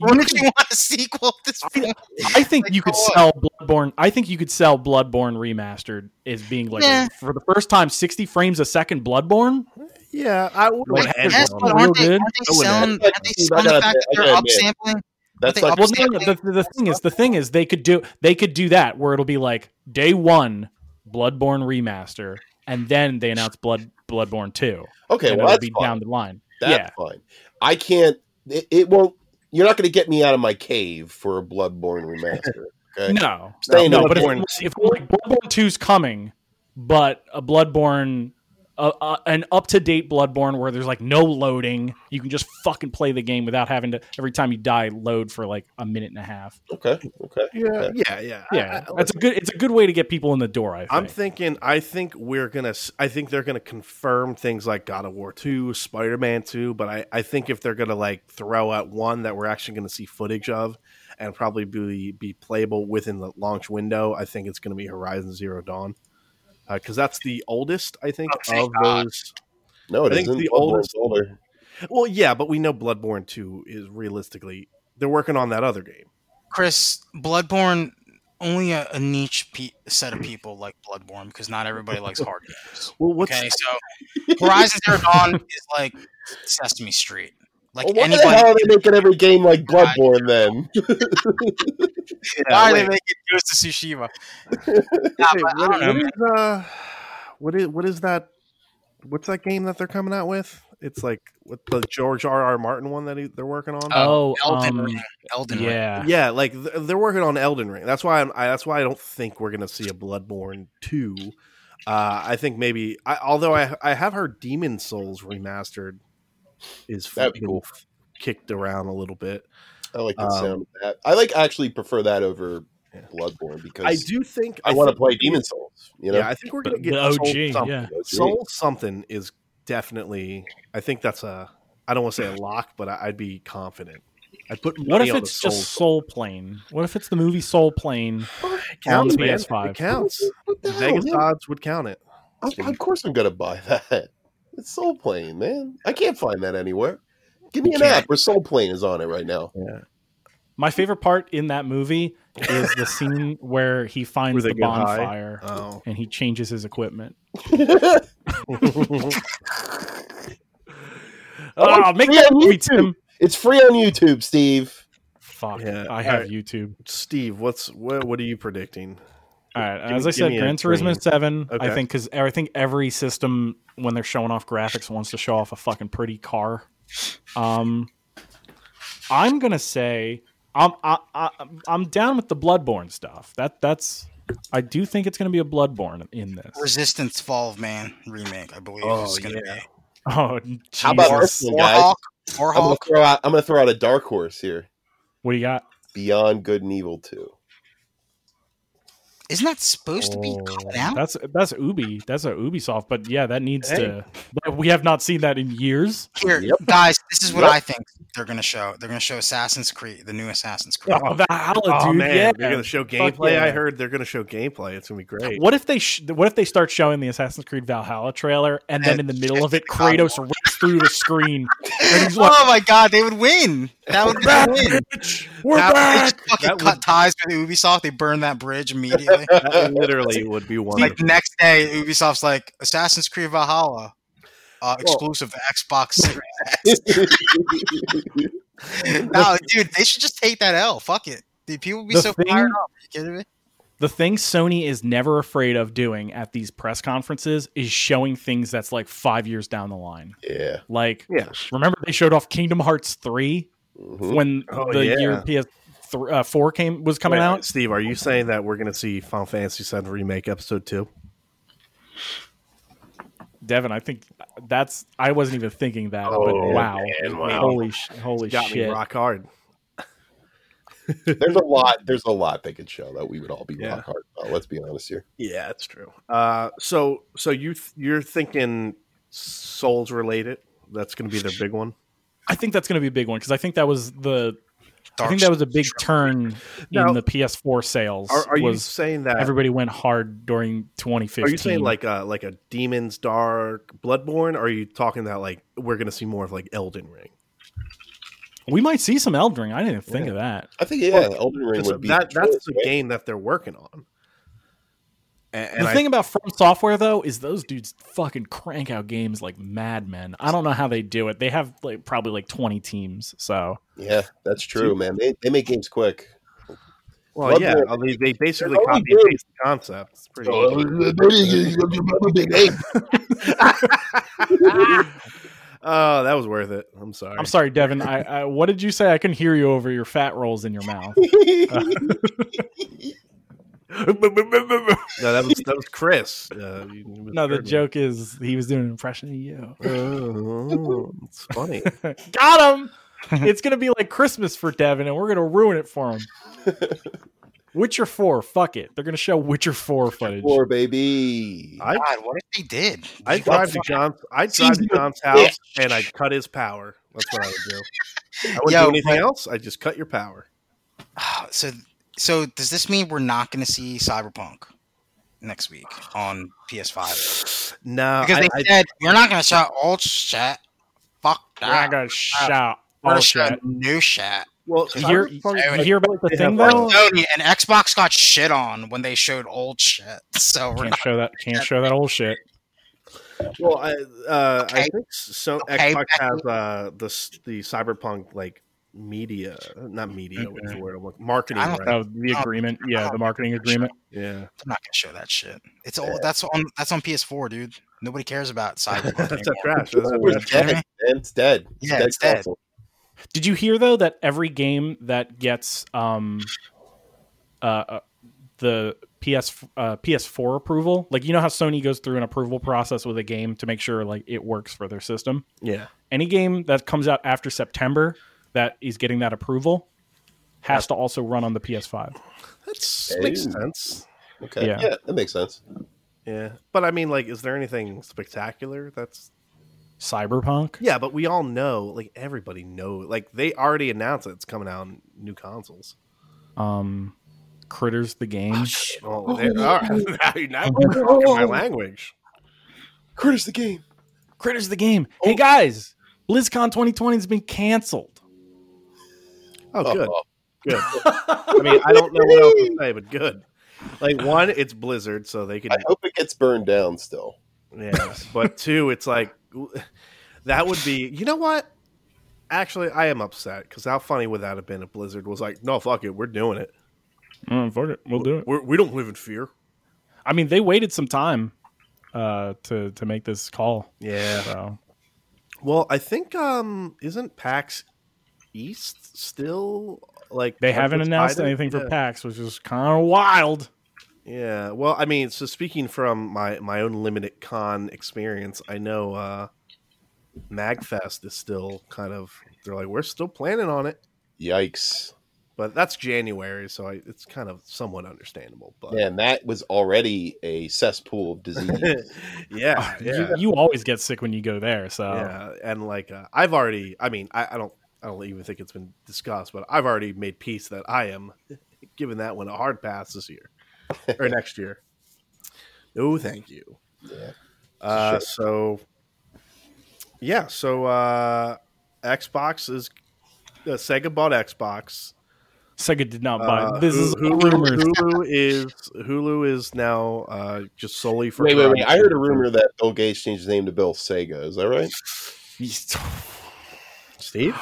C: wouldn't you want a sequel? At this point?
D: I think
C: Like,
D: you could
C: come
D: sell Bloodborne. I think you could sell Bloodborne remastered as being like
C: Nah.
D: for the first time 60 frames a second. Bloodborne.
B: Yeah, I would
D: Like,
B: want to end
C: Yes,
B: it
D: one.
C: but
B: on.
D: Real
C: aren't they,
D: good.
C: aren't they
B: I wouldn't
A: have.
C: selling? Aren't they
A: I
C: selling the
A: gotta
C: fact that
A: admit- I
C: they're
A: gotta admit.
C: upsampling?
A: That's
C: they
A: like
D: Well,
C: upsell-
D: no, no, the, the, the thing is, the thing is, they could do they could do that where it'll be like day one Bloodborne remaster, and then they announce Blood Bloodborne 2.
A: okay.
D: and
A: Well,
D: it'll
A: that's
D: be
A: fine.
D: down the line.
A: That's fine. I can't. It, it won't. You're not going to get me out of my cave for a Bloodborne remaster. Okay.
D: No,
A: Stay
D: no,
A: in
D: but if,
B: Bloodborne
D: if like Bloodborne 2's coming, but a Bloodborne, uh, uh, an up to date Bloodborne where there's like no loading, you can just fucking play the game without having to every time you die load for like a minute and a half.
A: Okay. Okay.
B: Yeah, yeah, yeah.
D: Yeah,
B: I- I-
D: that's a good. It's a good way to get people in the door. I think.
B: I'm thinking. I think we're gonna. s- I think they're gonna confirm things like God of War Two, Spider Man Two. But I, I think if they're gonna like throw out one that we're actually gonna see footage of, and probably be be playable within the launch window, I think it's gonna be Horizon Zero Dawn, because that's the oldest I think
C: Oh, thank
B: of
C: God.
B: those.
A: No, it
B: I think
A: not
B: the oldest-
A: older.
B: Well, yeah, but we know Bloodborne Two is realistically they're working on that other game.
C: Chris, Bloodborne only a, a niche pe- set of people like Bloodborne because not everybody likes hard games.
B: Well, what's
C: Okay, so Horizon Zero Dawn is like Sesame Street. Like
A: Well, why the
C: anybody,
A: hell are they making every game like Bloodborne then?
C: why are they
B: wait.
C: making Ghost of Tsushima? Nah,
B: Wait,
C: but I
B: what-
C: don't know,
B: what is, uh, what is what is that? What's that game that they're coming out with? It's like with the George R. R. Martin one that he, they're working on.
D: oh,
C: Elden
D: um,
C: Ring. Elden Ring.
D: yeah.
B: yeah, like th- they're working on Elden Ring. That's why I'm, I, that's why I don't think we're gonna see a Bloodborne two. Uh, I think maybe, I, although I I have heard Demon Souls remastered is
A: That'd be
B: fucking
A: cool.
B: kicked around a little bit.
A: I like the
B: Um,
A: sound of that. I like actually prefer that over
B: Yeah.
A: Bloodborne because
B: I do think
A: I want to
B: think-
A: play Demon Souls. You know,
B: Yeah, I think we're gonna
D: The-
B: get
D: the
B: Soul
D: OG,
B: something.
D: yeah.
A: OG.
B: Soul something is definitely. I think that's a. I don't want to say a lock, but I, I'd be confident. I would put
D: What
B: money
D: if
B: on
D: it's
B: the
D: just Soul Plane? What if it's the movie Soul Plane?
B: Soul. It
D: on
B: counts,
D: the
B: man.
D: PS5?
B: It counts.
A: What the hell,
B: Vegas
A: man?
B: odds would count it.
A: Of, of course, I'm gonna buy that. It's Soul Plane, man. I can't find that anywhere. Give me
C: You
A: an
C: can't.
A: app where Soul Plane is on it right now.
D: My favorite part in that movie is the scene where he finds
B: they
D: the
B: get high?
D: bonfire
B: Oh,
D: and he changes his equipment.
A: Oh,
D: Oh, make
A: free
D: that
A: on
D: movie,
A: YouTube.
D: Tim.
A: It's free on YouTube, Steve.
D: Fuck,
B: Yeah,
D: I have
B: alright.
D: YouTube.
B: Steve, what's what? What are you predicting?
D: All right,
B: Give
D: as
B: me-
D: I
B: give
D: said,
B: me a
D: Gran
B: dream.
D: Turismo Seven. I
B: Okay.
D: think because I think every system when they're showing off graphics wants to show off a fucking pretty car. Um, I'm gonna say I'm I, I, I'm down with the Bloodborne stuff. That that's I do think it's gonna be a Bloodborne in this.
C: Resistance Fall of Man remake, I believe.
B: Oh,
C: is gonna be.
D: Oh,
A: How about
D: Jesus.
A: this one, guys?
C: Warhawk.
A: I'm gonna
C: Warhawk.
A: throw out. I'm gonna throw out a dark horse here.
D: What do you got?
A: Beyond Good and Evil Two.
C: Isn't that supposed to
D: Oh,
C: be
B: Oh.
C: coming out?
D: That's that's Ubi. That's a Ubisoft. But yeah, that needs
B: Hey.
D: to. but We have not seen that in years.
C: Here,
A: Yep.
C: guys, this is what
A: Yep.
C: I think they're gonna show. They're gonna show Assassin's Creed, the new Assassin's Creed.
D: Oh, valid,
B: oh
D: dude.
B: man,
D: yeah.
B: they're gonna show gameplay. I
D: yeah.
B: heard they're gonna show gameplay. It's gonna be great.
D: What if they sh- what if they start showing the Assassin's Creed Valhalla trailer and then in the middle of it Kratos rips through the screen and he's like,
C: oh my god, they would win. That would be
D: "Back,
C: the win.
D: bitch! We're
B: That-
C: They
D: back!"
C: just fucking
B: That
C: cut ties with Ubisoft. They burn that bridge immediately.
B: That literally would be one.
C: like next day, Ubisoft's like Assassin's Creed Valhalla, uh, exclusive to Xbox Series X. no, dude, they should just take that L. Fuck it. Dude, people be
D: The
C: so
D: thing-
C: fired up. Are you kidding me?
D: The thing Sony is never afraid of doing at these press conferences is showing things that's like five years down the line.
A: Yeah.
D: Like,
B: Yeah.
D: remember they showed off Kingdom Hearts three
A: Mhm.
D: when
B: Oh,
D: the
B: yeah.
D: year PS th- uh, four came was coming
B: Wait,
D: out.
B: Steve, are you saying that we're gonna see Final Fantasy VII remake episode two?
D: Devin, I think that's I wasn't even thinking that, but
A: Oh,
D: wow,
A: man, wow.
D: holy sh- holy
B: Got me
D: shit!
B: rock hard.
A: There's a lot. There's a lot they could show that we would all be
B: Yeah.
A: rock hard. About. Let's be honest here.
B: Yeah, it's true. Uh, so so you th- you're thinking souls related? That's going to be their big one.
D: I think that's going to be a big one because I think that was the I
C: Dark
D: think that was a big turn
B: Now-
D: in the PS4 sales.
B: Are, are you
D: was
B: saying that?
D: everybody went hard during 2015?
B: Are you saying like a like a Demon's Dark Bloodborne? Or are you talking that like we're going to see more of like Elden Ring?
D: we might see some Elden Ring? I didn't think of that.
A: I think yeah,
B: Well,
A: Elden Ring
B: Because
A: would be
B: that
A: the
B: that's
A: choice,
B: the
A: right?
B: game that they're working on. And, and
D: the
B: I-
D: thing about From Software though is those dudes fucking crank out games like madmen. I don't know how they do it. They have like probably like 20 teams. So
A: Yeah, that's true, man. They, they make games quick.
B: well, yeah,
A: Bloodborne-
B: I mean, they basically
A: They're
B: copy
A: only
B: and paste the concept. It's pretty.
A: Oh,
B: Oh, that was worth it. I'm sorry.
D: I'm sorry, Devin. I, I what did you say? I couldn't hear you over your fat rolls in your mouth.
B: No, that was that was Chris. Uh, you- you
D: No, the
B: misheard me.
D: joke is he was doing an impression of you.
B: Oh, it's funny.
D: Got him. It's gonna be like Christmas for Devin, and we're gonna ruin it for him. Witcher Four, fuck it. They're gonna show Witcher Four footage.
A: Four baby.
B: I
C: God, what if they did?
B: I
C: You got
B: drive to
C: fucked.
B: John's. I drive to
A: Season
B: John's house and I cut his power. That's what I would do. I wouldn't
C: Yo,
B: do anything
C: but-
B: else. I just cut your power.
C: Ah, So, so does this mean we're not going to see Cyberpunk next week on PS5?
B: No,
C: Because
B: I,
C: they
B: I,
C: said we're not going to shout old shit. Fuck
D: We're not
C: that.
D: gonna shout.
C: We're
D: all
C: gonna shout
D: shit.
C: new shit.
B: well,
D: You hear, you hear about the
B: They
D: thing
B: have,
D: though?
B: like-
C: Sony and Xbox got shit on when they showed old shit. So we're
D: Can't show that. Can't show that old shit.
B: Well, I, uh, I
C: Okay.
B: think so.
C: Okay,
B: Xbox
C: Becky.
B: has uh, the s- the cyberpunk like media, not media. What's the word? I'm looking- Marketing,
C: I don't
B: right?
D: Oh, the agreement. Yeah, the marketing agreement.
B: Yeah.
C: They're not gonna show that shit. It's all that's on that's on PS4, dude. Nobody cares about Cyberpunk.
B: That's
C: anymore.
B: a trash. That's a
A: It's
B: trash.
A: dead. man. It's dead.
C: Yeah, it's dead.
A: console.
D: Did you hear though that every game that gets um, uh, uh, the PS uh, PS4 approval, like you know how Sony goes through an approval process with a game to make sure like it works for their system.
B: Yeah.
D: Any game that comes out after September that is getting that approval has to also run on the PS5.
B: That's makes
A: Ooh.
B: sense.
A: Okay.
D: Yeah.
A: Yeah. that makes sense.
B: Yeah, but I mean, like, is there anything spectacular? That's
D: Cyberpunk.
B: yeah, but we all know, like, everybody know, like, they already announced that it's coming out on new consoles.
D: Um, Critters the game.
B: Oh, they are now you're not
A: Oh.
B: talking my language.
A: Curtis the game.
D: Critters the game. Hey guys, BlizzCon 2020 has been canceled.
B: Oh, good.
A: Oh,
B: Good.
D: Oh,
B: I mean, I don't know what else to say, but good. Like one, it's Blizzard, so they can.
A: I hope it gets burned down still.
B: Yeah, but two, it's like that would be. You know what? Actually, I am upset because how funny would that have been if Blizzard was like, "No, fuck it, we're doing it.
D: Oh, fuck it, we'll do it.
B: We're, we don't live in fear."
D: I mean, they waited some time uh, to to make this call.
B: Yeah.
D: So
B: Well, I think um isn't PAX East still like
D: they haven't
B: undecided?
D: announced anything for
B: yeah.
D: PAX, which is kind of wild.
B: Yeah. Well, I mean, so speaking from my my own limited con experience, I know uh Magfest is still kind of they're like we're still planning on it,
A: Yikes.
B: but that's January, so I, it's kind of somewhat understandable. But
A: Man, that was already a cesspool of disease.
B: yeah, yeah.
D: You, you always get sick when you go there. So
B: yeah and like uh, i've already i mean I, I don't i don't even think it's been discussed but i've already made peace that i am giving that one a hard pass this year or next year no thank you
A: yeah.
B: uh,
A: Sure.
B: so yeah so uh xbox is uh, sega bought xbox
D: Sega did not buy.
B: Uh,
D: this
B: Hu-
D: is
B: Hulu,
D: rumors.
B: Hulu is Hulu is now uh, just solely for.
A: Wait, wait, wait. I heard a rumor that Bill Gates changed his name to Bill Sega. Is that right?
B: Steve,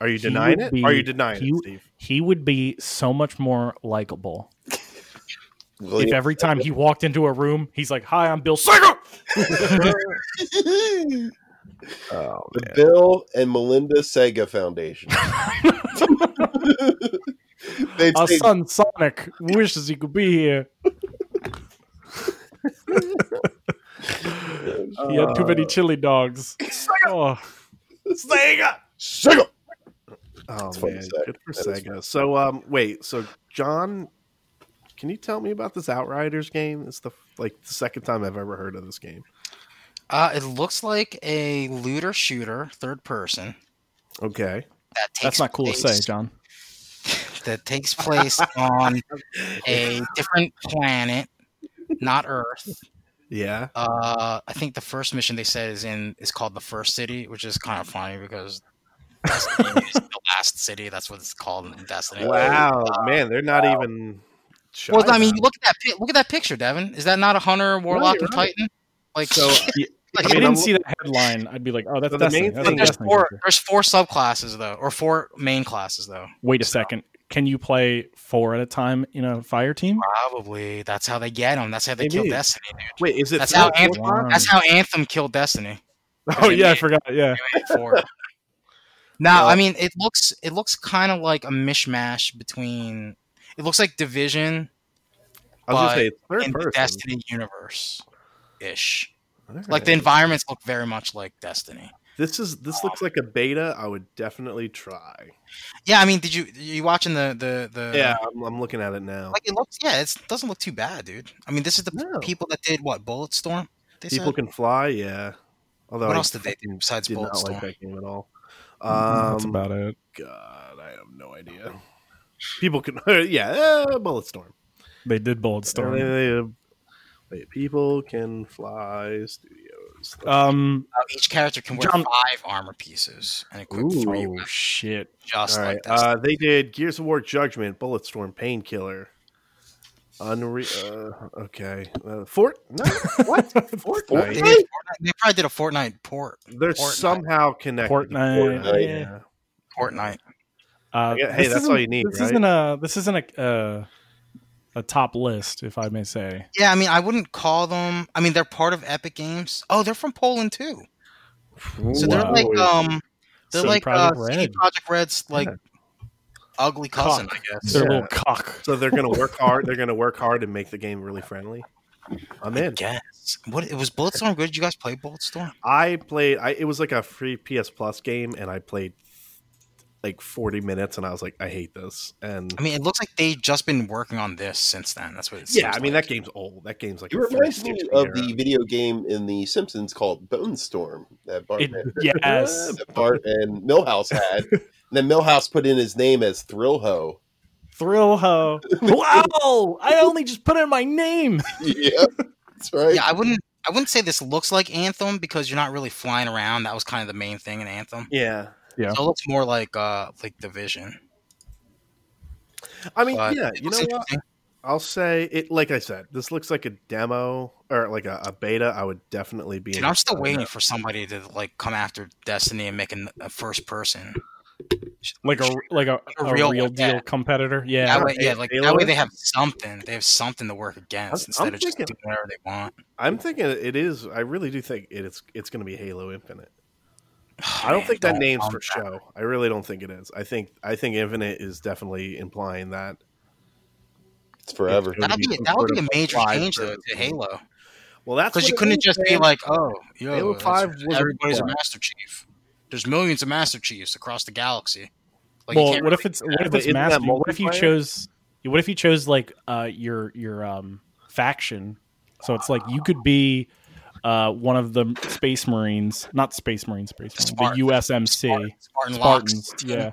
B: are you
D: He
B: denying
D: would
B: it?
D: be-
B: are you denying
D: he-
B: it, Steve?
D: He would be so much more likable
A: Really?
D: if every time he walked into a room, he's like, "Hi, I'm Bill Sega."
B: Oh,
A: the Bill and Melinda Sega Foundation. They'd
D: Our
A: say,
D: son Sonic wishes he could be here. he had too
A: Uh,
B: Uh,
D: many chili dogs. Oh.
B: Sega.
A: Sega!
B: Oh
A: That's what
B: man,
A: he said.
B: good for
A: That is
B: Sega. So um, wait, so John, can you tell me about this Outriders game? It's the like the second time I've ever heard of this game.
C: Uh, it looks like a looter shooter, third person.
B: Okay,
C: That takes
D: That's not cool to say,
C: place-
D: John.
C: That takes place on a different planet, not Earth.
B: yeah,
C: Uh, I think the first mission they said is in is called the first city, which is kind of funny because Destiny is the last city. That's what it's called in Destiny.
B: wow, man, they're not even. Shy
C: Well, I mean,
B: about
C: look at that. pi- Look at that picture, Devin. Is that not a hunter, warlock,
B: you're
C: and
B: right.
C: titan? Like,
B: So,
C: like,
D: If I
B: mean,
D: didn't
B: I'm-
D: see that headline, I'd be like, "Oh, that's
B: So the
D: Destiny.
B: main
D: That's a
B: thing-
C: there's
D: Destiny
C: four.
D: feature."
C: There's four subclasses though, or four main classes though.
D: Wait a second. Can you play four at a time in a fire team?
C: Probably that's how they get them. That's how they
B: Maybe.
C: kill Destiny. Dude.
B: wait, is it
C: That's how
B: third
C: Anthem.
B: warlock?
D: Wow.
C: That's how Anthem killed Destiny.
D: Oh yeah, I forgot. Yeah,
C: for. Now,
B: Well-
C: I mean, it looks it looks kind of like a mishmash between. It looks like Division
B: I was gonna
C: But
B: say it's third
C: and the
B: person.
C: Destiny universe, ish.
B: Alright.
C: Like the environments look very much like Destiny.
B: this is this looks like a beta. I would definitely try.
C: Yeah, I mean, did you you watching the the the?
B: yeah, I'm, I'm looking at it now.
C: Like it looks. Yeah, it doesn't look too bad, dude. I mean, this is the p-
B: No.
C: people that did what Bulletstorm. They
B: People
C: said?
B: can fly. Yeah. Although
C: What
B: I
C: else did they do besides
B: did not like
C: Bulletstorm?
B: that game at all.
A: Mm,
D: that's
B: Um,
D: about it.
B: God, I have no idea.
C: Oh.
B: People can, yeah, uh, Bulletstorm.
D: They did Bulletstorm.
B: Storm. Wait, people can fly studios.
D: Um.
C: Uh, each character can wear
D: John-
C: five armor pieces and equip three.
D: Oh
C: weapons,
D: shit.
C: Just
B: all right,
C: like Destiny.
B: uh, they did Gears of War Judgment, Bulletstorm, Painkiller, Unreal. Uh, okay, uh, Fort. No, what?
C: they,
B: Fortnite.
C: did Fortnite- they probably did a Fortnite port.
B: They're
C: Fortnite.
B: somehow connected.
D: Fortnite,
B: Fortnite,
D: yeah.
B: yeah.
C: Fortnite.
D: Uh,
B: Yeah, hey,
D: this
B: that's all
D: isn't-
B: you need,
D: This
B: right?
D: isn't a. This isn't a. Uh, a top list, if I may say.
C: Yeah, I mean, I wouldn't call them. I mean, they're part of Epic Games. Oh, they're from Poland too. So they're
D: Wow.
C: like um, they're
D: CD
C: like
D: Projekt
C: uh, CD
D: Red.
C: Project Red's like ugly cousin, I guess.
D: They're
B: Yeah.
D: a little cock.
B: So they're gonna work hard. They're gonna work hard and make the game really friendly. I'm in.
C: guess. What it was Bulletstorm good? Did you guys play Bulletstorm?
B: I played. I, it was like a free PS Plus game, and I played like 40 minutes, and I was like, I hate this. And
C: I mean, it looks like they've just been working on this since then. That's what it's
B: yeah, I mean that game's old. That game's like
A: It
B: a
A: reminds me
B: 360
A: of
B: era.
A: the video game in The Simpsons called Bone Storm that Bart,
D: It,
A: that
D: yes,
A: Bart and Millhouse had. and then Millhouse put in his name as Thrill Ho.
D: thrill ho. wow, I only just put in my name.
A: yeah, that's right.
C: Yeah, I wouldn't. I wouldn't say this looks like Anthem because you're not really flying around. That was kind of the main thing in Anthem.
B: Yeah,
C: So it looks more like uh like Division.
B: I mean,
C: But
B: yeah.
C: it
B: You
C: looks
B: know what?
C: interesting.
B: I'll say it. Like I said, this looks like a demo or like a, a beta. I would definitely be.
C: Dude, I'm
B: interested
C: still
B: in
C: waiting
B: it.
C: for somebody to like come after Destiny and make an- a, first person.
D: Like a like a,
C: A
D: a
C: real
D: real,
C: one,
D: deal
C: yeah.
D: competitor. Yeah,
C: That way, yeah, like that way
B: Halo?
C: they have something. They have something to work against
B: I'm-
C: instead
B: I'm
C: of just
B: thinking-
C: doing whatever they want.
B: I'm thinking it is. I really do think it is. It's going to be Halo Infinite. I don't think that name's for show. I really don't think it is. I think I think Infinite is definitely implying that.
A: It's forever.
B: Yeah.
C: That'll be
B: some
C: that would
B: sort
C: be a
B: of
C: major
B: five
C: change though
B: version.
C: to Halo
B: Well, that's
C: because you
B: what it
C: couldn't
B: is,
C: just be
B: man.
C: like, oh, yo,
B: Halo
C: that's-
B: 5 was
C: everybody's a
B: required.
C: Master Chief. There's millions of Master Chiefs across the galaxy. Like, you
D: well,
C: can't
D: what if
C: really-
D: it's what if
B: but
D: it's
B: isn't that
D: master? What if you
B: multiplayer?
D: chose? What if you chose like uh, your your um, faction? So it's like you could be uh, one of the Space Marines, not Space Marines, Space Marines,
C: Spartans.
D: the USMC
C: Spartan, Spartan
D: Spartans,
C: locks?
D: yeah.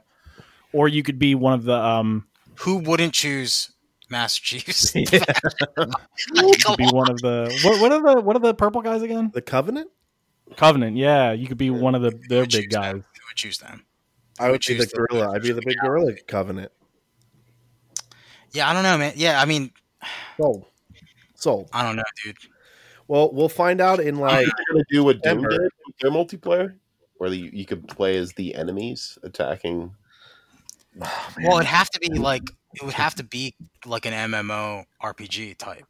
D: Or you could be one of the um,
C: Who wouldn't choose Master Chiefs?
B: Yeah.
D: you could be one of the what, what are the what are the purple guys again?
B: the Covenant.
D: Covenant, yeah. You could be one of the their
C: would
D: big
C: choose them?
D: guys.
C: Who would choose them?
B: I would
C: choose
B: be the
C: the-
B: gorilla. I'd be the big gorilla Covenant.
C: Yeah, I don't know, man. Yeah, I mean,
B: Sold. Sold.
C: I don't know, dude.
B: Well, we'll find out in
A: Like,
B: like.
A: they're gonna do what Doom
B: Denver.
A: did with their multiplayer, where you, you could play as the enemies attacking.
C: Well, it'd have to be like it would have to be like an MMO RPG type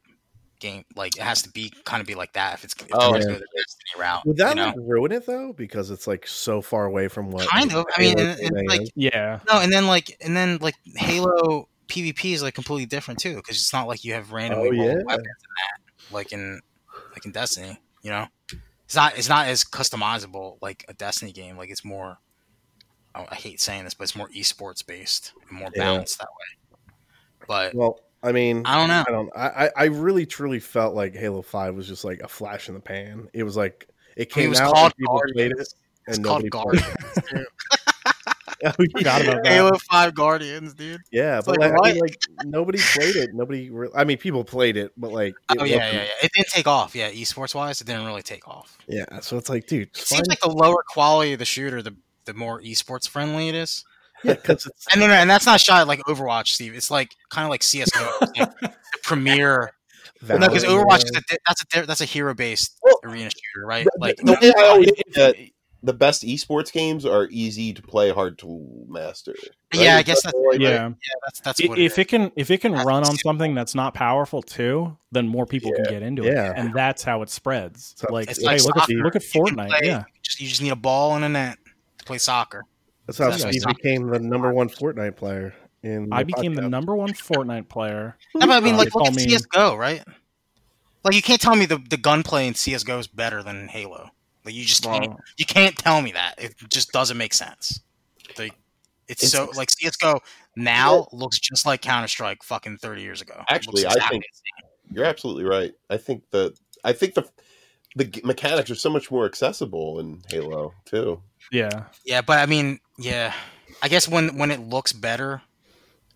C: game. Like it has to be kind of be like that if it's if they're
A: Oh,
C: gonna
A: yeah.
C: go the Destiny route.
B: Would that
C: you know?
B: like ruin it though? Because it's like so far away from what.
C: kind of. I mean,
B: Halo
C: and, and,
B: today
C: like
B: is.
D: Yeah.
C: no, and then like and then like Halo PvP is like completely different too because it's not like you have random
B: Oh, yeah.
C: weapons in that like in like in Destiny. You know, it's not it's not as customizable like a Destiny game. Like it's more. I I hate saying this, but it's more esports based and more
B: Yeah.
C: balanced that way. But
B: Well, I mean,
C: I don't know.
B: I don't. I, I I really truly felt like Halo Five was just like a flash in the pan. It was like it
C: I mean,
B: came
C: it was
B: out.
C: called
B: and people played it,
C: Guardians. It's
B: and
C: called
B: nobody played
C: Guardians.
B: it.
D: Forgot about that.
C: Halo Five Guardians, dude.
B: Yeah,
C: It's
B: but
C: like,
B: like, I mean,
C: what?
B: like nobody played it. Nobody. Re- I mean, people played it, but like, it
C: Oh yeah, yeah,
B: wasn't-
C: yeah. It didn't take off. Yeah, esports wise, it didn't really take off.
B: yeah. So it's like, dude,
C: It
B: just
C: seems
B: find-
C: like the lower quality of the shooter, the the more esports friendly it is.
B: yeah, 'cause it's
C: And no, no, and that's not shot like Overwatch, Steve. It's like kind of like CS:GO, it's like the premier. No, because
B: Valorant.
C: Overwatch is a, di- that's a di- that's a hero based
A: Well,
C: arena shooter, right?
A: The-
C: Like
A: the way I always
D: If-
A: look at the best esports games are easy to play, hard to master.
C: Yeah, I guess that's-
A: like,
D: yeah.
C: Yeah, that's that's
D: I-
C: what
D: if
C: it
D: it can if it can
C: That's
D: run on
C: simple.
D: something that's not powerful too, then more people can get into
B: Yeah.
D: it, and that's how it spreads.
B: So-
D: like,
C: It's
D: hey,
C: like
D: look at
C: soccer.
D: look at
C: is. You can
D: Fortnite.
C: play-
D: Yeah,
C: you just, you just need a ball and a net to play soccer.
B: That's how
C: That's
B: Steve
C: right.
B: became the number one Fortnite player. In
D: I became the
B: podcast.
D: number one Fortnite player.
C: No, but I mean,
D: Uh,
C: like
D: they call
C: look at
D: me-
C: CS:GO, right? Like you can't tell me the the gunplay in CS:GO is better than Halo. Like you just can't.
D: Well,
C: You can't tell me that. It just doesn't make sense. Like it's,
A: It's-
C: so like CS:GO now looks just like Counter Strike fucking thirty years ago. It looks
A: Actually, I
C: exactly
A: think-
C: the same.
A: You're absolutely right. I think the I think the the g- mechanics are so much more accessible in Halo too.
D: yeah,
C: Yeah, but I mean, yeah, I guess when when it looks better,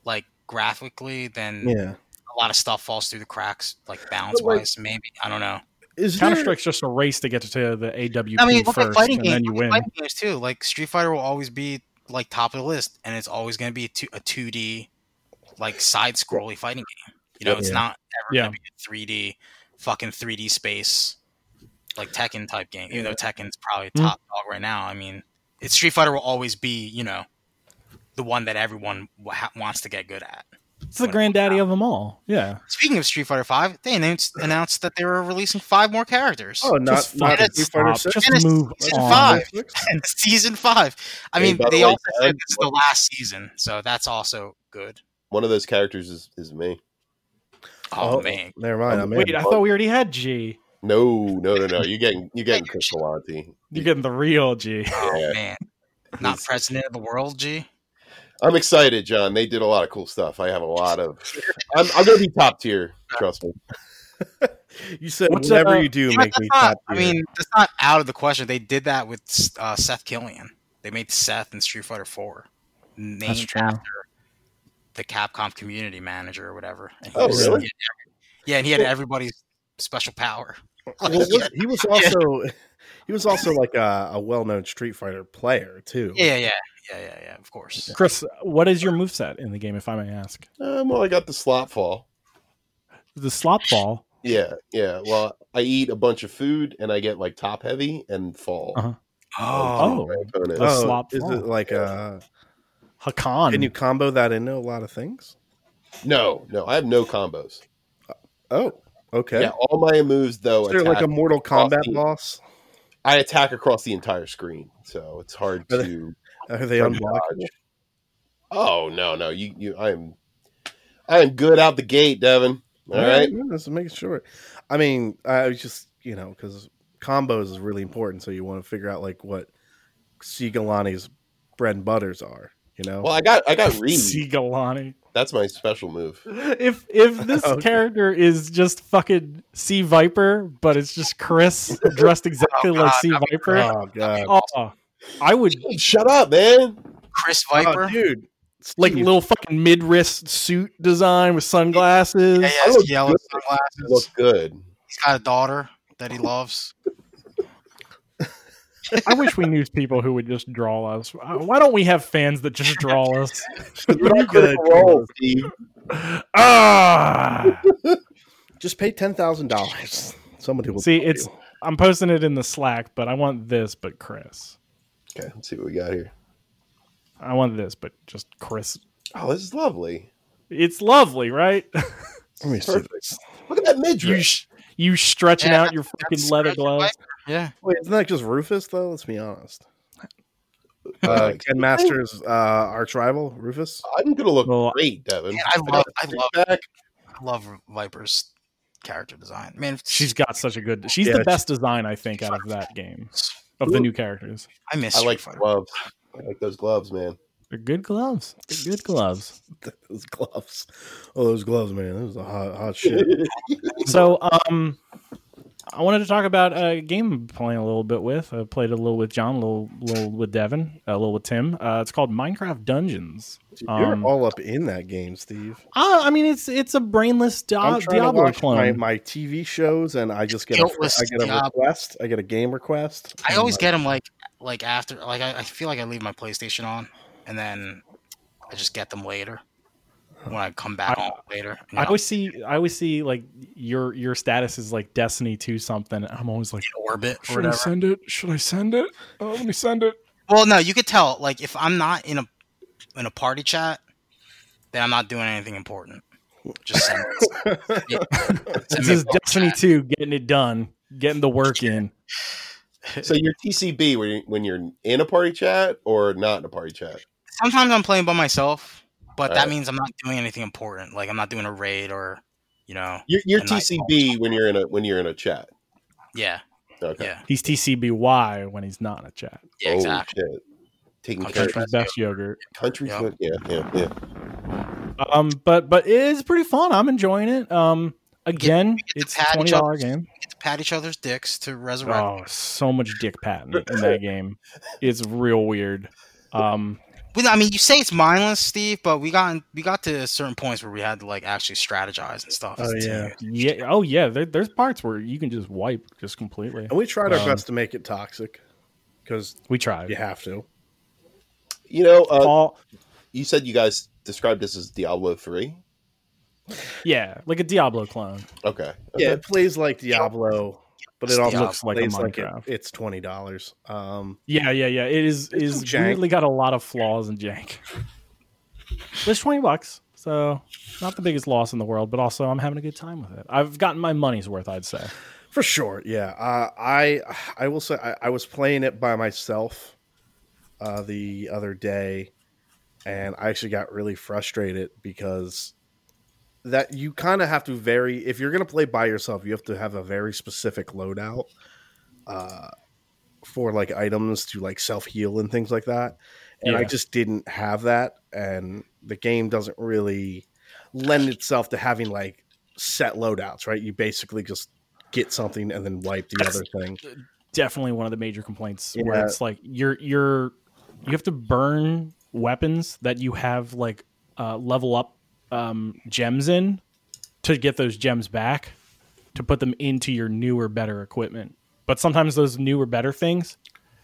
C: like graphically, then
B: Yeah.
C: a lot of stuff falls through the cracks, like balance wise. Maybe I don't know.
B: Is
D: Counter
B: there-
D: Strike's just a race to get to the AWP
C: I mean, look at
D: first,
C: fighting
D: and
C: games.
D: then you
C: look at
D: win.
C: Fighting games too. Like Street Fighter will always be like top of the list, and it's always going to be a two- a two D, like side scrolly fighting game. You know, it's
B: Yeah.
C: not ever
D: Yeah.
C: going to be a three D, fucking three D space, like Tekken type game. Even though Tekken's probably
D: Hmm.
C: top dog right now. I mean, it's Street Fighter will always be, you know, the one that everyone wa- ha- wants to get good at.
D: It's the granddaddy of them all. Yeah,
C: Speaking of Street Fighter Five, they announced announced that they were releasing five more characters.
B: Oh, not,
D: just
B: not
C: fucking
B: Street Fighter
D: stop.
B: Six.
D: Just
C: Genesis
D: move
C: Season
D: on.
C: five. season five. I
A: Hey,
C: mean,
A: by the
C: they
A: way,
C: also said
A: Doug,
C: this is the
A: what-
C: last season, so that's also good.
A: One of those characters is, is me.
C: Oh,
B: Oh.
C: man,
B: Never mind. I'm in.
D: Wait, I thought we already had G.
A: No, no, no, no. You're getting you're getting Chris Vellante.
D: You're getting the real G.
A: Yeah.
C: man, not president of the world, G.
A: I'm excited, John. They did a lot of cool stuff. I have a lot of. I'm, I'm going to be top tier. Trust me.
B: you said
D: What's,
B: whatever
D: uh,
B: you do,
C: You know,
B: make
C: that's
B: me
C: not-
B: top.
C: I
B: tier.
C: mean, that's not out of the question. They did that with uh, Seth Killian. They made Seth in Street Fighter Four, named
D: true.
C: after the Capcom community manager or whatever. And he
A: Oh,
C: was-
A: really?
C: Yeah, and he had everybody's special power.
B: Well, was- he was also he was also like a, a well-known Street Fighter player too.
C: Yeah, yeah, yeah, yeah, yeah, yeah. Of course.
D: Chris, what is your moveset in the game, if I may ask?
A: Um, well, I got the slop fall.
D: The slop ball.
A: Yeah, yeah. Well, I eat a bunch of food and I get like top heavy and fall.
D: Uh-huh.
A: Oh, my opponent.
D: Oh.
B: Oh,
D: slop
B: is
D: fall.
B: it like uh
D: Hakan.
B: Can you combo that into a lot of things?
A: No, no, I have no combos.
B: Oh, okay.
A: Yeah, all my moves though.
B: Is there like a
A: attack-
B: Mortal
A: across
B: Kombat
A: the-
B: boss?
A: I attack across the entire screen, so it's hard
B: Are they-
A: to.
B: Are they
A: From
B: unblockable?
A: Dodge. Oh no, no, you, you, I am, I am good out the gate, Devin. All right,
B: yeah, just making sure. I mean, I was just you know because combos is really important, so you want to figure out like what Sigalani's bread and butters are. You know,
A: Well, I got, I got read.
D: Sigalani.
A: That's my special move.
D: If if this
B: Okay.
D: character is just fucking Sea Viper, but it's just Chris dressed exactly
C: Oh,
D: like
C: God,
D: Sea
C: that'd be
D: Viper,
B: oh god,
D: oh, I would
A: Dude, shut up, man.
C: Chris
B: Oh,
C: Viper.
B: dude,
D: like
B: Steve,
D: little fucking mid wrist suit design with sunglasses.
C: Yeah,
A: I
C: yeah,
A: look
C: yellow
A: good. You
C: sunglasses.
A: look good.
C: He's got a daughter that he loves.
D: I wish we knew people who would just draw us. Uh, Why don't we have fans that just draw us?
A: You're not good at
B: good.
A: roll, Steve.
D: Ah,
B: just pay ten thousand dollars. Somebody will
D: see,
B: tell
D: it's
B: you.
D: I'm posting it in the Slack, but I want this, but Chris.
A: Okay, let's see what we got here.
D: I want this, but just Chris.
A: Oh, this is lovely.
D: It's lovely, right?
B: Let me see.
A: Perfect. Look at that
D: You
A: midriff.
D: sh- you stretching
C: Yeah,
D: out your fucking
C: that's
D: leather
C: Chris
D: gloves.
C: Viper. Yeah.
B: Wait, isn't that just Rufus though? Let's be honest.
A: Uh,
B: Uh, Ken Masters, uh, arch rival Rufus.
A: I'm gonna look
D: Well,
A: great, Devin.
C: Man, I love, I love,
A: Back.
C: I love Viper's character design. Man,
D: She's got such a good. She's
B: Yeah,
D: the best design I think out of that game of the new characters.
C: I miss.
A: I
C: Street
A: like
C: Fighter.
A: gloves. I like those gloves, man.
D: They're good gloves. They're good gloves.
B: Those gloves. Oh, those gloves, man. Those are hot, hot shit.
D: So, um, I wanted to talk about a game I'm playing a little bit with. I played a little with John, a little, little with Devin, a little with Tim. Uh, it's called Minecraft Dungeons.
B: You're
D: Um,
B: all up in that game, Steve.
D: Uh, I mean, it's it's a brainless Dia-
B: I'm trying to
D: Uh, Diablo
B: watch my,
D: clone.
B: my TV shows, and I just get a,
C: Guiltless
B: I get a
C: Diablo.
B: request. I get a game request.
C: I always get them like, like after, like I, I feel like I leave my PlayStation on, and then I just get them later. when I come back
D: I-
C: home later. you
D: I
C: know,
D: always see, I always see like your your status is like Destiny two something. I'm always like,
C: in orbit or
D: should I
C: whatever.
D: send it? Should I send it? Oh, let me send it.
C: Well, no, you could tell. Like if I'm not in a in a party chat, then I'm not doing anything important. Just send it. Yeah.
D: This
C: Send me a
D: is
C: party
D: Destiny
C: chat.
D: two, getting it done, getting the work in.
A: So your TCB when you- when you're in a party chat or not in a party chat.
C: Sometimes I'm playing by myself, but that
A: Alright.
C: means I'm not doing anything important. Like I'm not doing a raid or, you know,
A: Your, your
C: And I-
A: TCB when you're in a when you're in a chat.
C: yeah,
A: Okay.
C: yeah,
D: He's TCBY when he's not in a chat.
C: yeah,
A: Oh,
C: exactly.
A: shit. Taking
C: Country
A: care of
C: Fresh.
D: Country's best yogurt.
A: country
C: Yeah.
A: food. Yeah, yeah, yeah.
D: Um, but but it is pretty fun. I'm enjoying it. Um, again,
C: to
D: it's a
C: pat
D: twenty
C: each
D: dollar
C: other's
D: game.
C: Pat each other's dicks to resurrect.
D: Oh, so much dick patting in that game. It's real weird. Um,
C: Well, I mean, you say it's mindless, Steve, but we got we got to certain points where we had to like actually strategize and stuff. as a team.
D: yeah. Oh yeah. There, there's parts where you can just wipe just completely.
B: And we tried our
D: Um,
B: best to make it toxic because
D: We tried.
B: you have to.
A: You know, uh,
D: Paul,
A: you said you guys described this as Diablo three.
D: yeah, like a Diablo clone.
A: Okay. okay.
B: Yeah, it plays like Diablo, but it
C: It's
B: also
D: Looks like a
B: plays like it-
D: Minecraft.
B: it's twenty dollars. Um,
D: Yeah, yeah, yeah. It is
B: It's
D: is
B: jank.
D: weirdly got a lot of flaws and jank. But It's twenty bucks, so not the biggest loss in the world, but also I'm having a good time with it. I've gotten my money's worth, I'd say.
B: For sure, yeah. Uh, I I will say I, I was playing it by myself uh, the other day, and I actually got really frustrated because that you kind of have to vary if you're going to play by yourself. You have to have a very specific loadout uh, for like items to like self heal and things like that. And I
D: Yeah.
B: just didn't have that, and the game doesn't really lend itself to having like set loadouts, right? You basically just get something and then wipe the other thing.
D: Definitely one of the major complaints
B: Yeah.
D: where it's like you're you're you have to burn weapons that you have like uh, level up um, gems in to get those gems back to put them into your newer better equipment. But sometimes those newer better things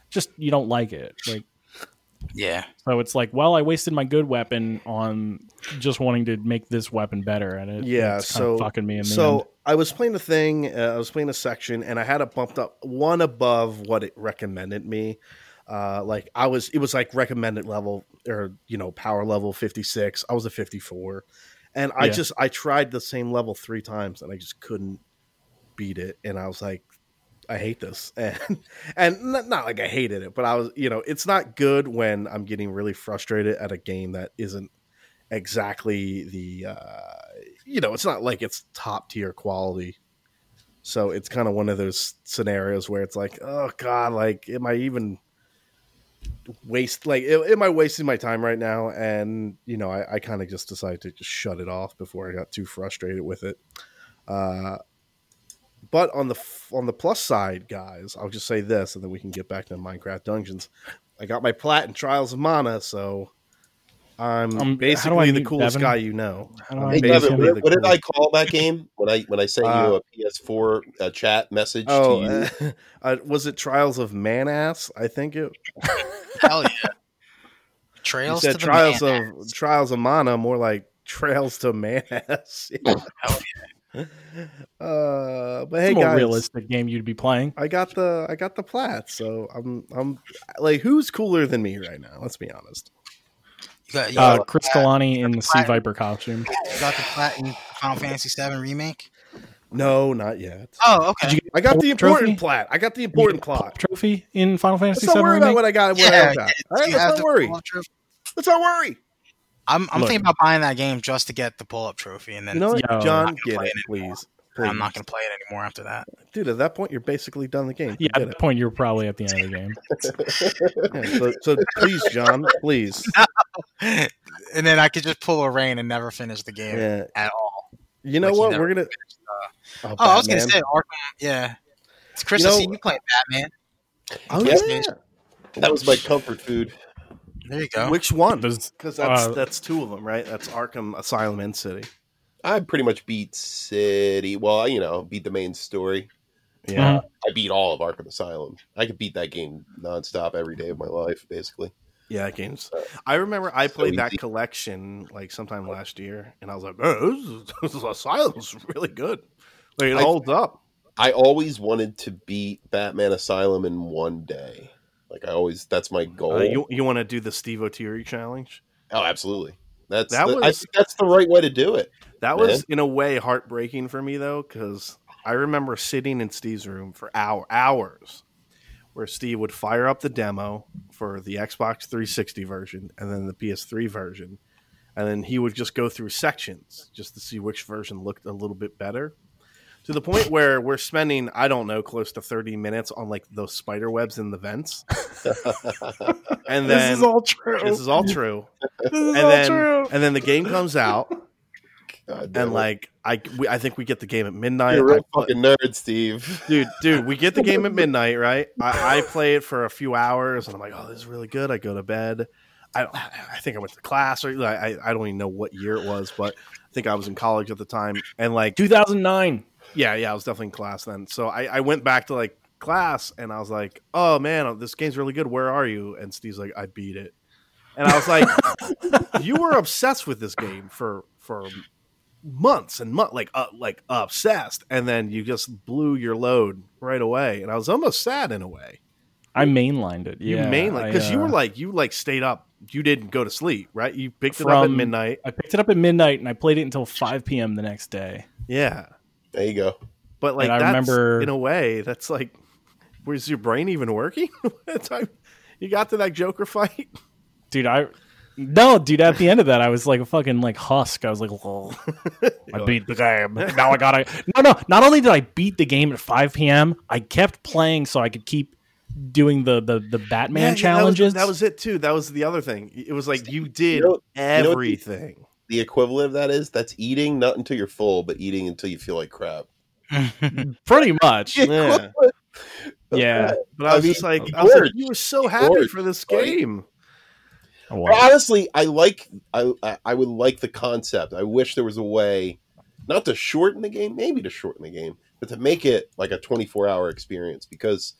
D: just you don't like it. Like
C: yeah.
D: So it's like, well, I wasted my good weapon on just wanting to make this weapon better, and it,
B: Yeah,
D: it's
B: so-
D: kind of fucking me in the
B: so
D: end.
B: I was playing a thing, uh, I was playing a section, and I had it bumped up one above what it recommended me. Uh, like I was, it was like recommended level or you know power level fifty six. I was a fifty four, and I
D: Yeah.
B: just I tried the same level three times and I just couldn't beat it. And I was like, I hate this, and and not, not like I hated it, but I was you know it's not good when I'm getting really frustrated at a game that isn't exactly the uh, you know, it's not like it's top tier quality. So it's kind of one of those scenarios where it's like, oh god, like am I even waste like a- am I wasting my time right now? And you know, I, I kind of just decided to just shut it off before I got too frustrated with it. Uh, but on the f- on the plus side, guys, I'll just say this, and then we can get back to Minecraft Dungeons. I got my plat in Trials of Mana, so I'm
D: Um, how do I
B: basically the
D: mute
B: coolest
D: Devin?
B: guy you know.
D: How do I
B: I'm
A: Hey,
D: mute
B: basically
D: him?
A: Kevin,
B: the
A: what, what did I
B: coolest
A: call that game when I when I sent you
B: Uh,
A: a PS4 uh chat message
B: Oh,
A: to you?
B: uh, uh, was it Trials of Manass? I think it.
C: Hell yeah.
B: You
C: Trails to
B: said
C: the
B: Trials
C: man.
B: of Trials of Mana, more like Trails to Manass.
C: Hell
B: uh, but
D: It's
B: hey,
D: a more
B: guys,
D: realistic game you'd be playing.
B: I got the I got the plat, so I'm I'm like, who's cooler than me right now? Let's be honest.
C: You got, you,
D: Uh,
C: got,
D: Chris Kalani in the Sea Viper costume.
C: you got the platinum Final Fantasy VII remake.
B: No, not yet.
C: Oh, okay.
D: Did you
B: I got the important
D: Trophy?
B: plat. I got the important
D: get a
B: plot.
D: trophy in Final Fantasy
B: Let's not
D: VII
B: worry about
D: Remake?
B: what I got. and What I
C: yeah,
B: don't got.
C: yeah,
B: All right,
C: you have
B: let's
C: the
B: not worry.
C: pull-up trophy.
B: Let's not worry.
C: I'm, I'm
D: Look.
C: thinking about buying that game just to get the pull-up trophy, and then
B: You know what,
D: Yo.
B: John,
C: I'm not
B: get
C: playing
B: it,
C: it anymore.
B: please.
C: I'm
B: Please.
C: not going to play it anymore after that.
B: Dude, at that point, you're basically done the game.
D: Yeah,
B: Get
D: at
B: it.
D: that point you're probably at the end of the game.
B: Yeah, so, so please, John, please.
C: and then I could just pull a rain and never finish the game
B: Yeah.
C: at all.
B: You know
C: Like, you
B: what?
C: never
B: We're gonna.
C: Oh, I was going to say Arkham. Yeah. It's Chris,
B: You
C: I
B: know-
C: see you playing Batman.
B: Oh,
A: Yeah.
B: yeah.
A: That was my comfort food.
C: There you go.
B: Which one?
D: There's-
B: Because that's
D: uh,
B: that's two of them, right? That's Arkham Asylum and City.
A: I pretty much beat City. Well, you know, beat the main story.
D: Yeah.
A: I beat all of Arkham Asylum. I could beat that game nonstop every day of my life, basically.
B: Yeah, that game's. I remember I played that
A: easy.
B: collection like sometime last year, and I was like, "Man, this is, this is Asylum's really good. Like it
A: I-
B: holds up."
A: I always wanted to beat Batman Asylum in one day. Like I always, that's my goal.
C: Oh.
B: Uh, you you want to do the Steve O'Teary challenge?
A: oh, absolutely. That's
B: That
A: the- I
B: was-
A: think that's the right way to do it.
B: That was
A: Man.
B: in a way heartbreaking for me though, because I remember sitting in Steve's room for hour hours, where Steve would fire up the demo for the Xbox 360 version and then the PS3 version, and then he would just go through sections just to see which version looked a little bit better. To the point where we're spending, I don't know, close to 30 minutes on like those spider webs in the vents. and then
D: this is all true.
B: this is all true.
D: This is
B: And
D: all
B: then,
D: true.
B: and then the game comes out
A: God damn
B: and
A: it.
B: like I we, I think we get the game at midnight.
A: you're a real
B: I pl-
A: fucking nerd, Steve.
B: dude, dude, we get the game at midnight, right? I, I play it for a few hours, and I'm like, oh, this is really good. I go to bed. I I think I went to class, or I I don't even know what year it was, but I think I was in college at the time, and like
D: 2009.
B: yeah, yeah, I was definitely in class then. So I, I went back to like class and I was like, oh man, this game's really good. Where are you? And Steve's like, I beat it. And I was like, you were obsessed with this game for for months and months, like uh, like obsessed. And then you just blew your load right away. And I was almost sad in a way.
D: I mainlined it. Yeah,
B: you mainly
D: I,
B: because you
D: uh,
B: were like you like stayed up. You didn't go to sleep, right? You picked it up at
D: From-
B: midnight.
D: I picked it up at midnight and I played it until 5 p.m. the next day.
B: Yeah.
A: There you go.
B: But like
D: And I
B: that's
D: remember-
B: in a way that's like, was your brain even working? by the time you got to that Joker fight,
D: dude i no dude at the end of that i was like a fucking like husk i was like lol i beat the game now i gotta no no not only did i beat the game at 5 p.m i kept playing so i could keep doing the the,
B: Yeah,
D: the
B: yeah,
D: batman
B: that was-
D: challenges
B: That was, it too. That was the other thing. It was like you did
A: You know- you know what the-
B: everything.
A: The equivalent of that is that's eating not until you're full, but eating until you feel like crap.
D: pretty much
A: Yeah.
B: yeah,
D: yeah
B: but I was
A: I mean,
B: just like,
A: of
B: I was like,
A: course.
B: you were so happy
A: course.
B: for this
A: Like-
B: game.
D: I
A: But
D: was.
A: honestly, I like I I- I would like the concept. I wish there was a way not to shorten the game, maybe to shorten the game, but to make it like a 24 hour experience because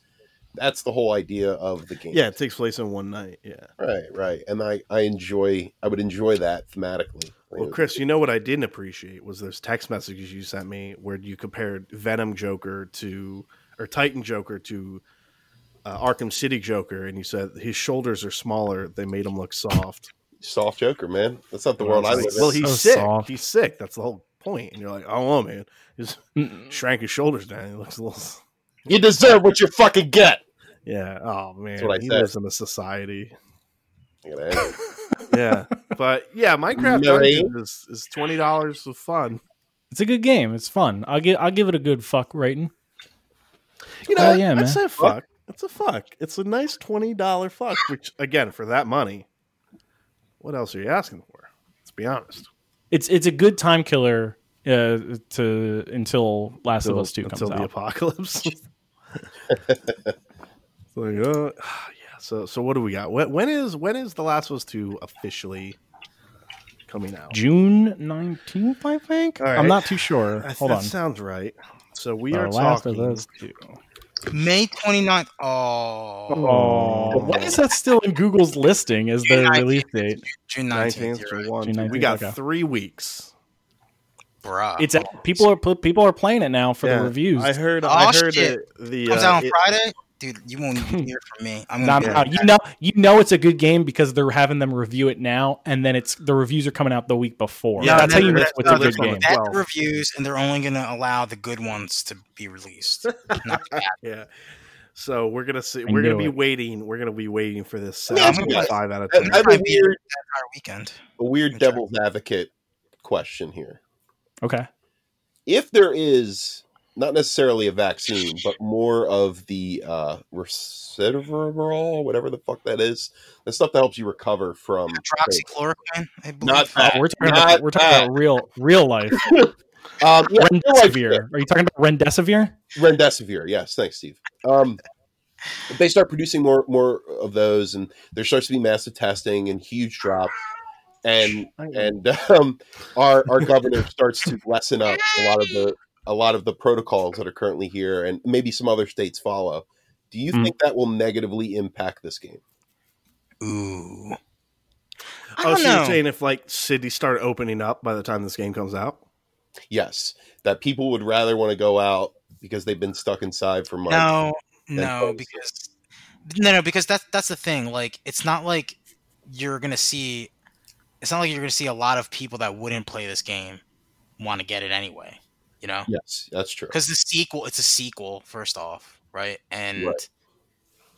A: that's the whole idea of the game.
B: Yeah, it takes place in one night. Yeah.
A: Right, right. And I I enjoy I would enjoy that thematically.
B: Well, Chris, you know what I didn't appreciate was those text messages you sent me where you compared Venom Joker to or Titan Joker to uh, Arkham City Joker, and you said his shoulders are smaller. They made him look soft.
A: soft Joker, man. That's not the world I
B: It's
A: live
B: like,
A: in.
B: well, he's
D: So
B: sick.
D: soft.
B: He's sick. That's the whole point. And you're like, oh man, he's
D: Mm,
B: shrank his shoulders down. He looks a little. s-
A: you deserve what you fucking get.
B: Yeah. Oh man,
A: what I
B: he
A: said.
B: lives in a society.
A: You know?
B: Yeah. but yeah, Minecraft
A: Murray.
B: Dungeons is, is twenty dollars of fun.
D: it's a good game it's fun i'll give i'll give it a good fuck rating
B: You know,
D: Oh, yeah,
B: I'd
D: man.
B: say fuck. It's a fuck. It's a nice twenty dollar fuck. Which again, for that money, what else are you asking for? Let's be honest.
D: it's it's a good time killer uh, to until last of us 2
B: until
D: comes
B: the
D: out
B: apocalypse. It's like, uh, yeah. So, so what do we got? When, when is when is the Last of Us two officially coming out?
D: june 19th i think
B: All right.
D: i'm not too sure
B: I th-
D: hold
B: that
D: on
B: sounds right. So we
D: The
B: are
D: Last of
B: talking.
D: Us 2.
C: May 29th. Oh,
D: Oh, why is that still in Google's listing as the
C: Yeah, I-
D: release date?
C: June 19th.
B: Nineteenth
C: you're right.
B: to one.
D: June
B: two. We
D: 19th,
B: got
D: okay.
B: three weeks.
C: Bruh.
D: It's out- people are pl- people are playing it now for
B: Yeah.
D: the reviews.
B: I heard.
C: Oh,
B: I heard
C: shit.
B: that the
C: comes
B: uh,
C: out on
B: it-
C: Friday? Dude, you won't even hear from me. I'm
D: And I'm-
C: going to
B: Yeah.
D: uh, you know, you know it's a good game because they're having them review it now, and then it's the reviews are coming out the week before.
B: Yeah,
D: that's how
B: that-
D: you know
B: that-
D: it's a
B: that-
D: good
B: that's
D: game.
B: what-
C: That's
B: 12.
C: the reviews, and they're only going to allow the good ones to be released.
B: Yeah. So we're gonna see. we're gonna
D: knew
B: be
D: it.
B: waiting. We're gonna be waiting for this
A: Let me ask
B: seven
A: you guys.
B: five out of
A: I,
B: ten.
A: I'm
C: Might
A: a
C: be
A: weird,
C: Entire weekend.
A: a weird devil's advocate question here.
D: Okay,
A: if there is not necessarily a vaccine, but more of the uh, recidival, whatever the fuck that is, the stuff that helps you recover from.
C: Hydroxychloroquine, I believe.
A: Not
D: Oh,
A: that.
D: we're talking about
A: Uh, Not
D: we're talking about real real life.
A: Um, yeah, I feel like-
D: Rendesivir. Are you talking about Rendesivir?
A: Rendesivir. Yes, thanks, Steve. Um, if they start producing more more of those, and there starts to be massive testing and huge drops, and and um, our our governor starts to lessen up a lot of the a lot of the protocols that are currently here, and maybe some other states follow. Do you
D: Mm.
A: think that will negatively impact this game?
C: Ooh. I
B: Oh,
C: don't
B: so
C: know.
B: you're saying if like cities start opening up by the time this game comes out?
A: Yes, that people would rather want to go out because they've been stuck inside for months.
C: no,
A: than
C: no,
A: clothes.
C: because no, no, because that's that's the thing. Like, it's not like you're gonna see. It's not like you're gonna see a lot of people that wouldn't play this game want to get it anyway. You know,
A: Yes, that's true.
C: because the sequel, it's a sequel first off, right? And
A: Right.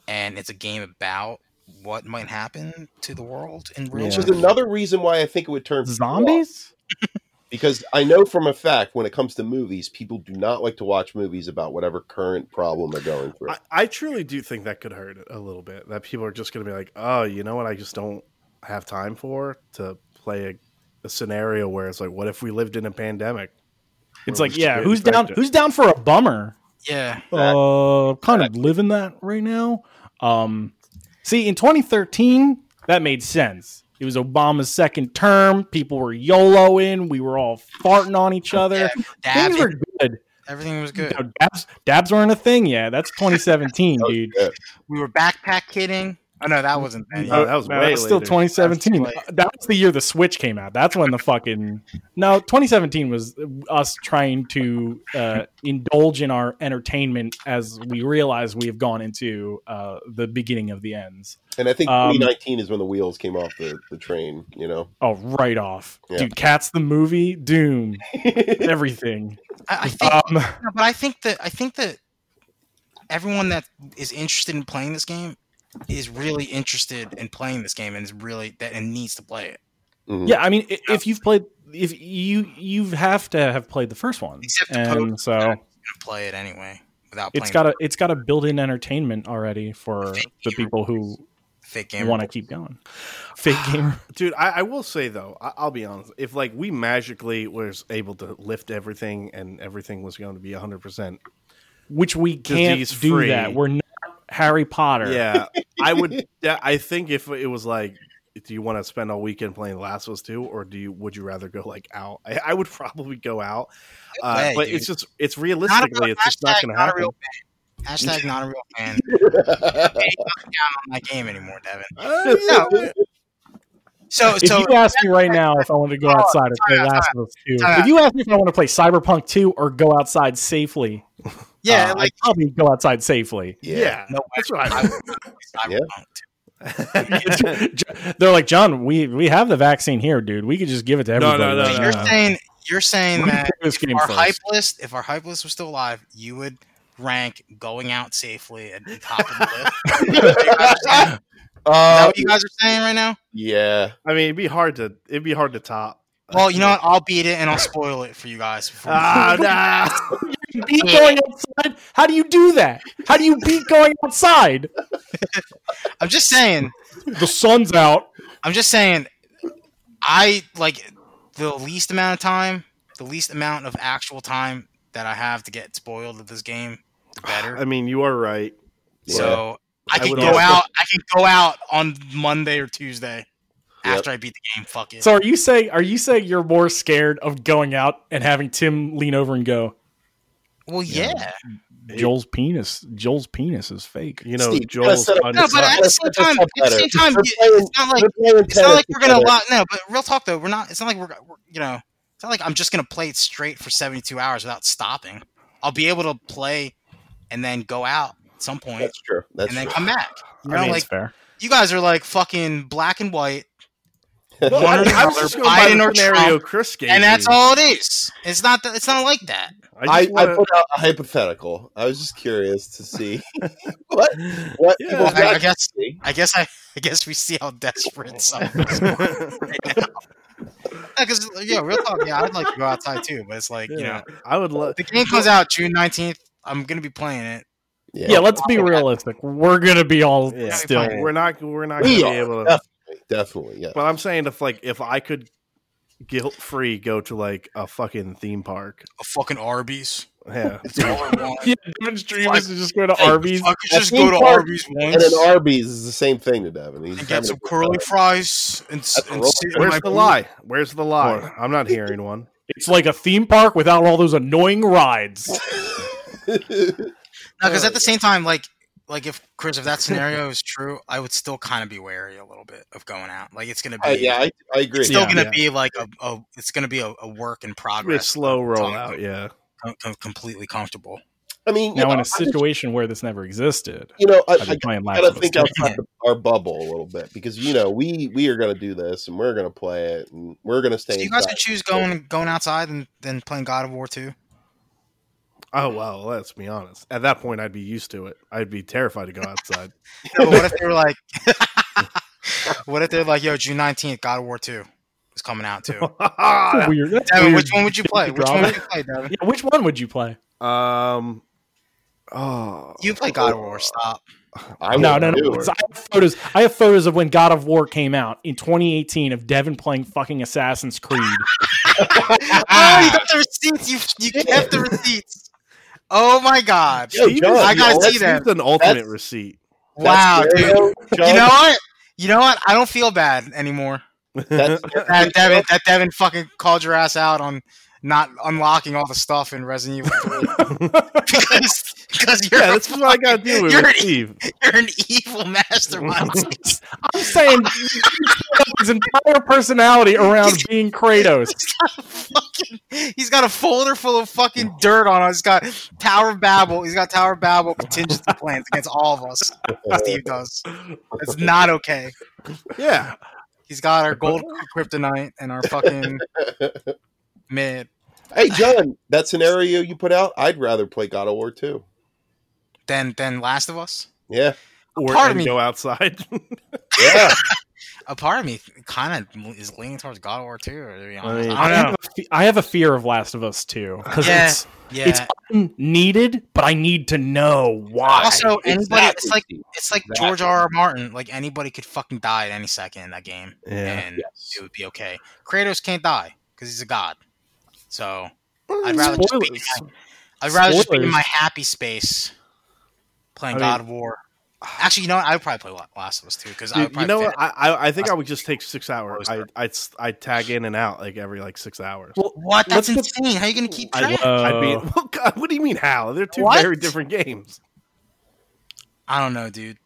C: and it's a game about what might happen to the world in real
A: Which
C: life.
A: is another reason why I think it would turn people off.
D: Zombies?
A: Because I know from a fact when it comes to movies, people do not like to watch movies about whatever current problem they're going through.
B: I, I truly do think that could hurt it a little bit. That people are just going to be like, oh, you know what? I just don't have time for to play a, a scenario where it's like, what if we lived in a pandemic?
D: It's
B: Where
D: like,
B: we
D: yeah,
B: get
D: who's down?
B: infected?
D: Who's down for a bummer?
C: Yeah,
A: That-
D: uh, kind of living that right now. Um, see, in 2013, that made sense. It was Obama's second term. People were YOLOing. We were all farting on each other.
C: Dab,
D: Things were good.
C: everything was good.
D: No, dabs, dabs weren't a thing yet. That's 2017,
A: That was
D: dude.
A: good.
C: We were backpack kidding. Oh no, that wasn't then.
A: Uh,
B: No, that was way
D: Uh, that's still
B: later.
D: 2017.
C: That's way-
D: That was the year the Switch came out. That's when the fucking no 2017 was us trying to uh, indulge in our entertainment as we realize we have gone into uh, the beginning of the ends.
A: And I think
D: Um,
A: 2019 is when the wheels came off the, the train, you know?
D: Oh, right off,
A: Yeah.
D: dude. Cats the movie, Doom, everything.
C: I, I think,
D: Um,
C: no, but I think that I think that everyone that is interested in playing this game is really interested in playing this game and is really that and needs to play it.
A: Mhm.
D: yeah, I mean, i- if you've played, if you you have to have played the first one,
C: Except the
D: and
C: Pope.
D: so
C: Play it anyway without playing
D: it's got a it's got a built in entertainment already for the people who
C: a fake game.
D: want to keep going. Fake gamer.
B: Dude, I, I will say though, I, I'll be honest. If like we magically was able to lift everything and everything was going to be 100%,
D: which we can't do
B: Disease-free.
D: that. We're not Harry Potter.
B: yeah, I would. yeah, I think if it was like, do you want to spend all weekend playing The Last of Us 2 or do you, would you rather go like out? I, I would probably go out. Uh,
C: way,
B: but
C: dude.
B: it's just, it's
C: Not a-
B: realistically, it's just not
C: hashtag
B: going to
C: not a
B: happen.
C: real fan. Hashtag not a real fan. I'm not game anymore, Devin.
B: Uh, yeah,
C: So
D: If
C: so
D: you ask me right now if I want to go outside or play Last of Us 2,
C: time out.
D: if you ask me if I want to play Cyberpunk 2 or go outside safely,
C: yeah,
D: uh,
C: like
D: I'd probably go outside safely.
B: yeah.
C: no,
B: that's what I
C: I would not play
A: Yeah.
C: Cyberpunk.
D: They're like, John, we, we have the vaccine here, dude. We could just give it to
B: No, no,
D: everybody.
B: no,
D: right
B: no,
C: You're
D: now."
C: saying you're saying that
D: This
C: if
D: game
C: our
D: first.
C: hype list, if our hype list was still alive, you would rank going out safely at the top of the list. Is that
A: Uh,
C: what you guys are saying right now?
A: yeah.
B: I mean, it'd be hard to, it'd be hard to top.
C: Well, you know what? I'll beat it and I'll spoil it for you guys. before we-
B: Ah, nah.
D: beat going outside? How do you do that? How do you beat going outside?
C: I'm just saying.
D: The sun's out.
C: I'm just saying. I like the least amount of time, the least amount of actual time that I have to get spoiled of this game, the better.
B: I mean, you are right.
C: So I
B: I
C: can
B: would
C: go
B: also-
C: out. I can go out on Monday or Tuesday
A: Yep.
C: after I beat the game. Fuck it.
D: So are you saying are you saying you're more scared of going out and having Tim lean over and go,
C: well, yeah.
D: Joel's penis. Joel's penis is fake.
B: You know,
A: Steve, you gotta
B: Joel's
A: set up-
B: fun-
C: No, but at the same
A: That's- that's
C: time, at the same
A: better.
C: time,
A: We're
C: you-
A: playing-
C: it's not like
A: We're playing
C: it's not
A: tennis
C: like we're gonna
A: together.
C: lot. No, but real talk though, we're not. It's not like we're, go- we're you know, it's not like I'm just gonna play it straight for 72 hours without stopping. I'll be able to play and then go out at some point
A: That's true. That's
C: and then
A: true.
C: come back. You know,
D: I mean,
C: like
D: it's fair.
C: you guys are like fucking black and white,
B: Well, I,
C: one or the
B: I was
C: other,
B: just going by
C: Biden
B: the
C: or
B: scenario
C: Trump,
B: Chris gave
C: and that's
B: me.
C: all it is. It's not. That, it's not like that.
A: I,
B: just
A: I
B: wanna-
A: put out a hypothetical. I was just curious to see what what
B: Yeah.
A: people's
C: I- I
A: reactions
C: guess-
A: be.
C: I guess I. I guess we see how desperate some of us are right now. Because yeah, real talk. Yeah, I'd like to go outside too, but it's like you know.
B: Yeah, I would love.
C: The game comes out June nineteenth. I'm gonna be playing it.
A: Yeah.
D: Yeah, let's be realistic. We're gonna be all
B: Yeah.
D: still.
C: Fine.
B: We're not. We're not
A: We
B: going to be
A: are.
B: able to.
A: definitely, definitely. Yeah.
B: But I'm saying if like if I could guilt free go to like a fucking theme park,
C: A fucking Arby's.
B: yeah,
C: That's all I want.
D: Yeah, Devin's dream is to just go to Arby's.
C: I could just
A: theme
C: go to
A: park
C: Arby's
A: And
C: once
A: an
C: and,
A: Arby's is the same thing to Devin. He's having
C: get
A: a
C: some
A: good
C: curly
A: time.
C: fries and, s-
A: That's
C: and
A: wrong.
C: sit in my
B: where's the
C: pool.
B: lie? Where's the lie? I'm not hearing one.
D: It's like a theme park without all those annoying rides.
C: No, because at the same time, like, like if Chris, if that scenario is true, I would still kind of be wary a little bit of going out. Like it's gonna be,
A: Uh, yeah, I, I agree.
C: it's still
D: Yeah.
C: gonna
B: Yeah.
C: be like a, a it's gonna be a, a work in
B: It'll be a
C: progress.
B: slow rollout.
C: Talk.
B: Yeah,
C: Com- com- completely comfortable.
A: I mean, you
D: Now,
A: know,
D: in
A: I
D: a
A: just-
D: situation where this never existed,
A: you know, I,
D: I'd
A: I
D: be playing Last
A: gotta
D: of Us
A: think
D: 2.
A: outside the, our bubble a little bit because you know we we are gonna do this and we're gonna play it and we're gonna stay.
C: So you guys
A: inside.
C: could choose going going outside and then playing God of War too.
B: Oh well, let's be honest. At that point, I'd be used to it. I'd be terrified to go outside.
C: No, but what if they were like, what if they're like, yo, June nineteenth, God of War two is coming out too.
D: That's a weird. That's
C: Devin,
D: weird.
C: which one would you play? Which one
D: drama.
C: would you play, Devin?
D: Yeah, which one would you play?
B: um, oh,
C: You play God of War. Stop.
A: I
D: no,
A: would
D: no, no.
A: do
D: because I have photos. I have photos of when God of War came out in 2018 of Devin playing fucking Assassin's Creed.
C: oh, you got the receipts. You you kept the receipts. Oh my god!
A: Yo, John,
C: I gotta
A: that's-
C: see that.
B: an ultimate
A: That's-
B: receipt.
C: Wow,
A: that's
C: dude.
A: Mario,
C: You
A: John,
C: know what? You know what? I don't feel bad anymore.
A: that's-
C: That Devin, that Devin fucking called your ass out on not unlocking all the stuff in Resident Evil 3. because, because you're,
B: yeah, this is what I got to do with
C: You're an-
B: Steve.
C: you're an evil mastermind.
D: I'm saying his entire personality around being Kratos.
C: fucking, he's got a folder full of fucking dirt on us. He's got Tower of Babel. He's got Tower of Babel contingency plans against all of us. Steve does. It's not okay.
B: Yeah,
C: He's got our gold kryptonite and our fucking mid.
A: hey, John, that scenario you put out, I'd rather play God of War too.
C: Then, then Last of Us.
A: Yeah,
B: or
C: Part of
B: and
C: me-
B: go outside.
A: yeah.
C: A part of me kind of is leaning towards God of War too. To be honest,
D: I
C: I don't
D: have, a fe- I have a fear of Last of Us too because
C: Yeah.
D: it's
C: yeah.
D: it's needed, but I need to know why.
C: also, anybody. It's like
A: Exactly.
C: it's like
A: Exactly.
C: George R. R. Martin. Like anybody could fucking die at any second in that game,
B: yeah,
C: and
A: Yes.
C: it would be okay. Kratos can't die because he's a god. So I'd rather just be,
D: Spoilers.
C: I'd rather just be in
D: Spoilers.
C: my happy space playing
B: I mean-
C: God of War. Actually, you know what? I would probably play La- Last of Us too because I would
B: Dude,
C: probably
B: you know
C: fit
B: what? I, I I think I would just take six hours. I
C: Closer.
B: I I tag in and out like every like six hours.
D: Well,
C: What? That's
D: Let's get-
C: insane. How are you going to keep
B: I,
C: track? I,
B: I mean,
D: Uh,
B: well, God, what do you mean? How they're two
C: What?
B: very different games.
C: don't know, dude.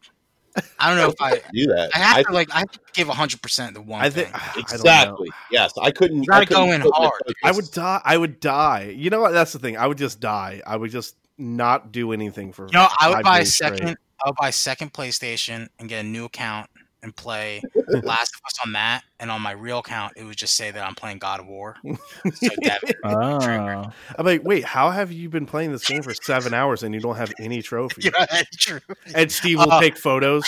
C: I don't know if I.
A: do that.
C: I have
A: I-
C: to like. I have to give hundred percent to one
B: I
C: thing.
B: think I don't know.
A: exactly. Yes, I couldn't.
C: You gotta
A: I couldn't
C: go in
A: put my
C: hard.
A: focus.
B: I would die. I would die. You know what? That's the thing. I would just die. I would just not do anything for.
C: You know, I would
B: five
C: buy a
B: days straight.
C: second. I would buy a second PlayStation and get a new account and play Last of Us on that. And on my real account, it would just say that I'm playing God of War. So Devin,
D: ah.
B: I'm like, wait, how have you been playing this game for seven hours and you don't have any trophies?
C: you know, that's true.
B: And Steve will
C: Uh,
B: take photos.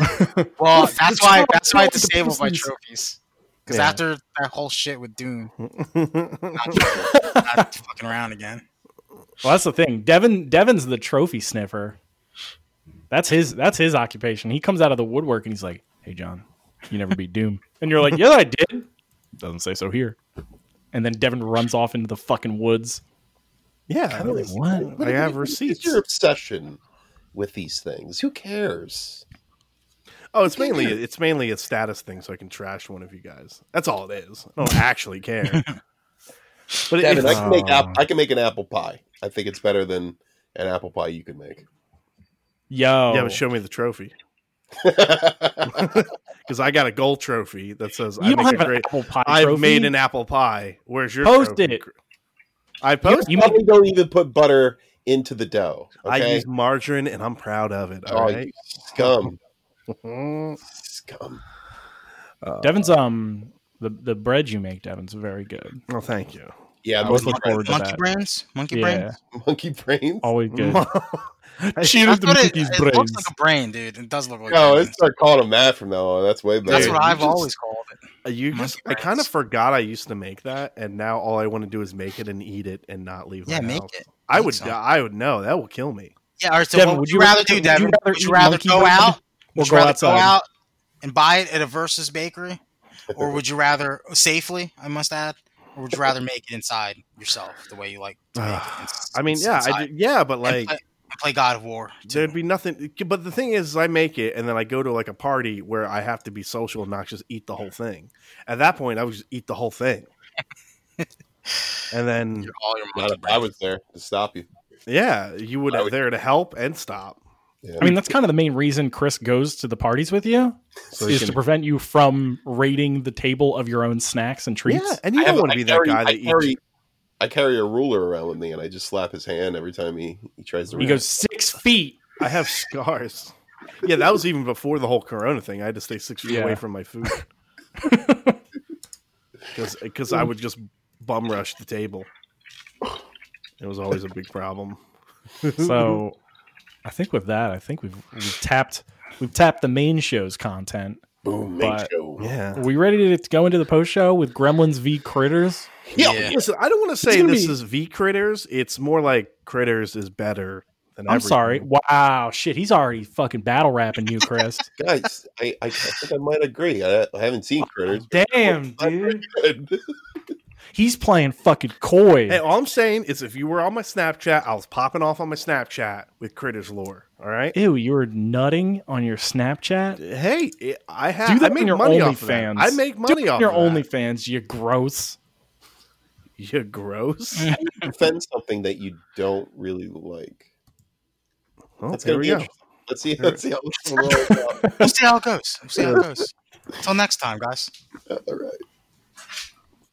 C: Well, that's why. That's why I
D: It's all
C: disabled my
D: business.
C: trophies. Because
B: Yeah.
C: after that whole shit with Doom,
B: yeah,
C: I'm not fucking around again.
D: Well, that's the thing. Devin Devin's the trophy sniffer. That's his that's his occupation. He comes out of the woodwork and he's like, "Hey, John, you never beat Doom," and you're like, "Yeah, I did." Doesn't say so here. And then Devin runs off into the fucking woods.
B: I'm like,
D: What?
B: I have
A: It's
B: receipts.
A: your obsession with these things. Who cares?
B: Oh, it's mainly it's mainly a status thing, so I can trash one of you guys. That's all it is. I don't actually care. But
A: Devin, I
B: it's,
A: can make app-
D: Oh.
A: I can make an apple pie. I think it's better than an apple pie you can make.
D: Yo,
B: yeah, but show me the trophy because I got a gold trophy that says I
D: you don't
B: make
D: have
B: a
D: an
B: great.
D: apple pie.
B: I've
D: trophy.
B: made an apple pie. Where's your
D: Post
B: trophy?
D: it.
B: I
D: You-
B: post.
D: you made
A: Probably don't even put butter into the dough.
B: I
A: Okay?
B: use margarine, and I'm proud of it.
A: Oh,
B: All right.
A: you scum.
B: Mm.
A: Scum.
B: Uh,
D: Devin's um the the bread you make. Devin's very good.
B: Well, thank you.
A: Yeah,
D: I was
A: monkey,
D: looking forward to
C: Monkey
D: that.
C: brains, monkey
D: Yeah,
C: brains.
A: monkey brains.
C: Oh,
D: always good.
B: Mm-hmm. Shit.
C: That's
D: the
C: what it,
D: monkey's
C: it looks
D: brains.
C: like a brain, dude. It does look like.
A: No,
C: a brain.
A: let's start calling them that from now on. That's way better.
C: That's what
B: Dude,
C: I've
A: You just-
C: always called it.
B: you just, I
C: brains.
B: kind of forgot I used to make that, and now all I want to do is make it and eat it and not leave.
C: Yeah,
B: my
C: make
B: house.
C: it.
B: I
C: Make
B: would.
C: some.
B: I would know that will kill me.
C: Yeah, all right. So
D: Devin,
C: what
D: would
C: would
D: you
C: you rather
D: rather-
C: do,
D: would
C: Devin?
D: you rather
C: Would you
D: eat
C: rather
D: monkey
C: go
D: bread
C: out?
D: or
C: Would you
D: go
C: rather
D: outside.
C: go out and buy it at a Versus bakery, or would you rather safely? I must add, or would you rather make it inside yourself the way you like? To make it ins-
B: I mean,
C: ins-
B: yeah,
C: inside?
B: I, did- yeah, but
C: and
B: like,
C: play, and play God of War. too.
B: there'd be nothing. But the thing is, I make it, and then I go to like a party where I have to be social and not just eat the whole thing. At that point, I would just eat the whole thing, and then
C: Your- all your
A: Not
C: monkey
A: if I
C: bread.
A: was there to stop you.
B: yeah, you would
A: I would-
B: there to help and stop.
A: Yeah.
D: I mean, that's kind of the main reason Chris goes to the parties with you
B: So
D: is
B: you
D: to
B: can-
D: prevent you from raiding the table of your own snacks and treats.
B: yeah, and you don't want to be that guy that
A: I
B: eats.
A: carry, I carry a ruler around with me, and I just slap his hand every time he, he tries to.
D: He
A: run.
D: goes six feet.
B: I have scars. Yeah, that was even before the whole Corona thing. I had to stay six feet
D: Yeah.
B: away from my food because I would just bum rush the table. It was always a big problem.
D: So I think with that, I think we've, we've tapped we've tapped the main show's content.
A: boom,
D: but-
A: make show.
D: Are
B: yeah.
D: we ready to go into the post show with Gremlins v Critters?
A: Yeah.
B: Listen, I don't want to say
D: gonna
B: this
D: be-
B: is V critters. It's more like critters is better than.
D: I'm
B: everything.
D: sorry. Wow, shit, he's already fucking battle rapping you, Chris.
A: guys, I, I, I think I might agree. I, I haven't seen critters.
D: Damn, dude.
A: Good.
D: He's playing fucking coy.
B: Hey, all I'm saying is, if you were on my Snapchat, I was popping off on my Snapchat with critters lore. All right.
D: Ew, you were nutting on your Snapchat.
B: Hey, it- I have.
D: Do that
B: I
D: on
B: make
D: your
B: money off of that.
D: OnlyFans.
B: I make
D: Do
B: money
D: it on
B: off
D: your
B: of that.
D: OnlyFans, you gross.
B: You're gross.
A: Defend something that you don't really like.
B: Well,
A: That's gonna
B: there we
A: be
B: go.
A: interesting. Let's see.
B: Here.
A: Let's see how this will roll out.
C: We'll see how it goes. We'll see how it goes. Until next time, guys.
A: All right.